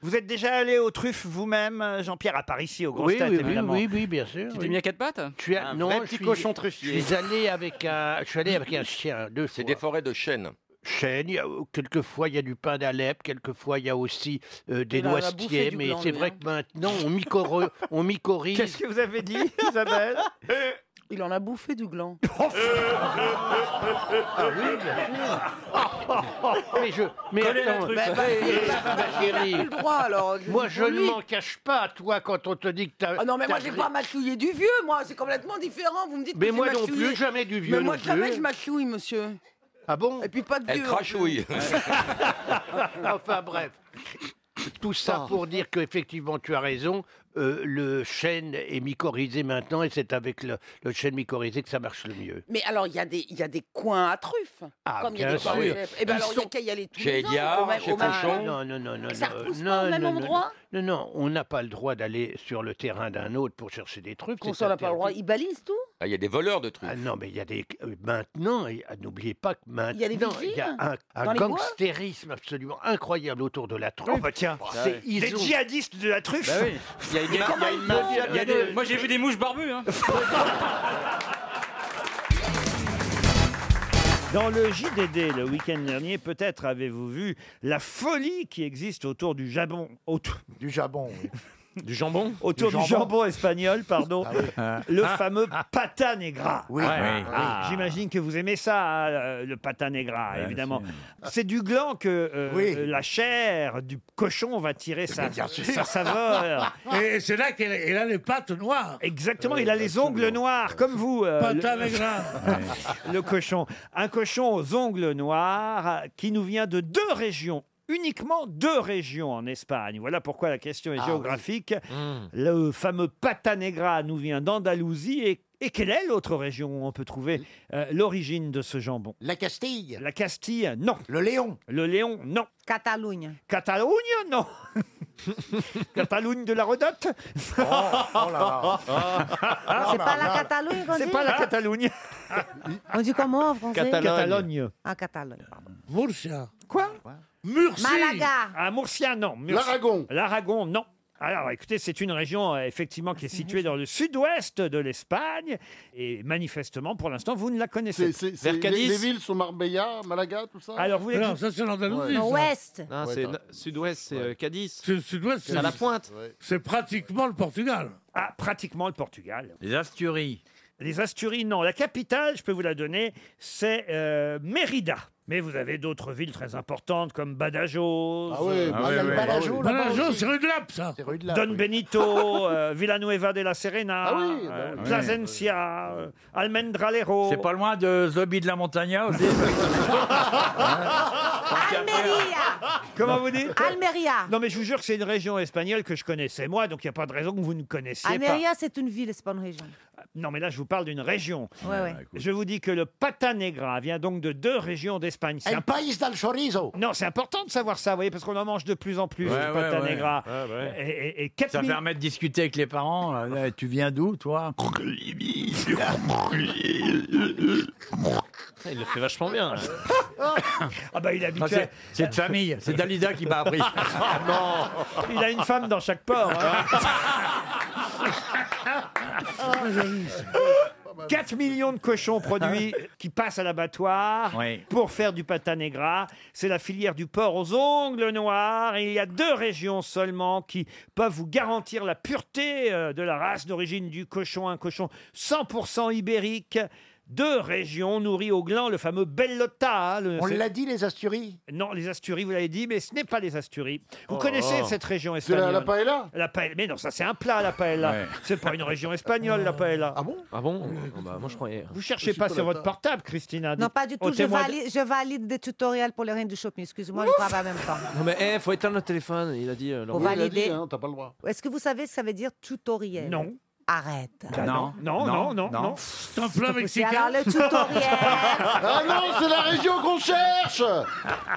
Speaker 6: Vous êtes déjà allé aux truffes vous-même, euh, Jean-Pierre, à Paris, ici, aux grosses
Speaker 21: Oui,
Speaker 6: têtes,
Speaker 21: oui, oui,
Speaker 6: évidemment
Speaker 21: oui, oui, bien sûr.
Speaker 6: Tu
Speaker 21: oui.
Speaker 6: t'es mis à quatre pattes
Speaker 21: Tu as,
Speaker 6: Un
Speaker 21: non,
Speaker 6: vrai
Speaker 21: je
Speaker 6: petit
Speaker 21: suis-
Speaker 6: cochon truffier.
Speaker 21: Je suis allé avec un, je suis allé avec un chien deux fois.
Speaker 2: C'est des forêts de chênes.
Speaker 21: Chêne, il y a- euh, quelquefois il y a du pain d'Alep, quelquefois il y a aussi euh, des
Speaker 20: On a- on a bouffé
Speaker 21: noisetiers,
Speaker 20: du
Speaker 21: mais
Speaker 20: blanc,
Speaker 21: c'est
Speaker 20: nous,
Speaker 21: vrai
Speaker 20: hein.
Speaker 21: que maintenant on, mycorre- on mycorhize.
Speaker 20: Qu'est-ce que vous avez dit, Isabelle
Speaker 19: Il en a bouffé du gland.
Speaker 21: Ah oui, bien sûr. mais je. Mais
Speaker 19: Coller la
Speaker 21: attends,
Speaker 19: truffe.
Speaker 21: bah, bah,
Speaker 19: Bah, bah,
Speaker 21: ma chérie.
Speaker 19: il a plus le droit, alors, je-
Speaker 21: Moi,
Speaker 19: pour
Speaker 21: je ne
Speaker 19: lui.
Speaker 21: m'en cache pas, toi, quand on te dit que t'as.
Speaker 19: Ah non, mais moi,
Speaker 21: t'as-
Speaker 19: j'ai pas mâchouillé du vieux, moi, c'est complètement différent. Vous me dites
Speaker 21: Mais
Speaker 19: que j'ai
Speaker 21: moi non
Speaker 19: mâchouillé.
Speaker 21: plus, jamais du vieux
Speaker 19: Mais moi,
Speaker 21: non
Speaker 19: jamais
Speaker 21: plus.
Speaker 19: je mâchouille, monsieur.
Speaker 21: Ah bon
Speaker 19: Et puis pas de vieux.
Speaker 2: Elle
Speaker 19: non plus.
Speaker 2: crachouille.
Speaker 21: enfin bref. Tout
Speaker 19: Oh.
Speaker 21: ça pour dire qu'effectivement, tu as raison. euh, le chêne est mycorhizé maintenant et c'est avec le, le chêne mycorhizé que ça marche le mieux.
Speaker 19: Mais alors, il y, a des- il y a des coins à truffes.
Speaker 21: Ah,
Speaker 19: comme il y a
Speaker 21: bien
Speaker 19: des coins à
Speaker 21: sûr.
Speaker 19: truffes. Eh ben
Speaker 21: Qui
Speaker 19: alors, il y a
Speaker 21: sont-
Speaker 19: qu'à y aller tous
Speaker 21: Chez
Speaker 19: les ans, au même- au même-
Speaker 21: Non, non, non, non.
Speaker 19: Ça
Speaker 21: non,
Speaker 19: repousse pas
Speaker 21: non,
Speaker 19: au même
Speaker 21: non, non,
Speaker 19: endroit
Speaker 21: Non, non, on n'a pas le droit d'aller sur le terrain d'un autre pour chercher des trucs.
Speaker 19: Qu'on
Speaker 21: c'est
Speaker 19: s'en a pas le
Speaker 21: interdit.
Speaker 19: droit. Ils balisent tout
Speaker 2: Ah, Il y a des voleurs de trucs.
Speaker 21: Ah non, mais il y a des. euh, Maintenant, et- ah, n'oubliez pas que maintenant,
Speaker 19: Il y a des
Speaker 21: il y a
Speaker 19: vigiles
Speaker 21: un, un
Speaker 19: dans les bois
Speaker 21: gangstérisme absolument incroyable autour de la truffe.
Speaker 6: Oh, bah, tiens,
Speaker 21: c'est
Speaker 6: Ah, les
Speaker 21: ils ont-
Speaker 6: djihadistes de la truffe.
Speaker 21: Bah oui.
Speaker 14: Il y a une- il y a
Speaker 21: Comment
Speaker 14: une-
Speaker 21: ils font
Speaker 14: il y a des- Moi j'ai vu des mouches barbues. hein.
Speaker 6: Dans le JDD le week-end dernier, peut-être avez-vous vu la folie qui existe autour du jabon.
Speaker 4: Du jabon, oui.
Speaker 6: Du jambon Autour
Speaker 4: Du
Speaker 6: du
Speaker 4: jambon.
Speaker 6: jambon, espagnol, pardon.
Speaker 21: Ah
Speaker 6: Le fameux pata negra.
Speaker 4: Oui. Ouais. Oui. Ah.
Speaker 6: J'imagine que vous aimez ça, hein, euh, le pata negra, évidemment. C'est du gland que euh,
Speaker 23: Oui.
Speaker 6: la chair du cochon va
Speaker 4: Eh
Speaker 6: tirer sa, sa saveur.
Speaker 23: Et c'est là qu'il a, il a les pattes noires.
Speaker 6: Exactement, il a les ongles noirs, comme vous. euh,
Speaker 23: Pata
Speaker 6: le-
Speaker 23: negra.
Speaker 6: le cochon. Un cochon aux ongles noirs euh, qui nous vient de deux régions. Uniquement deux régions en Espagne. Voilà pourquoi la question est
Speaker 23: Ah oui.
Speaker 6: géographique. Le fameux pata negra nous vient d'Andalousie. Et, et quelle est l'autre région où on peut trouver euh, l'origine de ce jambon La Castille. La Castille, non. Le Léon. Le Léon, non.
Speaker 19: Catalogne.
Speaker 6: Catalogne, non. Catalogne de la Redotte
Speaker 9: Oh,
Speaker 15: Oh,
Speaker 9: Ah,
Speaker 6: Ah,
Speaker 22: C'est pas la Catalogne qu'on
Speaker 6: C'est
Speaker 22: dit Ah.
Speaker 6: pas la Catalogne.
Speaker 22: On dit comment en français
Speaker 6: Catalogne. Catalogne.
Speaker 22: Ah, Catalogne.
Speaker 6: Murcia. Quoi Murcie.
Speaker 22: Malaga.
Speaker 6: Ah, Murcia, non. Murcie.
Speaker 22: L'Aragon.
Speaker 6: L'Aragon, non. Alors, écoutez, c'est une région, euh, effectivement, qui est située dans le sud-ouest de l'Espagne. Et manifestement, pour l'instant, vous ne la connaissez pas.
Speaker 17: les, les villes sont Marbella, Malaga, tout ça
Speaker 6: Ah, Alors, vous voulez que
Speaker 17: Non,
Speaker 6: je-
Speaker 17: ça, c'est
Speaker 6: l'Andalousie,
Speaker 22: Non,
Speaker 17: l'Andalousie.
Speaker 22: ouest.
Speaker 17: Non,
Speaker 23: Ouais,
Speaker 17: c'est
Speaker 23: attends.
Speaker 17: no- sud-ouest, c'est euh, Cadiz.
Speaker 23: C'est le sud-ouest.
Speaker 17: C'est à la pointe.
Speaker 23: C'est pratiquement le Portugal.
Speaker 6: Ah, pratiquement le Portugal.
Speaker 15: Les Asturies.
Speaker 6: Les Asturies, non. La capitale, je peux vous la donner, c'est euh, Mérida. Mais vous avez d'autres villes très importantes comme Badajoz.
Speaker 23: Ah ouais, Ah bah, il y a ouais, le ouais. Badajoz, Ah ouais. là-bas Badajoz, aussi. c'est rue de Lappe, ça. C'est rue de Lappe,
Speaker 6: Don
Speaker 23: oui.
Speaker 6: Benito, euh, Villanueva de la Serena,
Speaker 23: Ah oui, bah
Speaker 6: euh,
Speaker 23: oui.
Speaker 6: Plasencia, euh, Almendralero.
Speaker 15: C'est pas loin de Zobie de la Montagna aussi.
Speaker 9: hein.
Speaker 22: Almeria.
Speaker 6: Comment vous dites
Speaker 22: Almeria.
Speaker 6: Non, mais je vous jure que c'est une région espagnole que je connaissais moi, donc il n'y a pas de raison que vous ne connaissiez
Speaker 22: Almeria, c'est une ville, c'est pas une région.
Speaker 21: Oh,
Speaker 6: pas. Non, mais là, je vous parle d'une région.
Speaker 22: Ouais,
Speaker 15: Ah,
Speaker 22: ouais.
Speaker 6: Je vous dis que le pata negra vient donc de deux régions d'Espagne. C'est
Speaker 12: El
Speaker 6: un-
Speaker 12: país del chorizo.
Speaker 6: Non, c'est important de savoir ça, vous voyez, parce qu'on en mange de plus en plus,
Speaker 15: Ouais,
Speaker 6: du
Speaker 15: ouais,
Speaker 6: pata
Speaker 15: ouais.
Speaker 6: negra.
Speaker 15: Ouais, ouais.
Speaker 6: Et, et- et 4
Speaker 15: Ça
Speaker 6: 000
Speaker 15: permet de discuter avec les parents. euh, là, tu viens d'où, toi Il le fait vachement bien.
Speaker 6: Ah bah il habite.
Speaker 15: Ah, c'est- c'est de famille. C'est Dalida qui m'a appris. Ah, non.
Speaker 6: Il a une femme dans chaque port. hein. 4 Oh. millions de cochons produits qui passent à l'abattoir
Speaker 9: Oui.
Speaker 6: pour faire du pata negra. C'est la filière du porc aux ongles noirs. Et il y a deux régions seulement qui peuvent vous garantir la pureté euh, de la race d'origine du cochon. Un cochon 100% ibérique. Deux régions nourries au gland, le fameux bellota. hein, le-
Speaker 4: On
Speaker 6: c'est-
Speaker 4: l'a dit, les Asturies
Speaker 6: Non, les Asturies, vous l'avez dit, mais ce n'est pas les Asturies. Vous
Speaker 4: Oh.
Speaker 6: connaissez cette région
Speaker 4: C'est la-
Speaker 6: espagnole
Speaker 4: la
Speaker 6: paella La paella, mais non, ça c'est un plat, la paella. C'est pas une région espagnole, la paella. Ah bon
Speaker 15: Ah bon Oh, bah, Moi je croyais.
Speaker 6: Vous cherchez pas sur votre portable, Christina
Speaker 19: Non,
Speaker 6: dites-
Speaker 19: pas du
Speaker 6: au
Speaker 19: tout. Je
Speaker 6: témoin de-
Speaker 19: valide, je valide des tutoriels pour le reine du shopping. Excuse-moi, je travaille en même temps.
Speaker 15: Non mais eh, faut éteindre notre téléphone, il a dit. euh, Laurent.
Speaker 19: Pour valider.
Speaker 15: t'as pas le droit.
Speaker 19: Est-ce que vous savez ce que ça veut dire tutoriel
Speaker 15: Non.
Speaker 19: Arrête.
Speaker 15: Bah non, non, non, non, non.
Speaker 19: C'est un plat
Speaker 9: mexicain
Speaker 19: Alors le tutoriel.
Speaker 9: Ah non, c'est la région qu'on cherche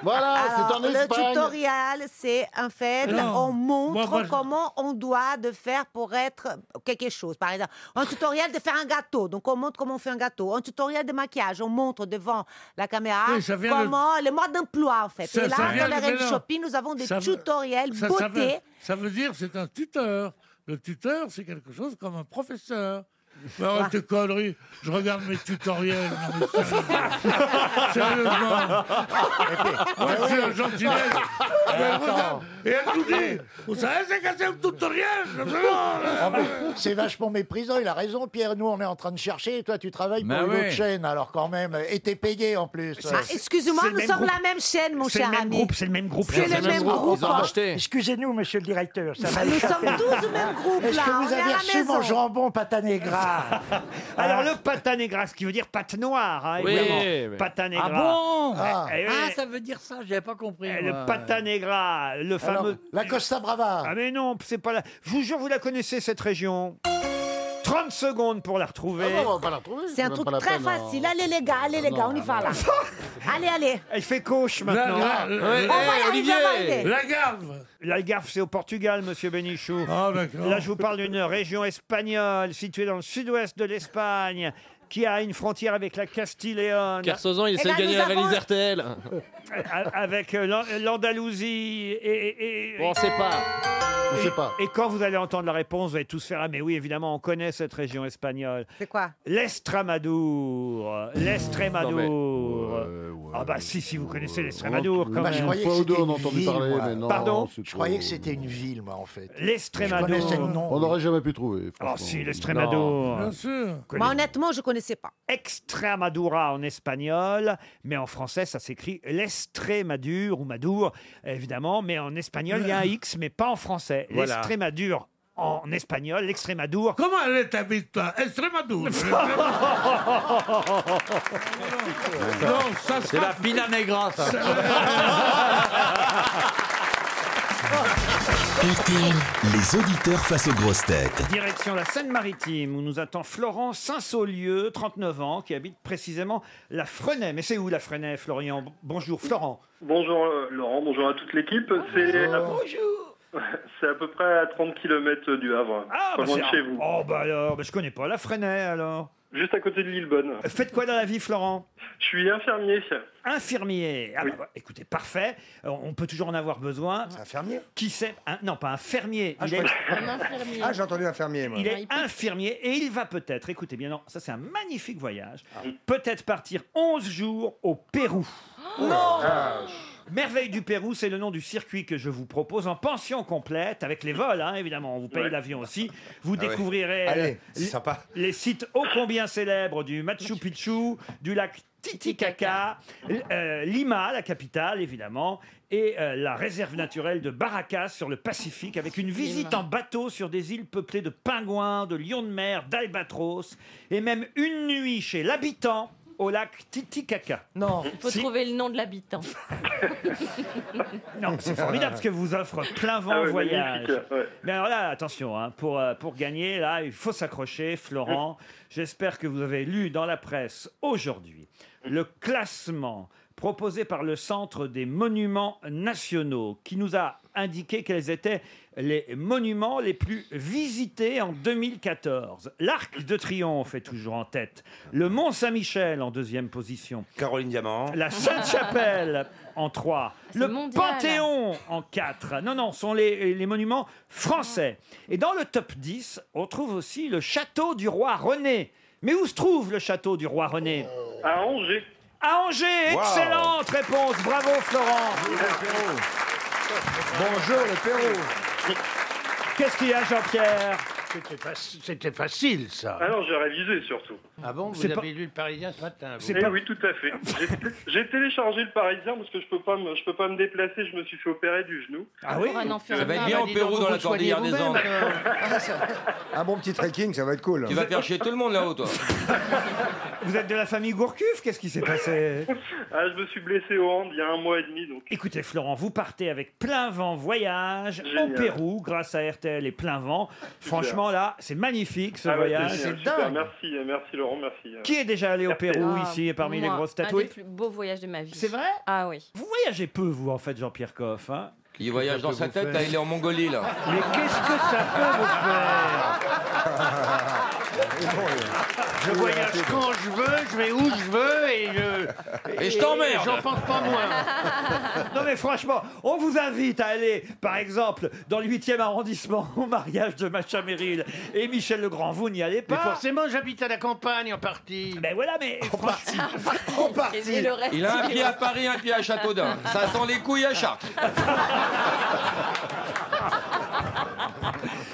Speaker 9: Voilà, c'est
Speaker 19: Alors,
Speaker 9: en
Speaker 19: Ah, le
Speaker 9: Espagne.
Speaker 19: tutoriel, c'est en fait,
Speaker 9: Non.
Speaker 19: on montre
Speaker 9: Moi, moi, je-
Speaker 19: comment on doit de faire pour être quelque chose. Par exemple, un tutoriel de faire un gâteau, donc on montre comment on fait un gâteau. Un tutoriel de maquillage, on montre devant la caméra
Speaker 7: Oui, ça vient de-
Speaker 19: comment le mode d'emploi en fait.
Speaker 7: Ça-
Speaker 19: Et là,
Speaker 7: ça vient
Speaker 19: dans
Speaker 7: de-
Speaker 19: le Rennes
Speaker 7: mais non.
Speaker 19: Shopping, nous avons des
Speaker 7: Ça-
Speaker 19: tutoriels
Speaker 7: ça, ça veut,
Speaker 19: beauté.
Speaker 7: ça veut dire c'est un tuteur. Le tuteur, c'est quelque chose comme un professeur. Mais arrête tes conneries, je regarde mes tutoriels. non, mais sérieusement. Sérieusement. Moi, je suis un gentil mec.
Speaker 27: Ah,
Speaker 7: Mais regarde, Et elle nous dit, vous savez, c'est cassé un tutoriel. je me demande.
Speaker 4: Ah, bah, C'est vachement méprisant, il a raison Pierre, nous on est en train de chercher et toi tu travailles
Speaker 15: Bah
Speaker 4: pour
Speaker 7: Ben
Speaker 4: une
Speaker 7: oui.
Speaker 4: autre chaîne, alors quand même, et t'es payé en plus.
Speaker 19: Ah, excusez-moi,
Speaker 4: C'est le
Speaker 19: nous
Speaker 4: même
Speaker 19: sommes
Speaker 4: groupe.
Speaker 19: la même chaîne, mon
Speaker 4: C'est
Speaker 19: cher
Speaker 4: le même
Speaker 19: ami.
Speaker 4: groupe, c'est le même groupe.
Speaker 19: C'est le même groupe.
Speaker 4: Excusez-nous, monsieur le directeur. Ça
Speaker 19: Nous sommes tous au même groupe,
Speaker 4: Est-ce
Speaker 19: là,
Speaker 4: que
Speaker 19: on
Speaker 4: vous
Speaker 19: est à
Speaker 4: avez
Speaker 19: la
Speaker 4: reçu
Speaker 19: maison.
Speaker 4: mon jambon patanégra
Speaker 6: Alors le pata negra, ce qui veut dire pâte noire, hein,
Speaker 9: Oui,
Speaker 6: évidemment.
Speaker 9: oui.
Speaker 6: Pata negra.
Speaker 9: Ah bon
Speaker 6: Ah, eh oui.
Speaker 9: ça veut dire ça, j'avais pas compris.
Speaker 6: Eh, le pata negra, le fameux.
Speaker 4: la Costa Brava.
Speaker 6: Ah mais non, c'est pas la. Je vous jure, vous la connaissez cette région. 30 secondes pour la retrouver.
Speaker 9: Ah
Speaker 19: C'est un truc très
Speaker 9: hein.
Speaker 6: hein.
Speaker 19: facile. Allez les gars, allez les gars, on y va là. allez, allez.
Speaker 6: Elle fait coche
Speaker 19: La-
Speaker 6: maintenant.
Speaker 19: la- la- Ouais, la- eh, Olivier, Olivier.
Speaker 7: Lagarde
Speaker 6: Lagarde, c'est au Portugal, monsieur Bénichou.
Speaker 19: Ah,
Speaker 6: Là, je vous parle d'une région espagnole située dans le sud-ouest de l'Espagne qui a une frontière avec la Eh ben, Castille-Léon.
Speaker 15: Kersozan,
Speaker 19: Eh
Speaker 15: il essaie
Speaker 19: ben,
Speaker 15: de gagner la valise RTL.
Speaker 6: Avec euh, l'An- l'Andalousie et,
Speaker 15: Bon, on sait pas.
Speaker 6: On sait pas. Et quand vous allez entendre la réponse, vous allez tous faire Ah, mais oui, évidemment, on connaît cette région espagnole.
Speaker 19: C'est quoi
Speaker 6: L'Estramadour. L'Estremadour. Ah, bah si, si, vous connaissez l'Estremadour quand
Speaker 4: Bah, je
Speaker 6: même.
Speaker 4: croyais que c'était une ville, moi.
Speaker 6: Pardon
Speaker 4: Je croyais que c'était une ville, moi, en fait.
Speaker 6: L'Estrémadure.
Speaker 4: Je connaissais le nom.
Speaker 6: On
Speaker 4: n'aurait
Speaker 17: jamais pu trouver.
Speaker 6: Ah, si, l'Estrémadure.
Speaker 7: Bien sûr.
Speaker 19: Moi, honnêtement, je connaissais pas.
Speaker 6: Extremadura en espagnol, mais en français ça s'écrit l'Estrémadure ou Madour, évidemment, mais en espagnol il y a un X, mais pas en français.
Speaker 7: Voilà.
Speaker 6: L'Estrémadure en espagnol, l'Extrémadour.
Speaker 7: Comment elle est habite toi Extrémadour. Non, ça
Speaker 15: C'est la pina negra, ça.
Speaker 28: Les auditeurs face aux grosses têtes.
Speaker 6: Direction la Seine-Maritime, où nous attend Florent Saint-Saulieu, 39 ans, qui habite précisément la Frenay. Mais c'est où la Frenay, Florian Bonjour, Florent.
Speaker 27: Bonjour euh, Laurent, bonjour à toute l'équipe. C'est à... C'est à peu près à 30 km du Havre, pas
Speaker 6: bah,
Speaker 27: loin de
Speaker 6: c'est-
Speaker 27: chez vous.
Speaker 6: Oh, bah alors, bah, je connais pas la Frenay, alors.
Speaker 27: Juste à côté de l'île Bonne.
Speaker 6: Faites quoi dans la vie, Florent
Speaker 27: Je suis infirmier.
Speaker 6: Infirmier. Ah bah, écoutez, parfait. Euh, On peut toujours en avoir besoin. Infirmier Qui sait un- Non, pas un fermier. il est,
Speaker 29: Ah, j'ai entendu un fermier, moi.
Speaker 6: il est infirmier et il va peut-être, écoutez bien, non, ça c'est un magnifique voyage, peut-être partir 11 jours au Pérou. Oh,
Speaker 9: Non
Speaker 6: Merveille du Pérou, c'est le nom du circuit que je vous propose en pension complète, avec les vols, hein, évidemment, on vous paye
Speaker 9: Ouais.
Speaker 6: l'avion aussi. Vous
Speaker 9: Ah ouais.
Speaker 6: découvrirez euh,
Speaker 9: Allez,
Speaker 6: les, les sites ô combien célèbres du Machu Picchu, du lac Titicaca, l- euh, Lima, la capitale évidemment, et euh, la réserve naturelle de Barracas sur le Pacifique, avec une visite en bateau sur des îles peuplées de pingouins, de lions de mer, d'albatros, et même une nuit chez l'habitant au lac Titicaca. Non,
Speaker 13: Il faut trouver le nom de l'habitant.
Speaker 6: non, c'est formidable parce que vous offre plein vent
Speaker 27: Ah ouais,
Speaker 6: voyage.
Speaker 27: magnifique, ouais.
Speaker 6: Mais alors là, attention, hein, pour, euh, pour gagner,
Speaker 27: Mm.
Speaker 6: là, il faut s'accrocher, Florent. J'espère que vous avez lu dans la presse aujourd'hui
Speaker 27: Mm.
Speaker 6: le classement proposé par le Centre des Monuments Nationaux, qui nous a indiqué quels étaient les monuments les plus visités en 2014. L'Arc de Triomphe est toujours en tête. Le Mont Saint-Michel en deuxième position.
Speaker 3: Caroline Diamant.
Speaker 6: La Sainte-Chapelle en 3. Le
Speaker 3: mondial.
Speaker 6: Panthéon en 4. Non, non, ce sont les, les monuments français. Et dans le top 10, on trouve aussi le château du roi René. Mais où se trouve le château du roi René
Speaker 27: À Angers.
Speaker 6: À Angers,
Speaker 27: Wow.
Speaker 6: excellente réponse. Bravo Florent.
Speaker 27: Bonjour le Pérou.
Speaker 6: Qu'est-ce qu'il y a Jean-Pierre
Speaker 21: C'était faci- C'était facile ça.
Speaker 27: Alors j'ai révisé surtout.
Speaker 6: bah,
Speaker 21: Ah bon, vous
Speaker 27: C'est
Speaker 21: avez
Speaker 27: pas-
Speaker 21: lu le Parisien ce matin vous
Speaker 27: Eh oui, tout à fait. J'ai- J'ai téléchargé le Parisien parce que je peux pas me, je peux pas me déplacer. Je me suis fait opérer du genou.
Speaker 6: Ah
Speaker 4: Oh,
Speaker 6: euh,
Speaker 27: oui.
Speaker 3: Ah, non, Ça va être bien au Pérou dans la cordillère des Andes.
Speaker 27: euh.
Speaker 30: Un bon petit trekking, ça va être cool.
Speaker 3: Tu vas faire chier tout le monde là-haut, toi.
Speaker 6: Vous êtes de la famille Gourcuff Qu'est-ce qui s'est passé
Speaker 27: Ah, je me suis blessé au hand il y a un mois et demi donc.
Speaker 6: Écoutez Florent, vous partez avec plein vent voyage au
Speaker 27: Génial.
Speaker 6: Pérou grâce à RTL et plein vent. Franchement là, c'est magnifique ce
Speaker 27: Ah ouais,
Speaker 6: voyage.
Speaker 27: génial, super, Merci, merci Laurent, merci.
Speaker 6: Qui est déjà allé au Pérou ici et parmi
Speaker 13: Ah, Moi,
Speaker 6: les grosses
Speaker 13: Un des
Speaker 6: tatouées
Speaker 13: plus beaux voyages de ma vie.
Speaker 6: C'est vrai
Speaker 13: Ah oui.
Speaker 6: Vous voyagez peu vous en fait Jean-Pierre Coff. Hein
Speaker 3: Il voyage dans sa tête, là, il est en Mongolie, là.
Speaker 6: Mais qu'est-ce que ça peut vous faire
Speaker 21: Je voyage quand je veux, je vais où je veux et je.
Speaker 3: Et je t'emmerde.
Speaker 21: J'en pense pas moins.
Speaker 6: Non mais franchement, on vous invite à aller, par exemple, dans le 8e arrondissement au mariage de Macha Meryl et Michel Legrand. Vous n'y allez
Speaker 21: Mais
Speaker 6: pas
Speaker 21: forcément, j'habite à la campagne en partie.
Speaker 6: Ben voilà, mais. En partie.
Speaker 21: En
Speaker 3: Il a un pied à Paris, un pied à Châteaudun. Ça sent les couilles à Chartres.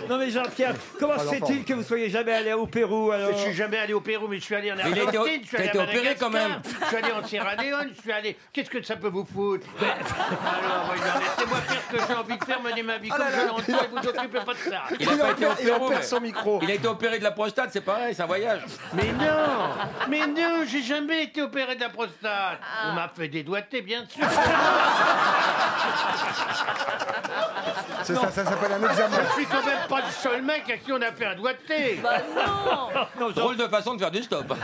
Speaker 6: Non mais Jean-Pierre, comment
Speaker 21: Pas
Speaker 6: se
Speaker 21: d'enfant.
Speaker 6: fait-il que vous soyez jamais allé au Pérou alors
Speaker 21: Je suis jamais allé au Pérou, mais je suis allé en
Speaker 6: Mais il a
Speaker 21: Argentine,
Speaker 6: été-
Speaker 21: je suis allé
Speaker 6: t'as
Speaker 21: à
Speaker 6: été opéré
Speaker 21: Madagascar,
Speaker 6: quand même.
Speaker 21: je suis allé en Sierra Leone, je suis allé... Qu'est-ce que ça peut vous foutre
Speaker 6: Ben,
Speaker 21: Alors, regardez, laissez-moi faire ce que j'ai envie de faire, mener ma vie
Speaker 3: Oh
Speaker 6: Ah
Speaker 21: comme
Speaker 3: là
Speaker 21: je
Speaker 3: là.
Speaker 21: l'entends, et vous occupez pas de ça.
Speaker 3: Il a pas été opéré, mais- Il a été opéré de la prostate, c'est pareil, c'est un voyage.
Speaker 21: Mais non Mais non, j'ai jamais été opéré de la prostate. On m'a fait des doigtés, bien sûr.
Speaker 30: C'est ça, ça s'appelle un examen.
Speaker 21: Je suis quand même pas le seul mec à qui on a fait un doigté.
Speaker 13: Bah non
Speaker 3: Drôle de façon de faire du stop.
Speaker 6: Ah,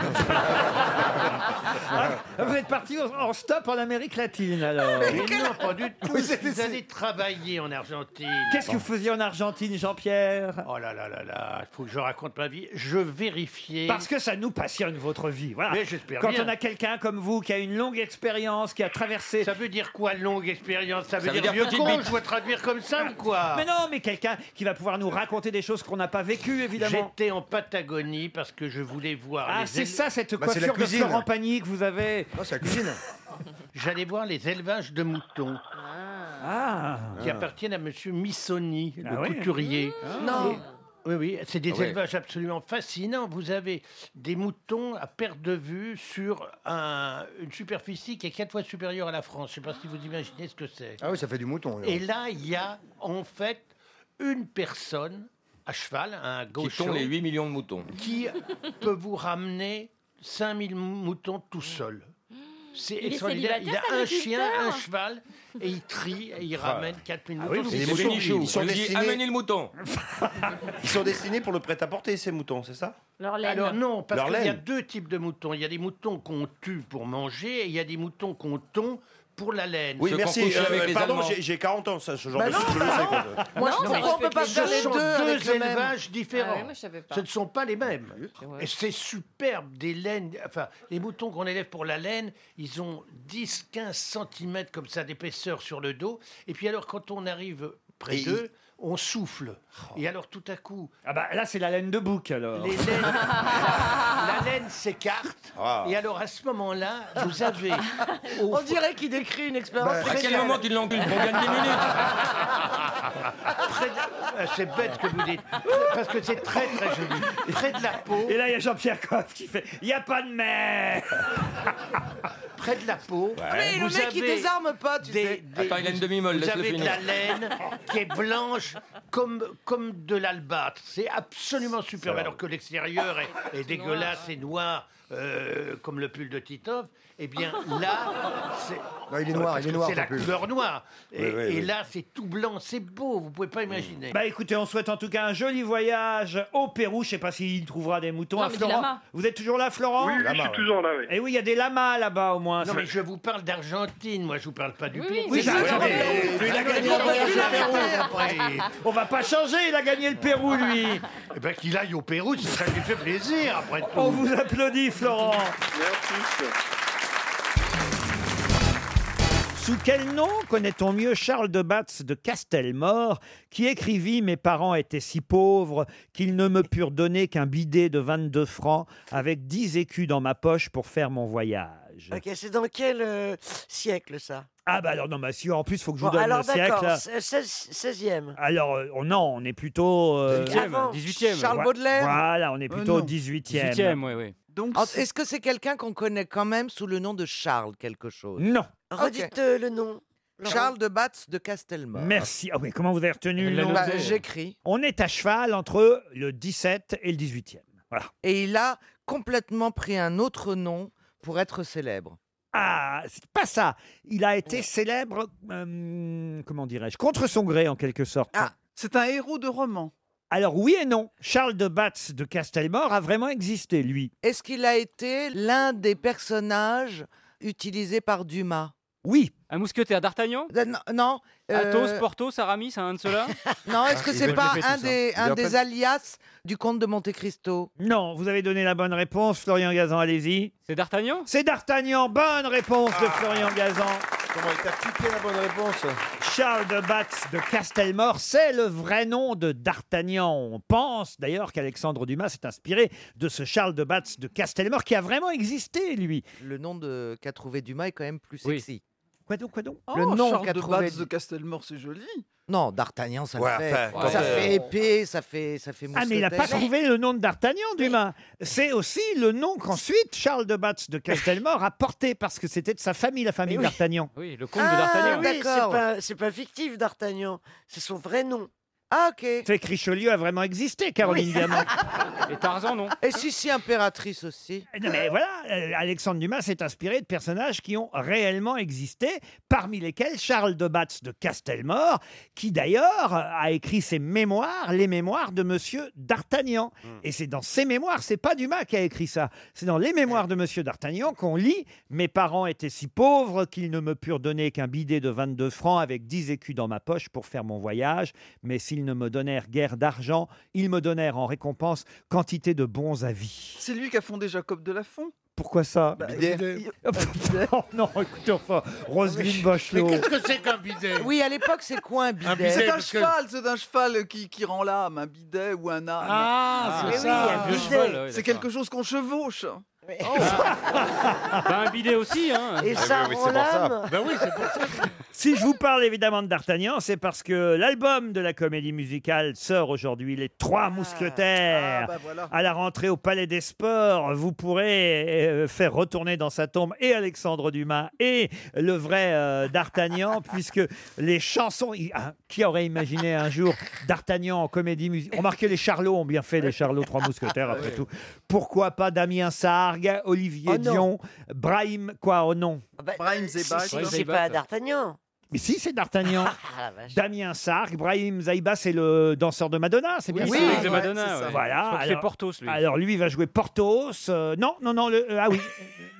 Speaker 21: Ah.
Speaker 6: Vous êtes parti en- en stop en Amérique latine alors.
Speaker 21: Mais non, pas du tout. Je suis allé travailler en Argentine.
Speaker 6: Qu'est-ce que vous faisiez en Argentine, Jean-Pierre
Speaker 21: Oh là là là là, il faut que je raconte ma vie. Je vérifiais.
Speaker 6: Parce que ça nous passionne votre vie, voilà.
Speaker 21: Mais j'espère
Speaker 6: Ah, Quand
Speaker 21: bien.
Speaker 6: on a quelqu'un comme vous qui a une longue expérience, qui a traversé.
Speaker 21: Ça veut dire quoi longue expérience Ça veut dire vieux con, je dois traduire comme ça ou quoi
Speaker 6: Mais non, mais quelqu'un qui va pouvoir nous raconter des choses qu'on n'a pas vécues, évidemment.
Speaker 21: J'étais en Patagonie parce que je voulais voir.
Speaker 6: Ah,
Speaker 21: les
Speaker 6: c'est
Speaker 21: éle-
Speaker 6: ça cette coiffure de Florent Pagny que vous avez. Non, c'est la cuisine.
Speaker 21: J'allais voir les élevages de moutons
Speaker 6: Ah.
Speaker 21: qui appartiennent à Monsieur Missoni, le
Speaker 6: Ah ouais
Speaker 21: couturier.
Speaker 6: Mmh. Non.
Speaker 21: Oui, oui, c'est des
Speaker 6: Ah ouais.
Speaker 21: élevages absolument fascinants. Vous avez des moutons à perte de vue sur un- une superficie qui est quatre fois supérieure à la France. Je ne sais pas si vous imaginez ce que c'est.
Speaker 30: Ah oui, ça fait du mouton.
Speaker 21: Et là, il y a en fait une personne à cheval, un
Speaker 3: Qui
Speaker 21: gaucho,
Speaker 3: sont les 8 millions de moutons.
Speaker 21: qui peut vous ramener 5000 moutons tout seul. C'est
Speaker 13: Il est
Speaker 21: extraordinaire. Il a
Speaker 13: célibataire,
Speaker 21: un
Speaker 13: cet
Speaker 21: chien,
Speaker 13: agriculteur
Speaker 21: un cheval, et il trie, et il
Speaker 3: Ah.
Speaker 21: ramène 4000
Speaker 3: Ah
Speaker 21: moutons.
Speaker 3: oui, vous êtes des nichous.
Speaker 21: Ils sont
Speaker 3: On dit,
Speaker 21: destinés-
Speaker 3: Amenez le mouton. Ils sont destinés pour le prêt-à-porter, ces moutons, c'est ça
Speaker 13: Leur laine.
Speaker 21: Alors non, parce
Speaker 3: Leur
Speaker 21: qu'il y a
Speaker 3: laine.
Speaker 21: deux types de moutons. Il y a des moutons qu'on tue pour manger, et il y a des moutons qu'on tond pour la laine.
Speaker 3: Oui, Ceux merci, qu'on couche euh, avec les pardon, Allemands. j'ai-
Speaker 21: j'ai 40 ans, ça, ce
Speaker 3: genre Bah de non, truc, je le sais, pardon. quoi.
Speaker 13: Moi, je trouve qu'on peut pas faire les
Speaker 21: Ce sont
Speaker 13: deux avec le même.
Speaker 21: élevages différents.
Speaker 13: Ah ouais, moi, je savais pas.
Speaker 21: Ce ne sont pas les mêmes. Et c'est superbe, des laines. Enfin, les moutons qu'on élève pour la laine, ils ont 10-15 cm comme ça d'épaisseur sur le dos. Et puis alors, quand on arrive près
Speaker 6: Et
Speaker 21: d'eux, on souffle.
Speaker 3: Oh.
Speaker 21: Et alors, tout à coup,
Speaker 6: Ah bah là, c'est la laine de bouc alors.
Speaker 21: les laines- la laine s'écarte.
Speaker 6: Ah.
Speaker 21: Et alors à ce moment-là, vous avez. On dirait qu'il décrit une
Speaker 2: Bah,
Speaker 21: expérience.
Speaker 3: Bah, À quel moment tu l'encules pour gagner des minutes
Speaker 21: C'est bête que vous dites. Parce que c'est très très joli. Près de la peau.
Speaker 6: Et là, il y a Jean-Pierre Coff qui fait Il n'y a pas de mer
Speaker 21: Près de la peau.
Speaker 19: Ah, Mais le
Speaker 21: vous
Speaker 19: mec, il
Speaker 21: avez
Speaker 19: désarme pas, tu
Speaker 21: des-
Speaker 19: sais.
Speaker 21: des-
Speaker 3: Attends, il a une demi-molle,
Speaker 21: Vous
Speaker 3: laisse-le
Speaker 21: avez de
Speaker 3: finir.
Speaker 21: la laine qui est blanche comme, comme de l'albâtre. C'est absolument superbe.
Speaker 2: vrai.
Speaker 21: Alors que l'extérieur
Speaker 19: Ah,
Speaker 21: est, est dégueulasse et noir, euh, comme le pull de Titov. Eh bien, là, c'est.
Speaker 30: Non, il est noir,
Speaker 21: parce
Speaker 30: il est
Speaker 21: que
Speaker 30: noir,
Speaker 21: C'est
Speaker 30: ton
Speaker 21: la
Speaker 30: pull.
Speaker 21: couleur noire. Et,
Speaker 30: Oui, oui,
Speaker 21: et
Speaker 30: oui.
Speaker 21: là, c'est tout blanc. C'est beau. Vous pouvez pas
Speaker 30: Mmh.
Speaker 21: imaginer.
Speaker 6: Bah écoutez, on souhaite en tout cas un joli voyage au Pérou. Je sais pas s'il trouvera des moutons.
Speaker 21: Non,
Speaker 6: à
Speaker 21: mais des
Speaker 6: Florent.
Speaker 21: lamas.
Speaker 6: Vous êtes toujours là, Florent
Speaker 21: Oui, oui, je suis Lamas, ouais. toujours
Speaker 6: là. Et oui, il y a des lamas là-bas au moins.
Speaker 21: Non, mais je vous parle d'Argentine, moi je vous parle pas du
Speaker 6: Oui,
Speaker 21: Pérou.
Speaker 6: oui, bah, c'est ça, mais- Lui, il a gagné le voyage au Pérou. On va pas changer, il a gagné le Pérou, lui.
Speaker 4: ben,
Speaker 21: Eh bien, qu'il aille au Pérou, ça lui fait plaisir, après tout.
Speaker 6: On vous applaudit, Florent.
Speaker 27: Merci.
Speaker 6: Sous quel nom connaît-on mieux Charles de Batz de Castelmore, qui écrivit Mes parents étaient si pauvres qu'ils ne me purent donner qu'un bidet de 22 francs avec 10 écus dans ma poche pour faire mon voyage
Speaker 11: Ok, c'est dans quel euh, siècle ça
Speaker 6: Ah, bah alors, non, bah si, en plus, faut que je
Speaker 11: Bon,
Speaker 6: vous donne
Speaker 11: Alors
Speaker 6: le siècle.
Speaker 11: d'accord, 16e.
Speaker 6: Alors, euh, on- non, on est plutôt. euh,
Speaker 11: 18e, Avant, 18e. Charles
Speaker 6: Voi-
Speaker 11: Baudelaire
Speaker 6: Voilà, on est
Speaker 11: Euh,
Speaker 6: plutôt
Speaker 11: non.
Speaker 6: 18e.
Speaker 11: 18e, oui,
Speaker 6: oui.
Speaker 11: Donc, est-ce que c'est quelqu'un qu'on connaît quand même sous le nom de Charles quelque chose
Speaker 6: Non.
Speaker 11: Redites le nom. Charles de Batz de Castelmore.
Speaker 6: Merci. Ah oui, comment vous avez retenu le nom
Speaker 11: Bah, J'écris.
Speaker 6: On est à cheval entre le 17 et le 18e. Voilà.
Speaker 11: Et il a complètement pris un autre nom pour être célèbre.
Speaker 6: Ah, c'est pas ça. Il a été célèbre, euh, comment dirais-je, contre son gré en quelque sorte.
Speaker 11: Ah.
Speaker 10: C'est un héros de roman.
Speaker 6: Alors oui et non, Charles de Batz de Castelmore a vraiment existé, lui.
Speaker 11: Est-ce qu'il a été l'un des personnages utilisés par Dumas
Speaker 6: Oui.
Speaker 11: Un mousquetaire d'Artagnan Non. non
Speaker 14: Athos,
Speaker 11: euh,
Speaker 14: Porthos, Aramis, c'est un de ceux-là
Speaker 11: Non, est-ce que
Speaker 14: Ah,
Speaker 11: c'est
Speaker 14: ils
Speaker 11: pas
Speaker 14: veulent
Speaker 11: un
Speaker 14: tous, hein.
Speaker 11: des,
Speaker 14: Il
Speaker 11: un
Speaker 14: a
Speaker 11: des
Speaker 14: pas-
Speaker 11: alias du comte de Monte Cristo
Speaker 6: Non, vous avez donné la bonne réponse, Florian Gazan, allez-y. C'est D'Artagnan C'est D'Artagnan, bonne réponse
Speaker 14: Ah.
Speaker 6: de Florian Gazan.
Speaker 30: Comment il t'a piqué la bonne réponse
Speaker 6: Charles de Batz de Castelmore, c'est le vrai nom de D'Artagnan. On pense d'ailleurs qu'Alexandre Dumas s'est inspiré de ce Charles de Batz de Castelmore qui a vraiment existé, lui.
Speaker 11: Le nom de qu'a trouvé Dumas est quand même plus
Speaker 6: Oui.
Speaker 11: sexy.
Speaker 6: Quoi donc, quoi donc
Speaker 11: le nom
Speaker 10: Oh, Charles
Speaker 11: qu'a
Speaker 10: de
Speaker 11: trouvé
Speaker 10: Batz
Speaker 11: du-
Speaker 10: de Castelmort, c'est joli.
Speaker 11: Non, D'Artagnan, ça
Speaker 10: Ouais,
Speaker 11: le fait.
Speaker 10: enfin,
Speaker 11: ça
Speaker 10: quand, euh,
Speaker 11: fait épée, ça fait, ça fait
Speaker 6: Ah, mais il n'a pas
Speaker 11: mousquetaire.
Speaker 6: trouvé le nom de D'Artagnan, Dumas. C'est aussi le nom qu'ensuite Charles de Batz de Castelmore a porté, parce que c'était de sa famille, la famille d'Artagnan.
Speaker 14: Oui, le
Speaker 11: Ah,
Speaker 6: oui,
Speaker 11: oui, d'accord.
Speaker 10: C'est pas fictif, D'Artagnan. C'est son vrai nom.
Speaker 11: Ah, ok.
Speaker 6: C'est que Richelieu a vraiment existé, Caroline Diamant.
Speaker 11: Et Tarzan, non Et si, si, impératrice aussi.
Speaker 6: Non, mais voilà, euh, Alexandre Dumas s'est inspiré de personnages qui ont réellement existé, parmi lesquels Charles de Batz de Castelmore, qui d'ailleurs euh, a écrit ses mémoires, les mémoires de Monsieur d'Artagnan.
Speaker 11: Hmm.
Speaker 6: Et c'est dans ses mémoires, c'est pas Dumas qui a écrit ça, c'est dans les mémoires de Monsieur d'Artagnan qu'on lit « Mes parents étaient si pauvres qu'ils ne me purent donner qu'un bidet de 22 francs avec 10 écus dans ma poche pour faire mon voyage, mais s'ils ne me donnèrent guère d'argent, ils me donnèrent en récompense quantité de bons avis. »
Speaker 10: C'est lui qui a fondé Jacob Delafont.
Speaker 6: Pourquoi ça
Speaker 10: Bidet.
Speaker 6: il- Oh non, écoutez, enfin, Roselyne Bachelot.
Speaker 10: que c'est qu'un bidet
Speaker 11: Oui, à l'époque, c'est quoi un bidet
Speaker 6: bidet,
Speaker 10: C'est un
Speaker 6: parce que-
Speaker 10: cheval, c'est un cheval qui, qui rend l'âme, un bidet ou un âne.
Speaker 14: Ah, c'est Mais ça. oui, un
Speaker 10: Le
Speaker 14: bidet.
Speaker 10: cheval,
Speaker 14: Ah oui,
Speaker 10: C'est
Speaker 14: d'accord.
Speaker 10: quelque chose qu'on chevauche.
Speaker 14: Bah, un bidet aussi,
Speaker 10: Et Ah Ah,
Speaker 14: hein.
Speaker 10: oui, ça oui, oui, rend c'est pour ça. l'âme.
Speaker 14: Ben oui, c'est pour
Speaker 6: Si je vous parle évidemment de D'Artagnan, c'est parce que l'album de la comédie musicale sort aujourd'hui, Les Trois Mousquetaires.
Speaker 10: Ah, bah voilà.
Speaker 6: À la rentrée au Palais des Sports, vous pourrez euh, faire retourner dans sa tombe et Alexandre Dumas et le vrai euh, D'Artagnan, puisque les chansons. il- ah, qui aurait imaginé un jour D'Artagnan en comédie musicale Remarquez, les Charlots ont bien fait, les Charlots Trois Mousquetaires, après tout. Pourquoi pas Damien Sargue, Olivier
Speaker 8: Oh non.
Speaker 6: Dion, Brahim, quoi, oh non
Speaker 10: Brahim Zebac.
Speaker 8: si, Ah bah, c'est pas D'Artagnan.
Speaker 6: mais si, c'est D'Artagnan.
Speaker 8: Ah, la vache.
Speaker 6: Damien Sark, Brahim Zaïba, c'est le danseur de Madonna, c'est
Speaker 14: Oui,
Speaker 6: bien
Speaker 14: oui,
Speaker 6: ça
Speaker 14: oui, de Madonna, ouais.
Speaker 6: Voilà.
Speaker 14: Je crois que c'est Porthos, lui.
Speaker 6: Alors lui, il va jouer Porthos. euh, non, non, non. le- euh, ah oui.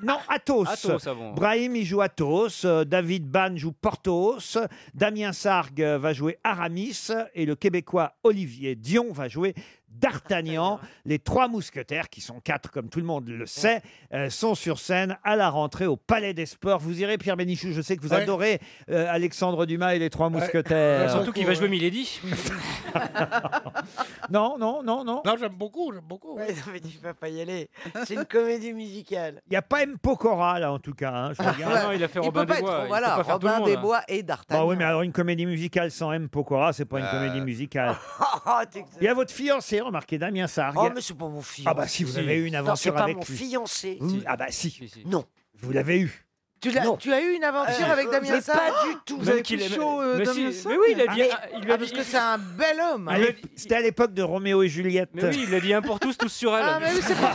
Speaker 6: non, Athos.
Speaker 14: Athos, ah bon.
Speaker 6: Brahim, il joue Athos. euh, David Ban joue Porthos. Damien Sarg euh, va jouer Aramis. Et le Québécois Olivier Dion va jouer D'Artagnan. Les trois mousquetaires, qui sont quatre comme tout le monde le sait, euh, sont sur scène à la rentrée au Palais des Sports. Vous irez, Pierre Bénichou, je sais que vous
Speaker 14: Ouais.
Speaker 6: adorez euh, Alexandre Dumas et les trois mousquetaires.
Speaker 14: Surtout qu'il va jouer Milady.
Speaker 6: Non, non, non, non.
Speaker 7: Non, j'aime beaucoup, j'aime beaucoup.
Speaker 8: Ouais, non, mais tu vas pas y aller. C'est une comédie musicale.
Speaker 6: Il n'y a pas M. Pocora, là, en tout cas. hein, je regarde.
Speaker 8: Ah non, il a fait Il Robin peut pas des être- Bois, il voilà, peut pas faire tout le Robin monde, des hein. Bois et D'Artagnan.
Speaker 6: Bah oui, mais alors une comédie musicale sans M. Pokora, c'est pas une
Speaker 8: Euh.
Speaker 6: comédie musicale.
Speaker 8: Oh, t'es-
Speaker 6: Il y a votre fiancé, remarquez, Damien Sargue.
Speaker 8: Oh, mais c'est pas mon fiancé.
Speaker 6: Ah bah si, vous avez eu une
Speaker 8: Non,
Speaker 6: aventure
Speaker 8: c'est pas
Speaker 6: avec
Speaker 8: mon
Speaker 6: lui.
Speaker 8: fiancé.
Speaker 6: Vous- Ah bah si.
Speaker 8: Non.
Speaker 6: Vous l'avez eu.
Speaker 11: Tu, l'as- tu as eu une aventure
Speaker 8: Euh,
Speaker 11: avec Damien
Speaker 8: mais
Speaker 11: Sarr
Speaker 8: pas du tout. Vous avez
Speaker 6: qu'il
Speaker 8: pris
Speaker 6: aimait-
Speaker 8: chaud, euh,
Speaker 6: Mais
Speaker 8: Damien
Speaker 6: si,
Speaker 8: Sarr
Speaker 6: mais oui, il a dit-
Speaker 8: Ah,
Speaker 6: il
Speaker 8: mais-
Speaker 6: lui a Ah,
Speaker 8: ah, parce
Speaker 6: dit-
Speaker 8: que c'est un bel homme.
Speaker 6: À l'ép- C'était à l'époque de Roméo et Juliette.
Speaker 14: Mais oui, il a dit un pour tous, tous sur elle.
Speaker 8: Ah, mais oui, c'est pour ça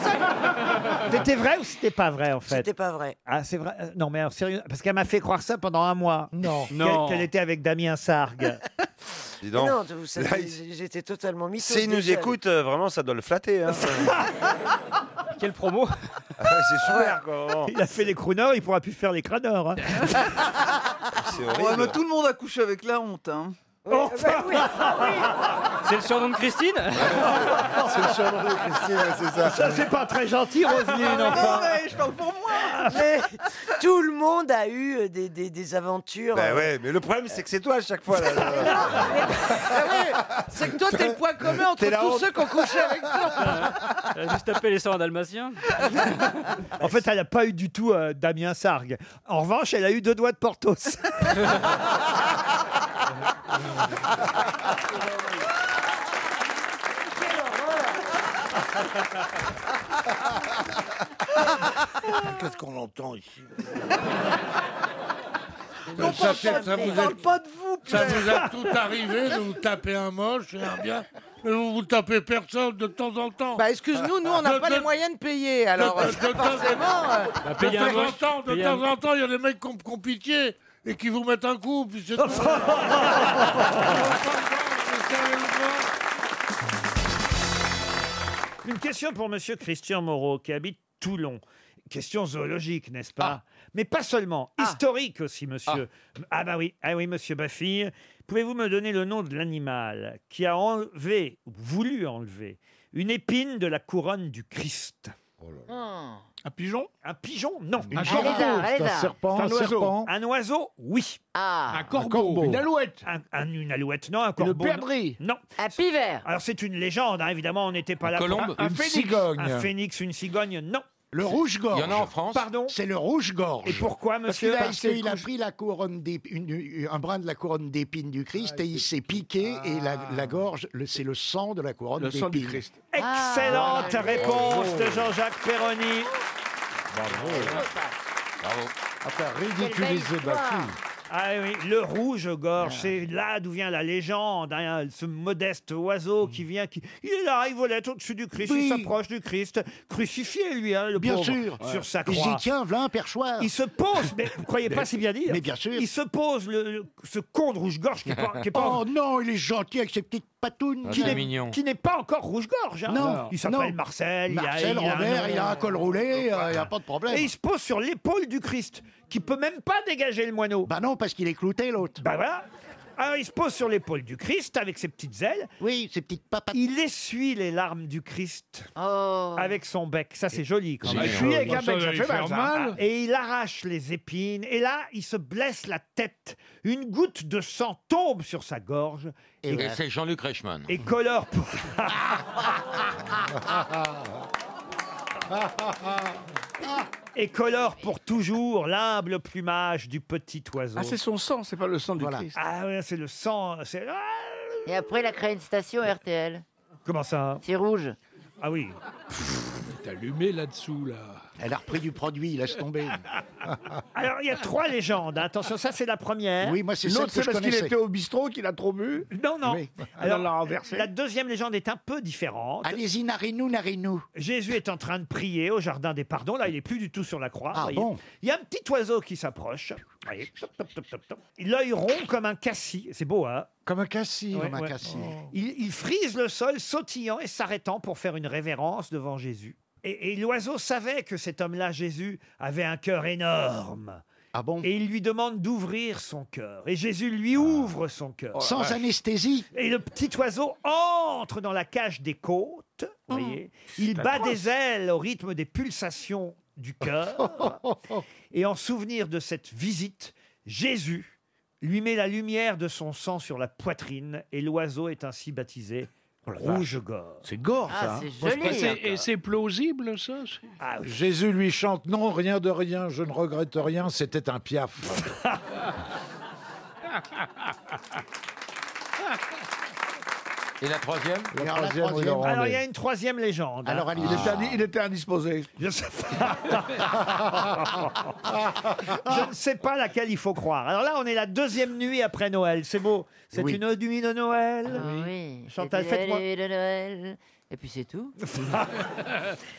Speaker 6: C'était vrai ou c'était pas vrai en fait
Speaker 8: C'était pas vrai.
Speaker 6: Ah, c'est vrai. Euh, Non, mais alors, sérieux, parce qu'elle m'a fait croire ça pendant un mois. Non.
Speaker 8: Non.
Speaker 6: Qu'elle était avec Damien Sargue.
Speaker 3: Dis donc.
Speaker 8: Non, vous
Speaker 3: Là,
Speaker 8: savez,
Speaker 3: il-
Speaker 8: j'étais totalement mytho.
Speaker 3: S'il nous
Speaker 8: déjà.
Speaker 3: écoute, euh, vraiment, ça doit le flatter. Hein. Ah,
Speaker 14: Quelle promo
Speaker 3: C'est super, quoi. vraiment.
Speaker 6: Il a fait les crooners, il pourra plus faire les crâneurs. hein.
Speaker 3: C'est
Speaker 10: Ouais, mais
Speaker 3: horrible.
Speaker 10: tout le monde a couché avec la honte. Hein.
Speaker 19: Oh, ben
Speaker 14: C'est le surnom de Christine
Speaker 30: C'est le surnom de Christine, ouais, c'est ça.
Speaker 6: Ça, c'est pas très gentil, Roselyne,
Speaker 8: Ah,
Speaker 6: enfin.
Speaker 10: je parle pour moi.
Speaker 8: Mais tout le monde a eu euh, des, des- des aventures.
Speaker 3: Bah
Speaker 8: euh,
Speaker 3: ouais, mais le problème, c'est que c'est toi à chaque fois. Là,
Speaker 8: ah
Speaker 11: C'est que toi, t'es le point commun entre
Speaker 3: T'es la
Speaker 11: tous
Speaker 3: honte.
Speaker 11: ceux qui ont couché avec toi.
Speaker 14: Elle a Euh, juste tapé les sœurs dalmatiens.
Speaker 6: En fait, elle n'a pas eu du tout euh, Damien Sargue. En revanche, elle a eu deux doigts de Portos.
Speaker 7: Qu'est-ce qu'on entend ici
Speaker 8: Non,
Speaker 7: ça,
Speaker 8: parle
Speaker 7: c'est-
Speaker 8: pas de
Speaker 7: ça
Speaker 8: vous,
Speaker 7: vous
Speaker 8: parle
Speaker 7: est-
Speaker 8: pas de vous,
Speaker 7: ça
Speaker 8: Pierre.
Speaker 7: vous a tout arrivé de vous taper un moche et un bien, mais vous vous tapez personne de temps en temps.
Speaker 11: Bah, excuse-nous, nous, on n'a
Speaker 7: De-
Speaker 11: pas
Speaker 7: de-
Speaker 11: les moyens de payer, alors
Speaker 7: de-
Speaker 11: euh,
Speaker 7: de- de-
Speaker 11: forcément... euh,
Speaker 7: de-
Speaker 14: Bah,
Speaker 7: de
Speaker 14: payez un
Speaker 7: temps en
Speaker 14: moche,
Speaker 7: temps, de
Speaker 14: payez
Speaker 7: temps
Speaker 14: un-
Speaker 7: en temps, il y a des mecs qui ont, qui ont pitié et qui vous mettent un coup, puis c'est tout.
Speaker 6: Une question pour Monsieur Christian Moreau, qui habite Toulon. Question zoologique, n'est-ce pas Mais pas seulement, historique aussi, monsieur. Ah, bah oui, ah oui, monsieur Baffille. Pouvez-vous me donner le nom de l'animal qui a enlevé, ou voulu enlever, une épine de la couronne du Christ Un pigeon Un pigeon, non.
Speaker 9: Une Un corbeau, lézard, un c'est un lézard. serpent,
Speaker 6: C'est
Speaker 9: un
Speaker 6: oiseau.
Speaker 9: serpent.
Speaker 6: Un oiseau, oui.
Speaker 9: Ah. Un corbeau, corbeau. une
Speaker 6: alouette. une alouette, non, un corbeau. non.
Speaker 9: perdrix.
Speaker 6: Non. Un pivert. Alors c'est une légende, hein, évidemment, on n'était pas là. pour-
Speaker 9: colombe.
Speaker 6: Un,
Speaker 9: Une
Speaker 6: phénix.
Speaker 9: cigogne.
Speaker 6: Un phénix, une cigogne, non.
Speaker 9: Le rouge-gorge. Il y en a en France.
Speaker 6: Pardon
Speaker 9: C'est le rouge-gorge.
Speaker 6: Et pourquoi, monsieur
Speaker 9: Parce
Speaker 6: Parce
Speaker 9: qu'il a,
Speaker 6: que-
Speaker 9: pris la couronne d'ép- une- un brin de la couronne d'épines du Christ
Speaker 17: Ah,
Speaker 9: et il s'est piqué et la, la gorge, le- c'est le sang de la couronne
Speaker 6: Le
Speaker 9: d'épines.
Speaker 6: sang du Christ. Excellente
Speaker 9: Ah,
Speaker 6: réponse
Speaker 9: bravo.
Speaker 6: de Jean-Jacques Perroni.
Speaker 9: Bravo. Enfin,
Speaker 6: ridiculiser
Speaker 9: ridiculiser ma fille. Ah.
Speaker 6: Ah oui, le rouge-gorge, c'est là d'où vient la légende, hein, ce modeste oiseau qui vient, qui il est là, il volait au-dessus du Christ,
Speaker 9: Oui.
Speaker 6: il s'approche du Christ, crucifié lui, hein, le
Speaker 9: Bien
Speaker 6: pauvre,
Speaker 9: sûr.
Speaker 6: sur sa
Speaker 9: Il
Speaker 6: croix.
Speaker 9: dit tiens, voilà un perchoir.
Speaker 6: Il se pose, mais vous croyez pas
Speaker 9: Mais-
Speaker 6: si bien dire
Speaker 9: mais bien sûr.
Speaker 6: Il se pose, le, le- ce con de rouge-gorge qui est pas, qui est pas-
Speaker 9: Oh non, il est gentil avec ses petites patounes.
Speaker 6: qui n'est- qui n'est pas encore rouge-gorge. hein.
Speaker 9: Non,
Speaker 6: il s'appelle
Speaker 9: non.
Speaker 6: Marcel. il a-
Speaker 9: Marcel
Speaker 6: il a un
Speaker 9: Robert,
Speaker 6: nom.
Speaker 9: il a un col roulé, euh, il n'y a pas de problème.
Speaker 6: Et il se pose sur l'épaule du Christ, qui peut même pas dégager le moineau.
Speaker 9: Bah non, parce qu'il est clouté l'autre.
Speaker 6: Bah voilà. Alors il se pose sur l'épaule du Christ avec ses petites ailes.
Speaker 9: Oui, ses petites papates.
Speaker 6: Il essuie les larmes du Christ avec son bec. Ça c'est joli quand
Speaker 9: C'est
Speaker 6: même.
Speaker 9: Essuie avec un bec, ça fait mal, ça.
Speaker 6: Et il arrache les épines. Et là, il se blesse la tête. Une goutte de sang tombe sur sa gorge.
Speaker 2: Et
Speaker 9: ben,
Speaker 2: c'est Jean-Luc Reichmann.
Speaker 6: et colore pour... Ah. et colore pour toujours l'humble plumage du petit oiseau.
Speaker 4: Ah, c'est son sang, c'est pas le sang du Christ.
Speaker 6: Ah ouais, c'est le sang. c'est- Ah,
Speaker 18: Et après, il a créé une station RTL.
Speaker 6: Comment ça
Speaker 18: C'est rouge.
Speaker 6: Ah oui.
Speaker 4: T'allumé là-dessous, là.
Speaker 9: Elle a repris du produit, laisse tomber.
Speaker 6: Alors, il y a trois légendes. hein. Attention, ça, c'est la première.
Speaker 9: Oui, moi, c'est celle
Speaker 4: L'autre,
Speaker 9: que
Speaker 4: c'est
Speaker 9: je
Speaker 4: parce qu'il
Speaker 9: connaissais.
Speaker 4: était au bistrot qu'il a trop bu.
Speaker 6: Non, non.
Speaker 4: Oui.
Speaker 6: Alors,
Speaker 4: Alors, l'a renversé.
Speaker 6: la deuxième légende est un peu différente.
Speaker 9: Allez-y, narinou, narinou.
Speaker 6: Jésus est en train de prier au jardin des pardons. Là, il est plus du tout sur la croix.
Speaker 9: Ah,
Speaker 6: voyez.
Speaker 9: bon
Speaker 6: Il y a un petit oiseau qui s'approche. Voyez, top, top, top, top, top. Il L'œil rond comme un cassis. C'est beau, hein
Speaker 9: Comme un cassis.
Speaker 6: Ouais,
Speaker 9: Comme un
Speaker 6: ouais. Oh.
Speaker 9: cassis.
Speaker 6: Il, il frise le sol, sautillant et s'arrêtant pour faire une révérence devant Jésus. Et, et l'oiseau savait que cet homme-là, Jésus, avait un cœur énorme.
Speaker 9: Ah bon Ah.
Speaker 6: Et il lui demande d'ouvrir son cœur. Et Jésus lui ouvre son
Speaker 4: Oh
Speaker 6: cœur.
Speaker 9: Sans anesthésie.
Speaker 6: Et le petit oiseau entre dans la cage des côtes.
Speaker 4: Oh.
Speaker 6: voyez. Il bat des ailes au rythme des pulsations du cœur. Et en souvenir de cette visite, Jésus lui met la lumière de son sang sur la poitrine et l'oiseau est ainsi baptisé Rouge-Gorge.
Speaker 4: Oh C'est gore,
Speaker 18: Ah,
Speaker 4: ça.
Speaker 18: c'est
Speaker 4: Moi, je
Speaker 18: joli,
Speaker 4: pensais-
Speaker 18: hein.
Speaker 4: Et c'est plausible, ça
Speaker 6: Ah oui.
Speaker 23: Jésus lui chante Non, rien de rien, je ne regrette rien, c'était un piaf.
Speaker 2: Et la troisième
Speaker 6: Alors, Alors, il y a une troisième légende.
Speaker 2: Alors, allez-y. Il
Speaker 4: Ah.
Speaker 2: était indi-
Speaker 6: il était indisposé. Je sais pas. Je ne sais pas laquelle il faut croire. Alors là, on est la deuxième nuit après Noël. C'est beau. C'est
Speaker 18: Oui.
Speaker 6: une nuit de Noël.
Speaker 18: Ah oui.
Speaker 6: Chantal,
Speaker 18: C'est
Speaker 6: faites-moi-
Speaker 18: la nuit de Noël. Et puis c'est tout.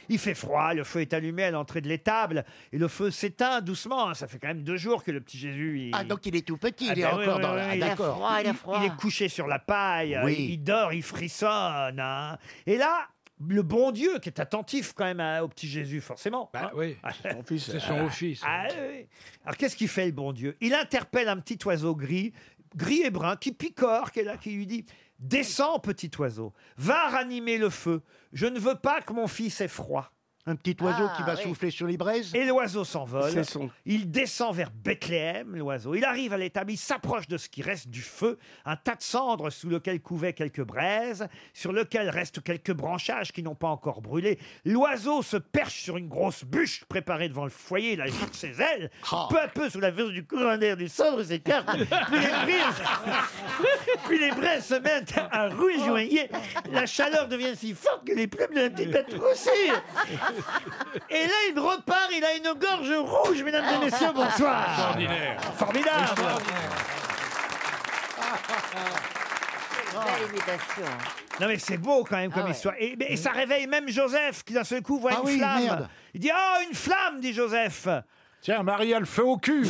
Speaker 6: Il fait froid, le feu est allumé à l'entrée de l'étable et le feu s'éteint doucement. hein. Ça fait quand même deux jours que le petit Jésus. il-
Speaker 12: Ah, donc il est tout petit, il est
Speaker 6: ben
Speaker 12: encore dans la- ah,
Speaker 6: est-
Speaker 12: d'accord. Il a froid, il a froid.
Speaker 6: il est couché sur la paille, euh,
Speaker 12: Oui.
Speaker 6: il dort, il frissonne. hein. Et là, le bon Dieu qui est attentif quand même à- au petit Jésus, forcément. hein.
Speaker 4: Bah oui, c'est son fils, c'est son office.
Speaker 6: Ah, oui. Alors qu'est-ce qu'il fait le bon Dieu Il interpelle un petit oiseau gris, gris et brun, qui picore, qui est là, qui lui dit Descends, petit oiseau, va ranimer le feu. Je ne veux pas que mon fils ait froid.
Speaker 12: Un petit oiseau qui va souffler sur les braises.
Speaker 6: Et l'oiseau s'envole.
Speaker 12: C'est son-
Speaker 6: Il descend vers Bethléem, l'oiseau. Il arrive à l'étable, il s'approche de ce qui reste du feu, un tas de cendres sous lequel couvaient quelques braises, sur lequel restent quelques branchages qui n'ont pas encore brûlé. L'oiseau se perche sur une grosse bûche préparée devant le foyer, il agite ses ailes.
Speaker 12: Ah.
Speaker 6: Peu à peu, sous la vue du courant d'air des cendres s'écarte, puis les braises, puis les braises se mettent à rougeoyer. La chaleur devient si forte que les plumes de la petite bête roussirent. Et là, il repart, il a une gorge rouge, mesdames et messieurs,
Speaker 7: Ah.
Speaker 6: bonsoir.
Speaker 9: Extraordinaire.
Speaker 6: Formidable.
Speaker 18: Belle imitation.
Speaker 6: Non mais c'est beau quand même comme histoire. Et, mais- et ça réveille même Joseph qui d'un seul coup voit
Speaker 12: Mm. Ah
Speaker 6: une
Speaker 12: oui,
Speaker 6: flamme.
Speaker 12: merde.
Speaker 6: Il dit ah une flamme, dit Joseph.
Speaker 4: Tiens, Marie a le feu au cul.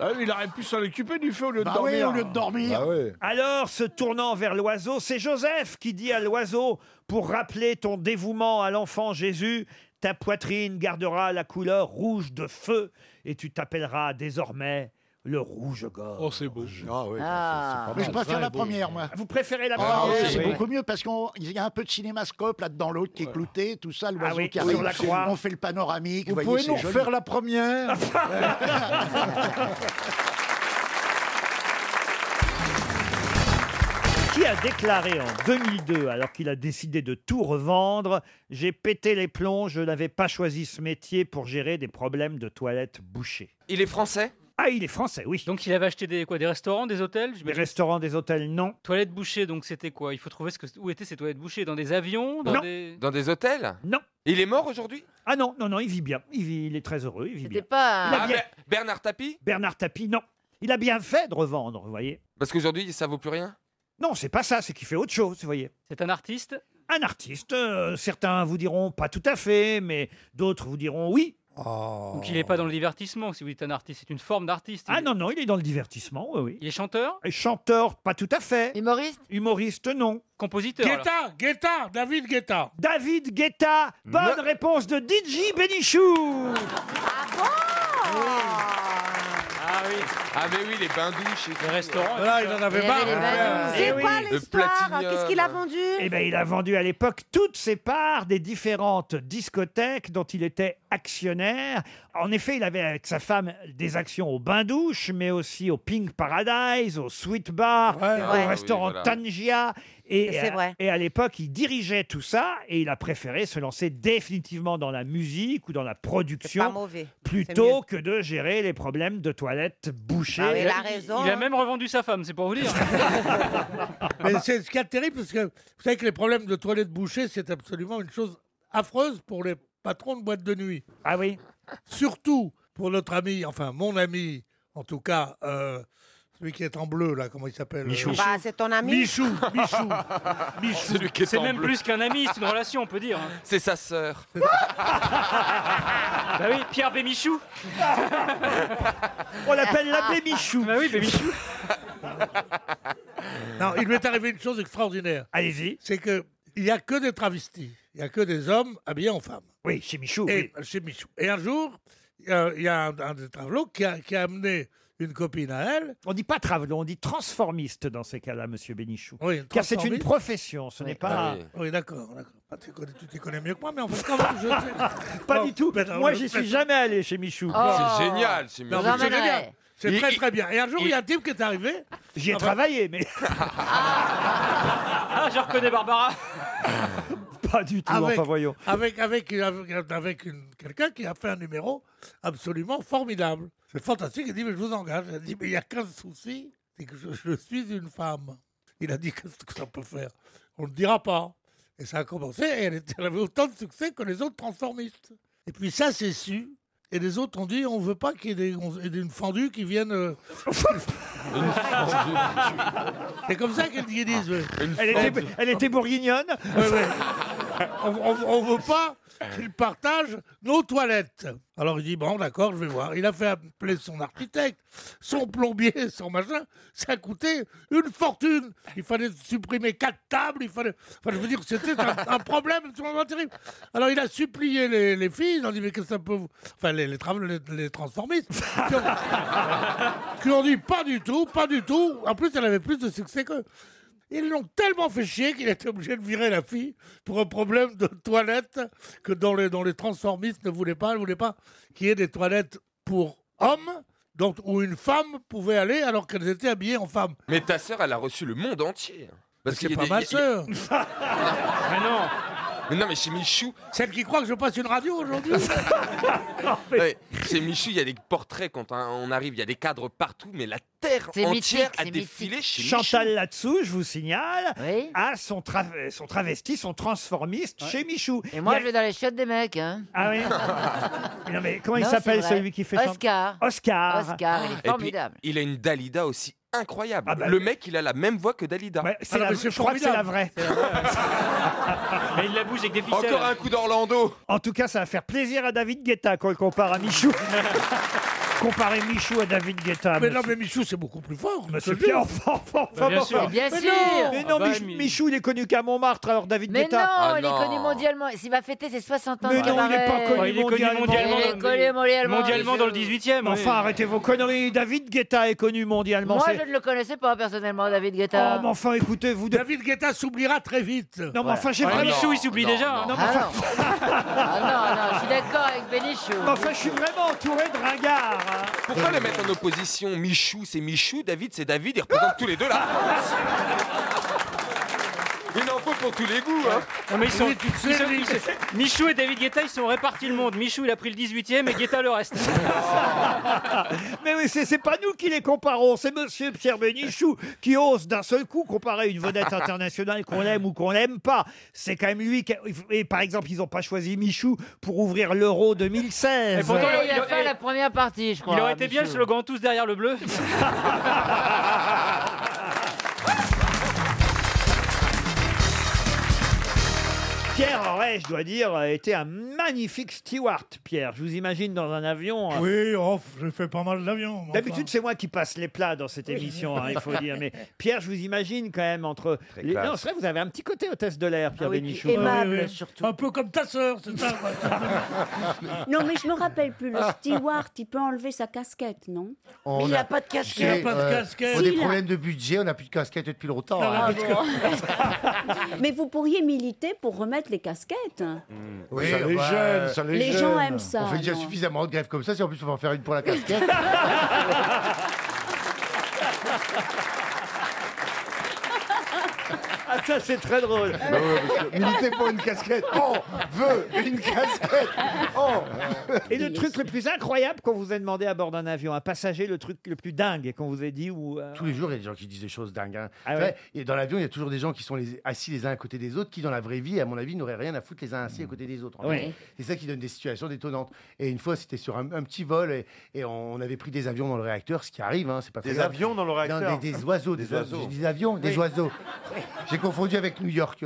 Speaker 4: Ah oui, il aurait pu s'en occuper du feu au
Speaker 12: Bah
Speaker 4: lieu de dormir. Bah
Speaker 6: Alors, se tournant vers l'oiseau, c'est Joseph qui dit à l'oiseau, pour rappeler ton dévouement à l'enfant Jésus, ta poitrine gardera la couleur rouge de feu et tu t'appelleras désormais le rouge-gorge. Oh, c'est beau. Ah oui,
Speaker 12: Ah. Mais je préfère la première, moi.
Speaker 6: Vous préférez la
Speaker 12: Ah
Speaker 6: première
Speaker 12: oui, c'est
Speaker 6: Oui.
Speaker 12: beaucoup mieux parce qu'il y a un peu de cinémascope là-dedans, l'autre qui est clouté, tout ça, l'oiseau
Speaker 6: Ah oui,
Speaker 12: qui
Speaker 6: sur
Speaker 12: arrive.
Speaker 6: la croix.
Speaker 12: On fait le panoramique.
Speaker 6: Vous
Speaker 12: voyez,
Speaker 6: pouvez
Speaker 12: c'est
Speaker 6: nous
Speaker 12: joli.
Speaker 6: refaire
Speaker 23: la première
Speaker 6: Ah Qui a déclaré en 2002, alors qu'il a décidé de tout revendre, j'ai pété les plombs, je n'avais pas choisi ce métier pour gérer des problèmes de toilettes bouchées.
Speaker 14: Il est français
Speaker 6: Ah, il est français, oui.
Speaker 14: Donc il avait acheté des, quoi, des restaurants, des hôtels
Speaker 6: Des restaurants, des hôtels, non.
Speaker 14: Toilettes bouchées, donc c'était quoi Il faut trouver ce que, où étaient ces toilettes bouchées Dans des avions dans
Speaker 6: Non.
Speaker 14: Des...
Speaker 2: Dans des hôtels
Speaker 6: Non.
Speaker 2: Il est mort aujourd'hui
Speaker 6: Ah non, non, non, il vit bien. Il, vit- il est très heureux, il vit bien.
Speaker 18: pas.
Speaker 6: Il a
Speaker 2: Ah,
Speaker 6: bien-
Speaker 2: Ber- Bernard Tapie
Speaker 6: Bernard Tapie, non. Il a bien fait de revendre, vous voyez.
Speaker 2: Parce qu'aujourd'hui, ça vaut plus rien
Speaker 6: Non, c'est pas ça, c'est qu'il fait autre chose, vous voyez.
Speaker 14: C'est un artiste
Speaker 6: Un artiste, euh, certains vous diront pas tout à fait, mais d'autres vous diront oui.
Speaker 14: Donc il n'est pas dans le divertissement, si vous dites un artiste, c'est une forme d'artiste.
Speaker 6: Ah non, non, il est dans le divertissement, oui, oui.
Speaker 14: Il est chanteur
Speaker 6: Et chanteur, pas tout à fait. Humoriste Humoriste, non.
Speaker 14: Compositeur alors.
Speaker 7: Guetta, Guetta, David Guetta.
Speaker 6: David Guetta, bonne réponse de DJ Benichou
Speaker 2: Ah oui Ah mais oui, les bains-douches Les
Speaker 14: restaurants
Speaker 7: Voilà, il en
Speaker 2: Eh
Speaker 7: avait marre.
Speaker 22: C'est quoi
Speaker 2: Le
Speaker 22: l'histoire
Speaker 2: platinium.
Speaker 22: Qu'est-ce qu'il a vendu
Speaker 6: Eh bien, il a vendu à l'époque toutes ses parts des différentes discothèques dont il était actionnaire. En effet, il avait avec sa femme des actions au bain-douche, mais aussi au Pink Paradise, au Sweet Bar,
Speaker 7: Ouais.
Speaker 6: au
Speaker 7: Ouais.
Speaker 6: restaurant
Speaker 7: Oui, voilà.
Speaker 6: Tangia. Et,
Speaker 7: C'est vrai.
Speaker 6: et à l'époque, il dirigeait tout ça et il a préféré se lancer définitivement dans la musique ou dans la production
Speaker 22: pas mauvais. C'est mieux.
Speaker 6: plutôt que de gérer les problèmes de toilettes bouchées.
Speaker 22: Ah oui, il a raison.
Speaker 14: Il a même revendu sa femme, c'est pour vous dire.
Speaker 7: Mais c'est ce qui est terrible, parce que vous savez que les problèmes de toilettes bouchées, c'est absolument une chose affreuse pour les patrons de boîtes de nuit.
Speaker 6: Ah oui
Speaker 7: Surtout pour notre ami, enfin mon ami, en tout cas, euh, celui qui est en bleu, là, comment il s'appelle euh,
Speaker 22: Bah, c'est ton ami.
Speaker 7: Michou, Michou, Michou.
Speaker 2: Celui qui est
Speaker 14: C'est
Speaker 2: en
Speaker 14: même
Speaker 2: bleu.
Speaker 14: plus qu'un ami, c'est une relation, on peut dire.
Speaker 8: hein.
Speaker 2: C'est sa sœur.
Speaker 14: bah oui, Pierre Bémichou.
Speaker 6: On l'appelle la Bémichou.
Speaker 14: Bah oui, Bémichou.
Speaker 7: Non, il m'est arrivé une chose extraordinaire.
Speaker 6: Allez-y.
Speaker 7: C'est que il n'y a que des travestis. Il n'y a que des hommes habillés en femmes.
Speaker 6: Oui, chez Michou.
Speaker 7: Et, Chez Michou. Et un jour, euh, il y a un, un des travelots qui a, qui a amené une copine à elle.
Speaker 6: On dit pas travelot, on dit transformiste dans ces cas-là, monsieur Bénichou.
Speaker 7: Oui,
Speaker 6: Car c'est une
Speaker 7: transformiste.
Speaker 6: profession, ce n'est pas.
Speaker 7: Oui, d'accord, d'accord. Ah, tu, connais, tu t'y connais mieux que moi, mais en fait, quand même, je
Speaker 6: Pas du tout.
Speaker 7: mais non,
Speaker 6: Moi,
Speaker 7: mais-
Speaker 6: j'y
Speaker 7: mais-
Speaker 6: suis jamais allé chez Michou.
Speaker 2: C'est génial, c'est
Speaker 7: Oh. Non, mais
Speaker 2: mignon.
Speaker 7: c'est génial. C'est
Speaker 2: Il-
Speaker 7: très, très bien. Et un jour, il y a un type qui est arrivé. bah.
Speaker 6: J'y ai
Speaker 7: Enfin,
Speaker 6: travaillé, mais
Speaker 14: Ah, je reconnais Barbara.
Speaker 6: pas du tout.
Speaker 7: Avec,
Speaker 6: Enfin, voyons.
Speaker 7: avec, avec, avec, avec une- quelqu'un qui a fait un numéro absolument formidable. C'est fantastique. Il dit, mais je vous engage. Elle dit, mais il y a qu'un souci, c'est que je, je suis une femme. Il a dit qu'est-ce que ça peut faire On ne le dira pas. Et ça a commencé, et elle, était- elle avait autant de succès que les autres transformistes. Et puis ça, c'est su. Et les autres ont dit, on veut pas qu'il y ait des- on- et des- une fendue qui vienne... euh, c'est comme ça qu'elle dit.
Speaker 6: Elle était, elle était bourguignonne
Speaker 7: On, on- on veut pas qu'il partage nos toilettes. Alors il dit, bon, d'accord, je vais voir. Il a fait appeler son architecte, son plombier, son machin. Ça a coûté une fortune. Il fallait supprimer quatre tables. Il fallait... Enfin, je veux dire, c'était un, un problème absolument terrible. Alors il a supplié les, les filles. Il a dit, mais qu'est-ce que ça peut vous... Enfin, les, les, tra- les, les transformistes. qui ont- qui ont dit, pas du tout, pas du tout. En plus, elle avait plus de succès qu'eux. Ils l'ont tellement fait chier qu'il était obligé de virer la fille pour un problème de toilette que dont les, dont les transformistes ne voulaient pas. Ils ne voulaient pas qu'il y ait des toilettes pour hommes donc, où une femme pouvait aller alors qu'elles étaient habillées en femme.
Speaker 28: Mais ta sœur, elle a reçu le monde entier. Parce
Speaker 7: C'est
Speaker 28: qu'il y a
Speaker 7: pas
Speaker 28: des-
Speaker 7: ma
Speaker 28: il y a-
Speaker 7: sœur.
Speaker 28: Mais non mais non, mais chez Michou.
Speaker 7: Celle qui croit que je passe une radio aujourd'hui.
Speaker 28: Ouais, chez Michou, il y a des portraits quand hein, on arrive, il y a des cadres partout, mais la terre
Speaker 6: C'est
Speaker 28: entière
Speaker 6: mythique,
Speaker 28: a
Speaker 6: c'est
Speaker 28: défilé chez
Speaker 6: Chantal
Speaker 28: Michou.
Speaker 6: là-dessous, je vous signale, a son, tra- son travesti, son transformiste chez Michou.
Speaker 20: Et
Speaker 6: Il
Speaker 20: moi,
Speaker 6: y a-
Speaker 20: je vais dans les chiottes des mecs. Hein.
Speaker 6: Ah oui Mais Non mais comment il
Speaker 20: Non, c'est
Speaker 6: s'appelle
Speaker 20: vrai.
Speaker 6: celui qui fait Chantal
Speaker 20: Oscar.
Speaker 6: Oscar.
Speaker 20: Oscar, il
Speaker 28: Et
Speaker 20: est
Speaker 28: puis,
Speaker 20: formidable.
Speaker 28: il a une Dalida aussi incroyable.
Speaker 6: Ah,
Speaker 28: le mec, il a la même voix que Dalida.
Speaker 6: bah c'est la- je crois que c'est la vraie.
Speaker 28: Mais il la bouge avec des ficelles. Encore un coup d'Orlando.
Speaker 6: En tout cas, ça va faire plaisir à David Guetta quand on le compare à Michou. Comparer Michou à David Guetta.
Speaker 7: Mais non,
Speaker 6: monsieur-
Speaker 7: mais Michou, c'est beaucoup plus fort.
Speaker 6: Monsieur
Speaker 7: Absolument.
Speaker 6: Pierre, enfin, enfin, enfin,
Speaker 7: Mais bien
Speaker 6: enfin.
Speaker 7: sûr. Bien
Speaker 6: Mais
Speaker 20: sûr.
Speaker 6: non, mais non,
Speaker 20: Ah bah,
Speaker 6: Michou, Michou, il est connu qu'à Montmartre, alors David
Speaker 20: Mais
Speaker 6: Guetta.
Speaker 20: non,
Speaker 28: Ah
Speaker 20: il est connu mondialement. S'il va fêter ses 60 ans,
Speaker 6: Mais
Speaker 20: de
Speaker 6: non, il n'est pas
Speaker 20: cabaret.
Speaker 6: connu mondialement.
Speaker 20: Il est connu mondialement. monsieur.
Speaker 6: Enfin, arrêtez vos conneries. David Guetta est connu mondialement.
Speaker 20: Moi,
Speaker 6: c'est-
Speaker 20: je ne le connaissais pas personnellement, David
Speaker 6: Oh,
Speaker 20: Guetta.
Speaker 6: mais enfin, écoutez, vous...
Speaker 7: David Guetta s'oubliera très vite. Non,
Speaker 6: mais enfin, j'ai vraiment...
Speaker 8: Michou, il s'oublie déjà. hein.
Speaker 20: Ah non. Ah non, non, je suis d'accord avec Bénichou.
Speaker 6: Mais enfin, je suis vraiment entouré de ringards. hein.
Speaker 28: Pourquoi le mettre en opposition Michou, c'est Michou, David, c'est David, ils représentent tous les deux la France. Il en faut pour tous les goûts. Hein.
Speaker 8: Non, mais ils sont-
Speaker 28: Oui, tu sais,
Speaker 8: ils sont-
Speaker 28: lui.
Speaker 8: ils sont- Michou et David Guetta, ils sont répartis le monde. Michou, il a pris le 18e et Guetta le reste.
Speaker 6: Mais oui, c'est c'est pas nous qui les comparons, c'est Monsieur Pierre Bénichou qui ose d'un seul coup comparer une vedette internationale qu'on aime ou qu'on l'aime pas. C'est quand même lui qui. a- Et par exemple, ils n'ont pas choisi Michou pour ouvrir l'Euro 2016.
Speaker 8: Et pourtant,
Speaker 20: Il a fait la première partie, je crois.
Speaker 8: Il aurait été bien le
Speaker 20: Michou.
Speaker 8: slogan tous derrière le bleu.
Speaker 6: Pierre aurait, je dois dire, été un magnifique steward. Pierre, je vous imagine dans un avion. euh,
Speaker 7: Oui, oh, j'ai fait pas mal d'avions. moi,
Speaker 6: D'habitude, c'est moi qui passe les plats dans cette émission, hein, il faut dire. Mais Pierre, je vous imagine quand même entre. les-
Speaker 7: classe.
Speaker 6: Non, c'est vrai, vous avez un petit côté hôtesse de l'air, Pierre
Speaker 7: Ah oui,
Speaker 6: Bénichou.
Speaker 7: puis aimable, Oui, oui. surtout. Un peu comme ta sœur, c'est ça quoi.
Speaker 1: Non, mais je me rappelle plus. Le steward, il peut enlever sa casquette, non
Speaker 17: On
Speaker 1: il a pas de casquette.
Speaker 17: Tu sais,
Speaker 1: Il a pas de
Speaker 9: euh,
Speaker 20: euh,
Speaker 1: casquette.
Speaker 17: On a des
Speaker 1: Si, là.
Speaker 17: problèmes de budget, on n'a plus de casquette depuis longtemps.
Speaker 1: Ah,
Speaker 17: hein.
Speaker 1: bon. mais vous pourriez militer pour remettre les casquettes.
Speaker 17: Oui,
Speaker 4: Mmh. Ça les
Speaker 17: ouais.
Speaker 4: gêne, ça les
Speaker 1: Les gens gêne. aiment ça,
Speaker 17: On fait déjà
Speaker 1: non.
Speaker 17: suffisamment de grèves comme ça, si en plus on va en faire une pour la casquette.
Speaker 6: Ah, ça, c'est très drôle.
Speaker 17: Bah
Speaker 6: Oh.
Speaker 17: Militer pour une casquette. On veut une casquette. Oh. On
Speaker 6: Et le truc le plus incroyable qu'on vous ait demandé à bord d'un avion, un passager, le truc le plus dingue qu'on vous ait dit ou. euh,
Speaker 17: Tous les jours, il y a des gens qui disent des choses dingues. hein.
Speaker 6: Ah
Speaker 17: Tu
Speaker 6: ouais
Speaker 17: sais, et dans l'avion, il y a toujours des gens qui sont les- assis les uns à côté des autres, qui dans la vraie vie, à mon avis, n'auraient rien à foutre les uns assis à côté des autres. en
Speaker 6: Ouais.
Speaker 17: fait. C'est ça qui donne des situations détonnantes. Et une fois, c'était sur un, un petit vol et, et on avait pris des avions dans le réacteur, ce qui arrive. hein, c'est pas très
Speaker 4: Des
Speaker 17: grave.
Speaker 4: avions dans le
Speaker 17: Non,
Speaker 4: réacteur
Speaker 17: des, des oiseaux, des,
Speaker 4: Des
Speaker 17: oiseaux.
Speaker 4: oiseaux.
Speaker 17: J'ai dit des avions, des
Speaker 4: Oui.
Speaker 17: oiseaux. J'ai confondu avec New York.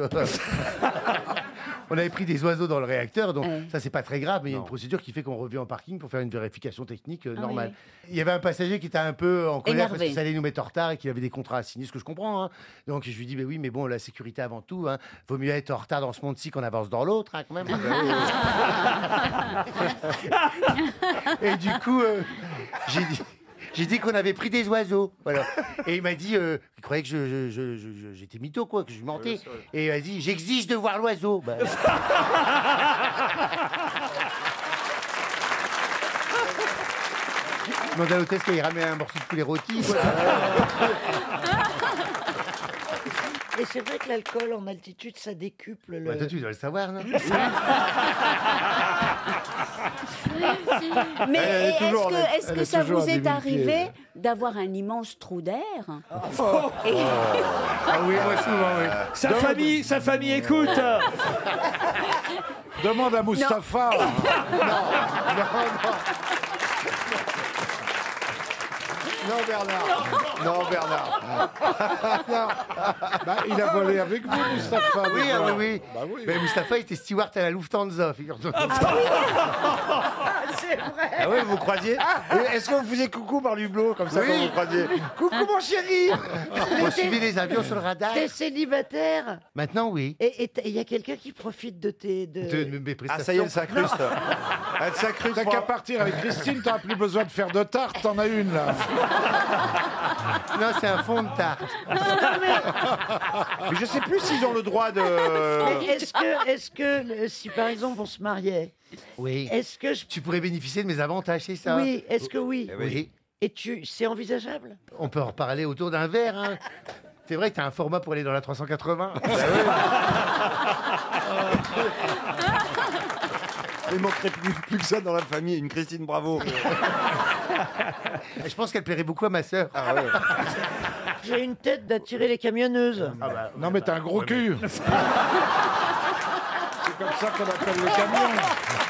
Speaker 17: On avait pris des oiseaux dans le réacteur, donc ça c'est pas très grave, mais il y a une procédure qui fait qu'on revient en parking pour faire une vérification technique euh,
Speaker 1: Ah
Speaker 17: normale.
Speaker 1: oui,
Speaker 17: Il y avait un passager qui était un peu en colère parce
Speaker 1: Énervé.
Speaker 17: que ça allait nous mettre en retard et qu'il avait des contrats à signer, ce que je comprends. hein. Donc je lui dis, mais oui, mais bon, la sécurité avant tout, hein. vaut mieux être en retard dans ce monde-ci qu'on avance dans l'autre, hein, quand même. Ah, bah et du coup, euh, j'ai dit. J'ai dit qu'on avait pris des oiseaux. Voilà. Et il m'a dit, euh, il croyait que je- je- je- je- je- j'étais mytho, quoi, que je mentais. Et il m'a dit, j'exige de voir l'oiseau. Bah, je demandais à l'hôtesse qu'elle ramait un morceau de poulet rôti. quoi.
Speaker 14: Et c'est vrai que l'alcool en altitude, ça décuple le.
Speaker 17: Bah, toi, tu dois le savoir, non
Speaker 1: Mais
Speaker 9: Elle est
Speaker 1: est-ce
Speaker 9: toujours en-
Speaker 1: que, est-ce
Speaker 9: elle
Speaker 1: que
Speaker 9: est
Speaker 1: ça
Speaker 9: toujours
Speaker 1: vous
Speaker 9: à
Speaker 1: est
Speaker 9: 2000
Speaker 1: arrivé
Speaker 9: pieds.
Speaker 1: d'avoir un immense trou d'air
Speaker 4: Oh.
Speaker 1: Et-
Speaker 9: Ah oui, moi souvent, oui.
Speaker 6: Sa
Speaker 9: Demande-
Speaker 6: famille, sa famille écoute.
Speaker 4: Demande à Mustapha.
Speaker 9: Non, Bernard.
Speaker 4: Non, Bernard. Bah, il a volé avec vous, Mustapha.
Speaker 17: Oui, ah oui,
Speaker 4: Bernard.
Speaker 17: oui.
Speaker 4: Bah oui.
Speaker 17: Mais Mustapha était steward à la Lufthansa, figure-toi.
Speaker 9: C'est vrai.
Speaker 17: Ah ouais, vous croisiez
Speaker 9: Euh,
Speaker 17: Est-ce que vous faisiez coucou par l'hublot comme
Speaker 9: ça, quand vous croisiez
Speaker 17: Coucou mon chéri Hein On
Speaker 14: Mais
Speaker 17: suivit
Speaker 14: t'es-
Speaker 17: les avions sur le radar.
Speaker 14: T'es célibataire
Speaker 17: Maintenant, oui.
Speaker 14: Et et t- il y a quelqu'un qui profite de tes... De...
Speaker 17: De mes
Speaker 4: Ah, ça y est, elle s'incruste.
Speaker 14: Non.
Speaker 4: Elle s'incruste. T'as qu'à partir avec Christine, t'auras plus besoin de faire de tarte, t'en as une là.
Speaker 17: Non, c'est un fond de tarte.
Speaker 31: Mais je sais plus s'ils ont le droit de.
Speaker 4: Euh.
Speaker 14: Mais Est-ce que, est-ce que le- si par exemple on se mariait,
Speaker 17: Oui.
Speaker 14: Est-ce que je-
Speaker 17: tu pourrais bénéficier de mes avantages, c'est ça Eh
Speaker 14: Oui, est-ce que oui
Speaker 17: oui.
Speaker 14: et tu, c'est envisageable
Speaker 17: On peut en reparler autour d'un verre. hein. C'est vrai que t'as un format pour aller dans la 380.
Speaker 31: Il manquerait plus, plus que ça dans la famille, une Christine Bravo.
Speaker 17: Je pense qu'elle plairait beaucoup à ma sœur.
Speaker 31: Ah
Speaker 14: J'ai une tête d'attirer les camionneuses.
Speaker 4: non, mais t'as un gros cul. C'est comme ça qu'on appelle le camion.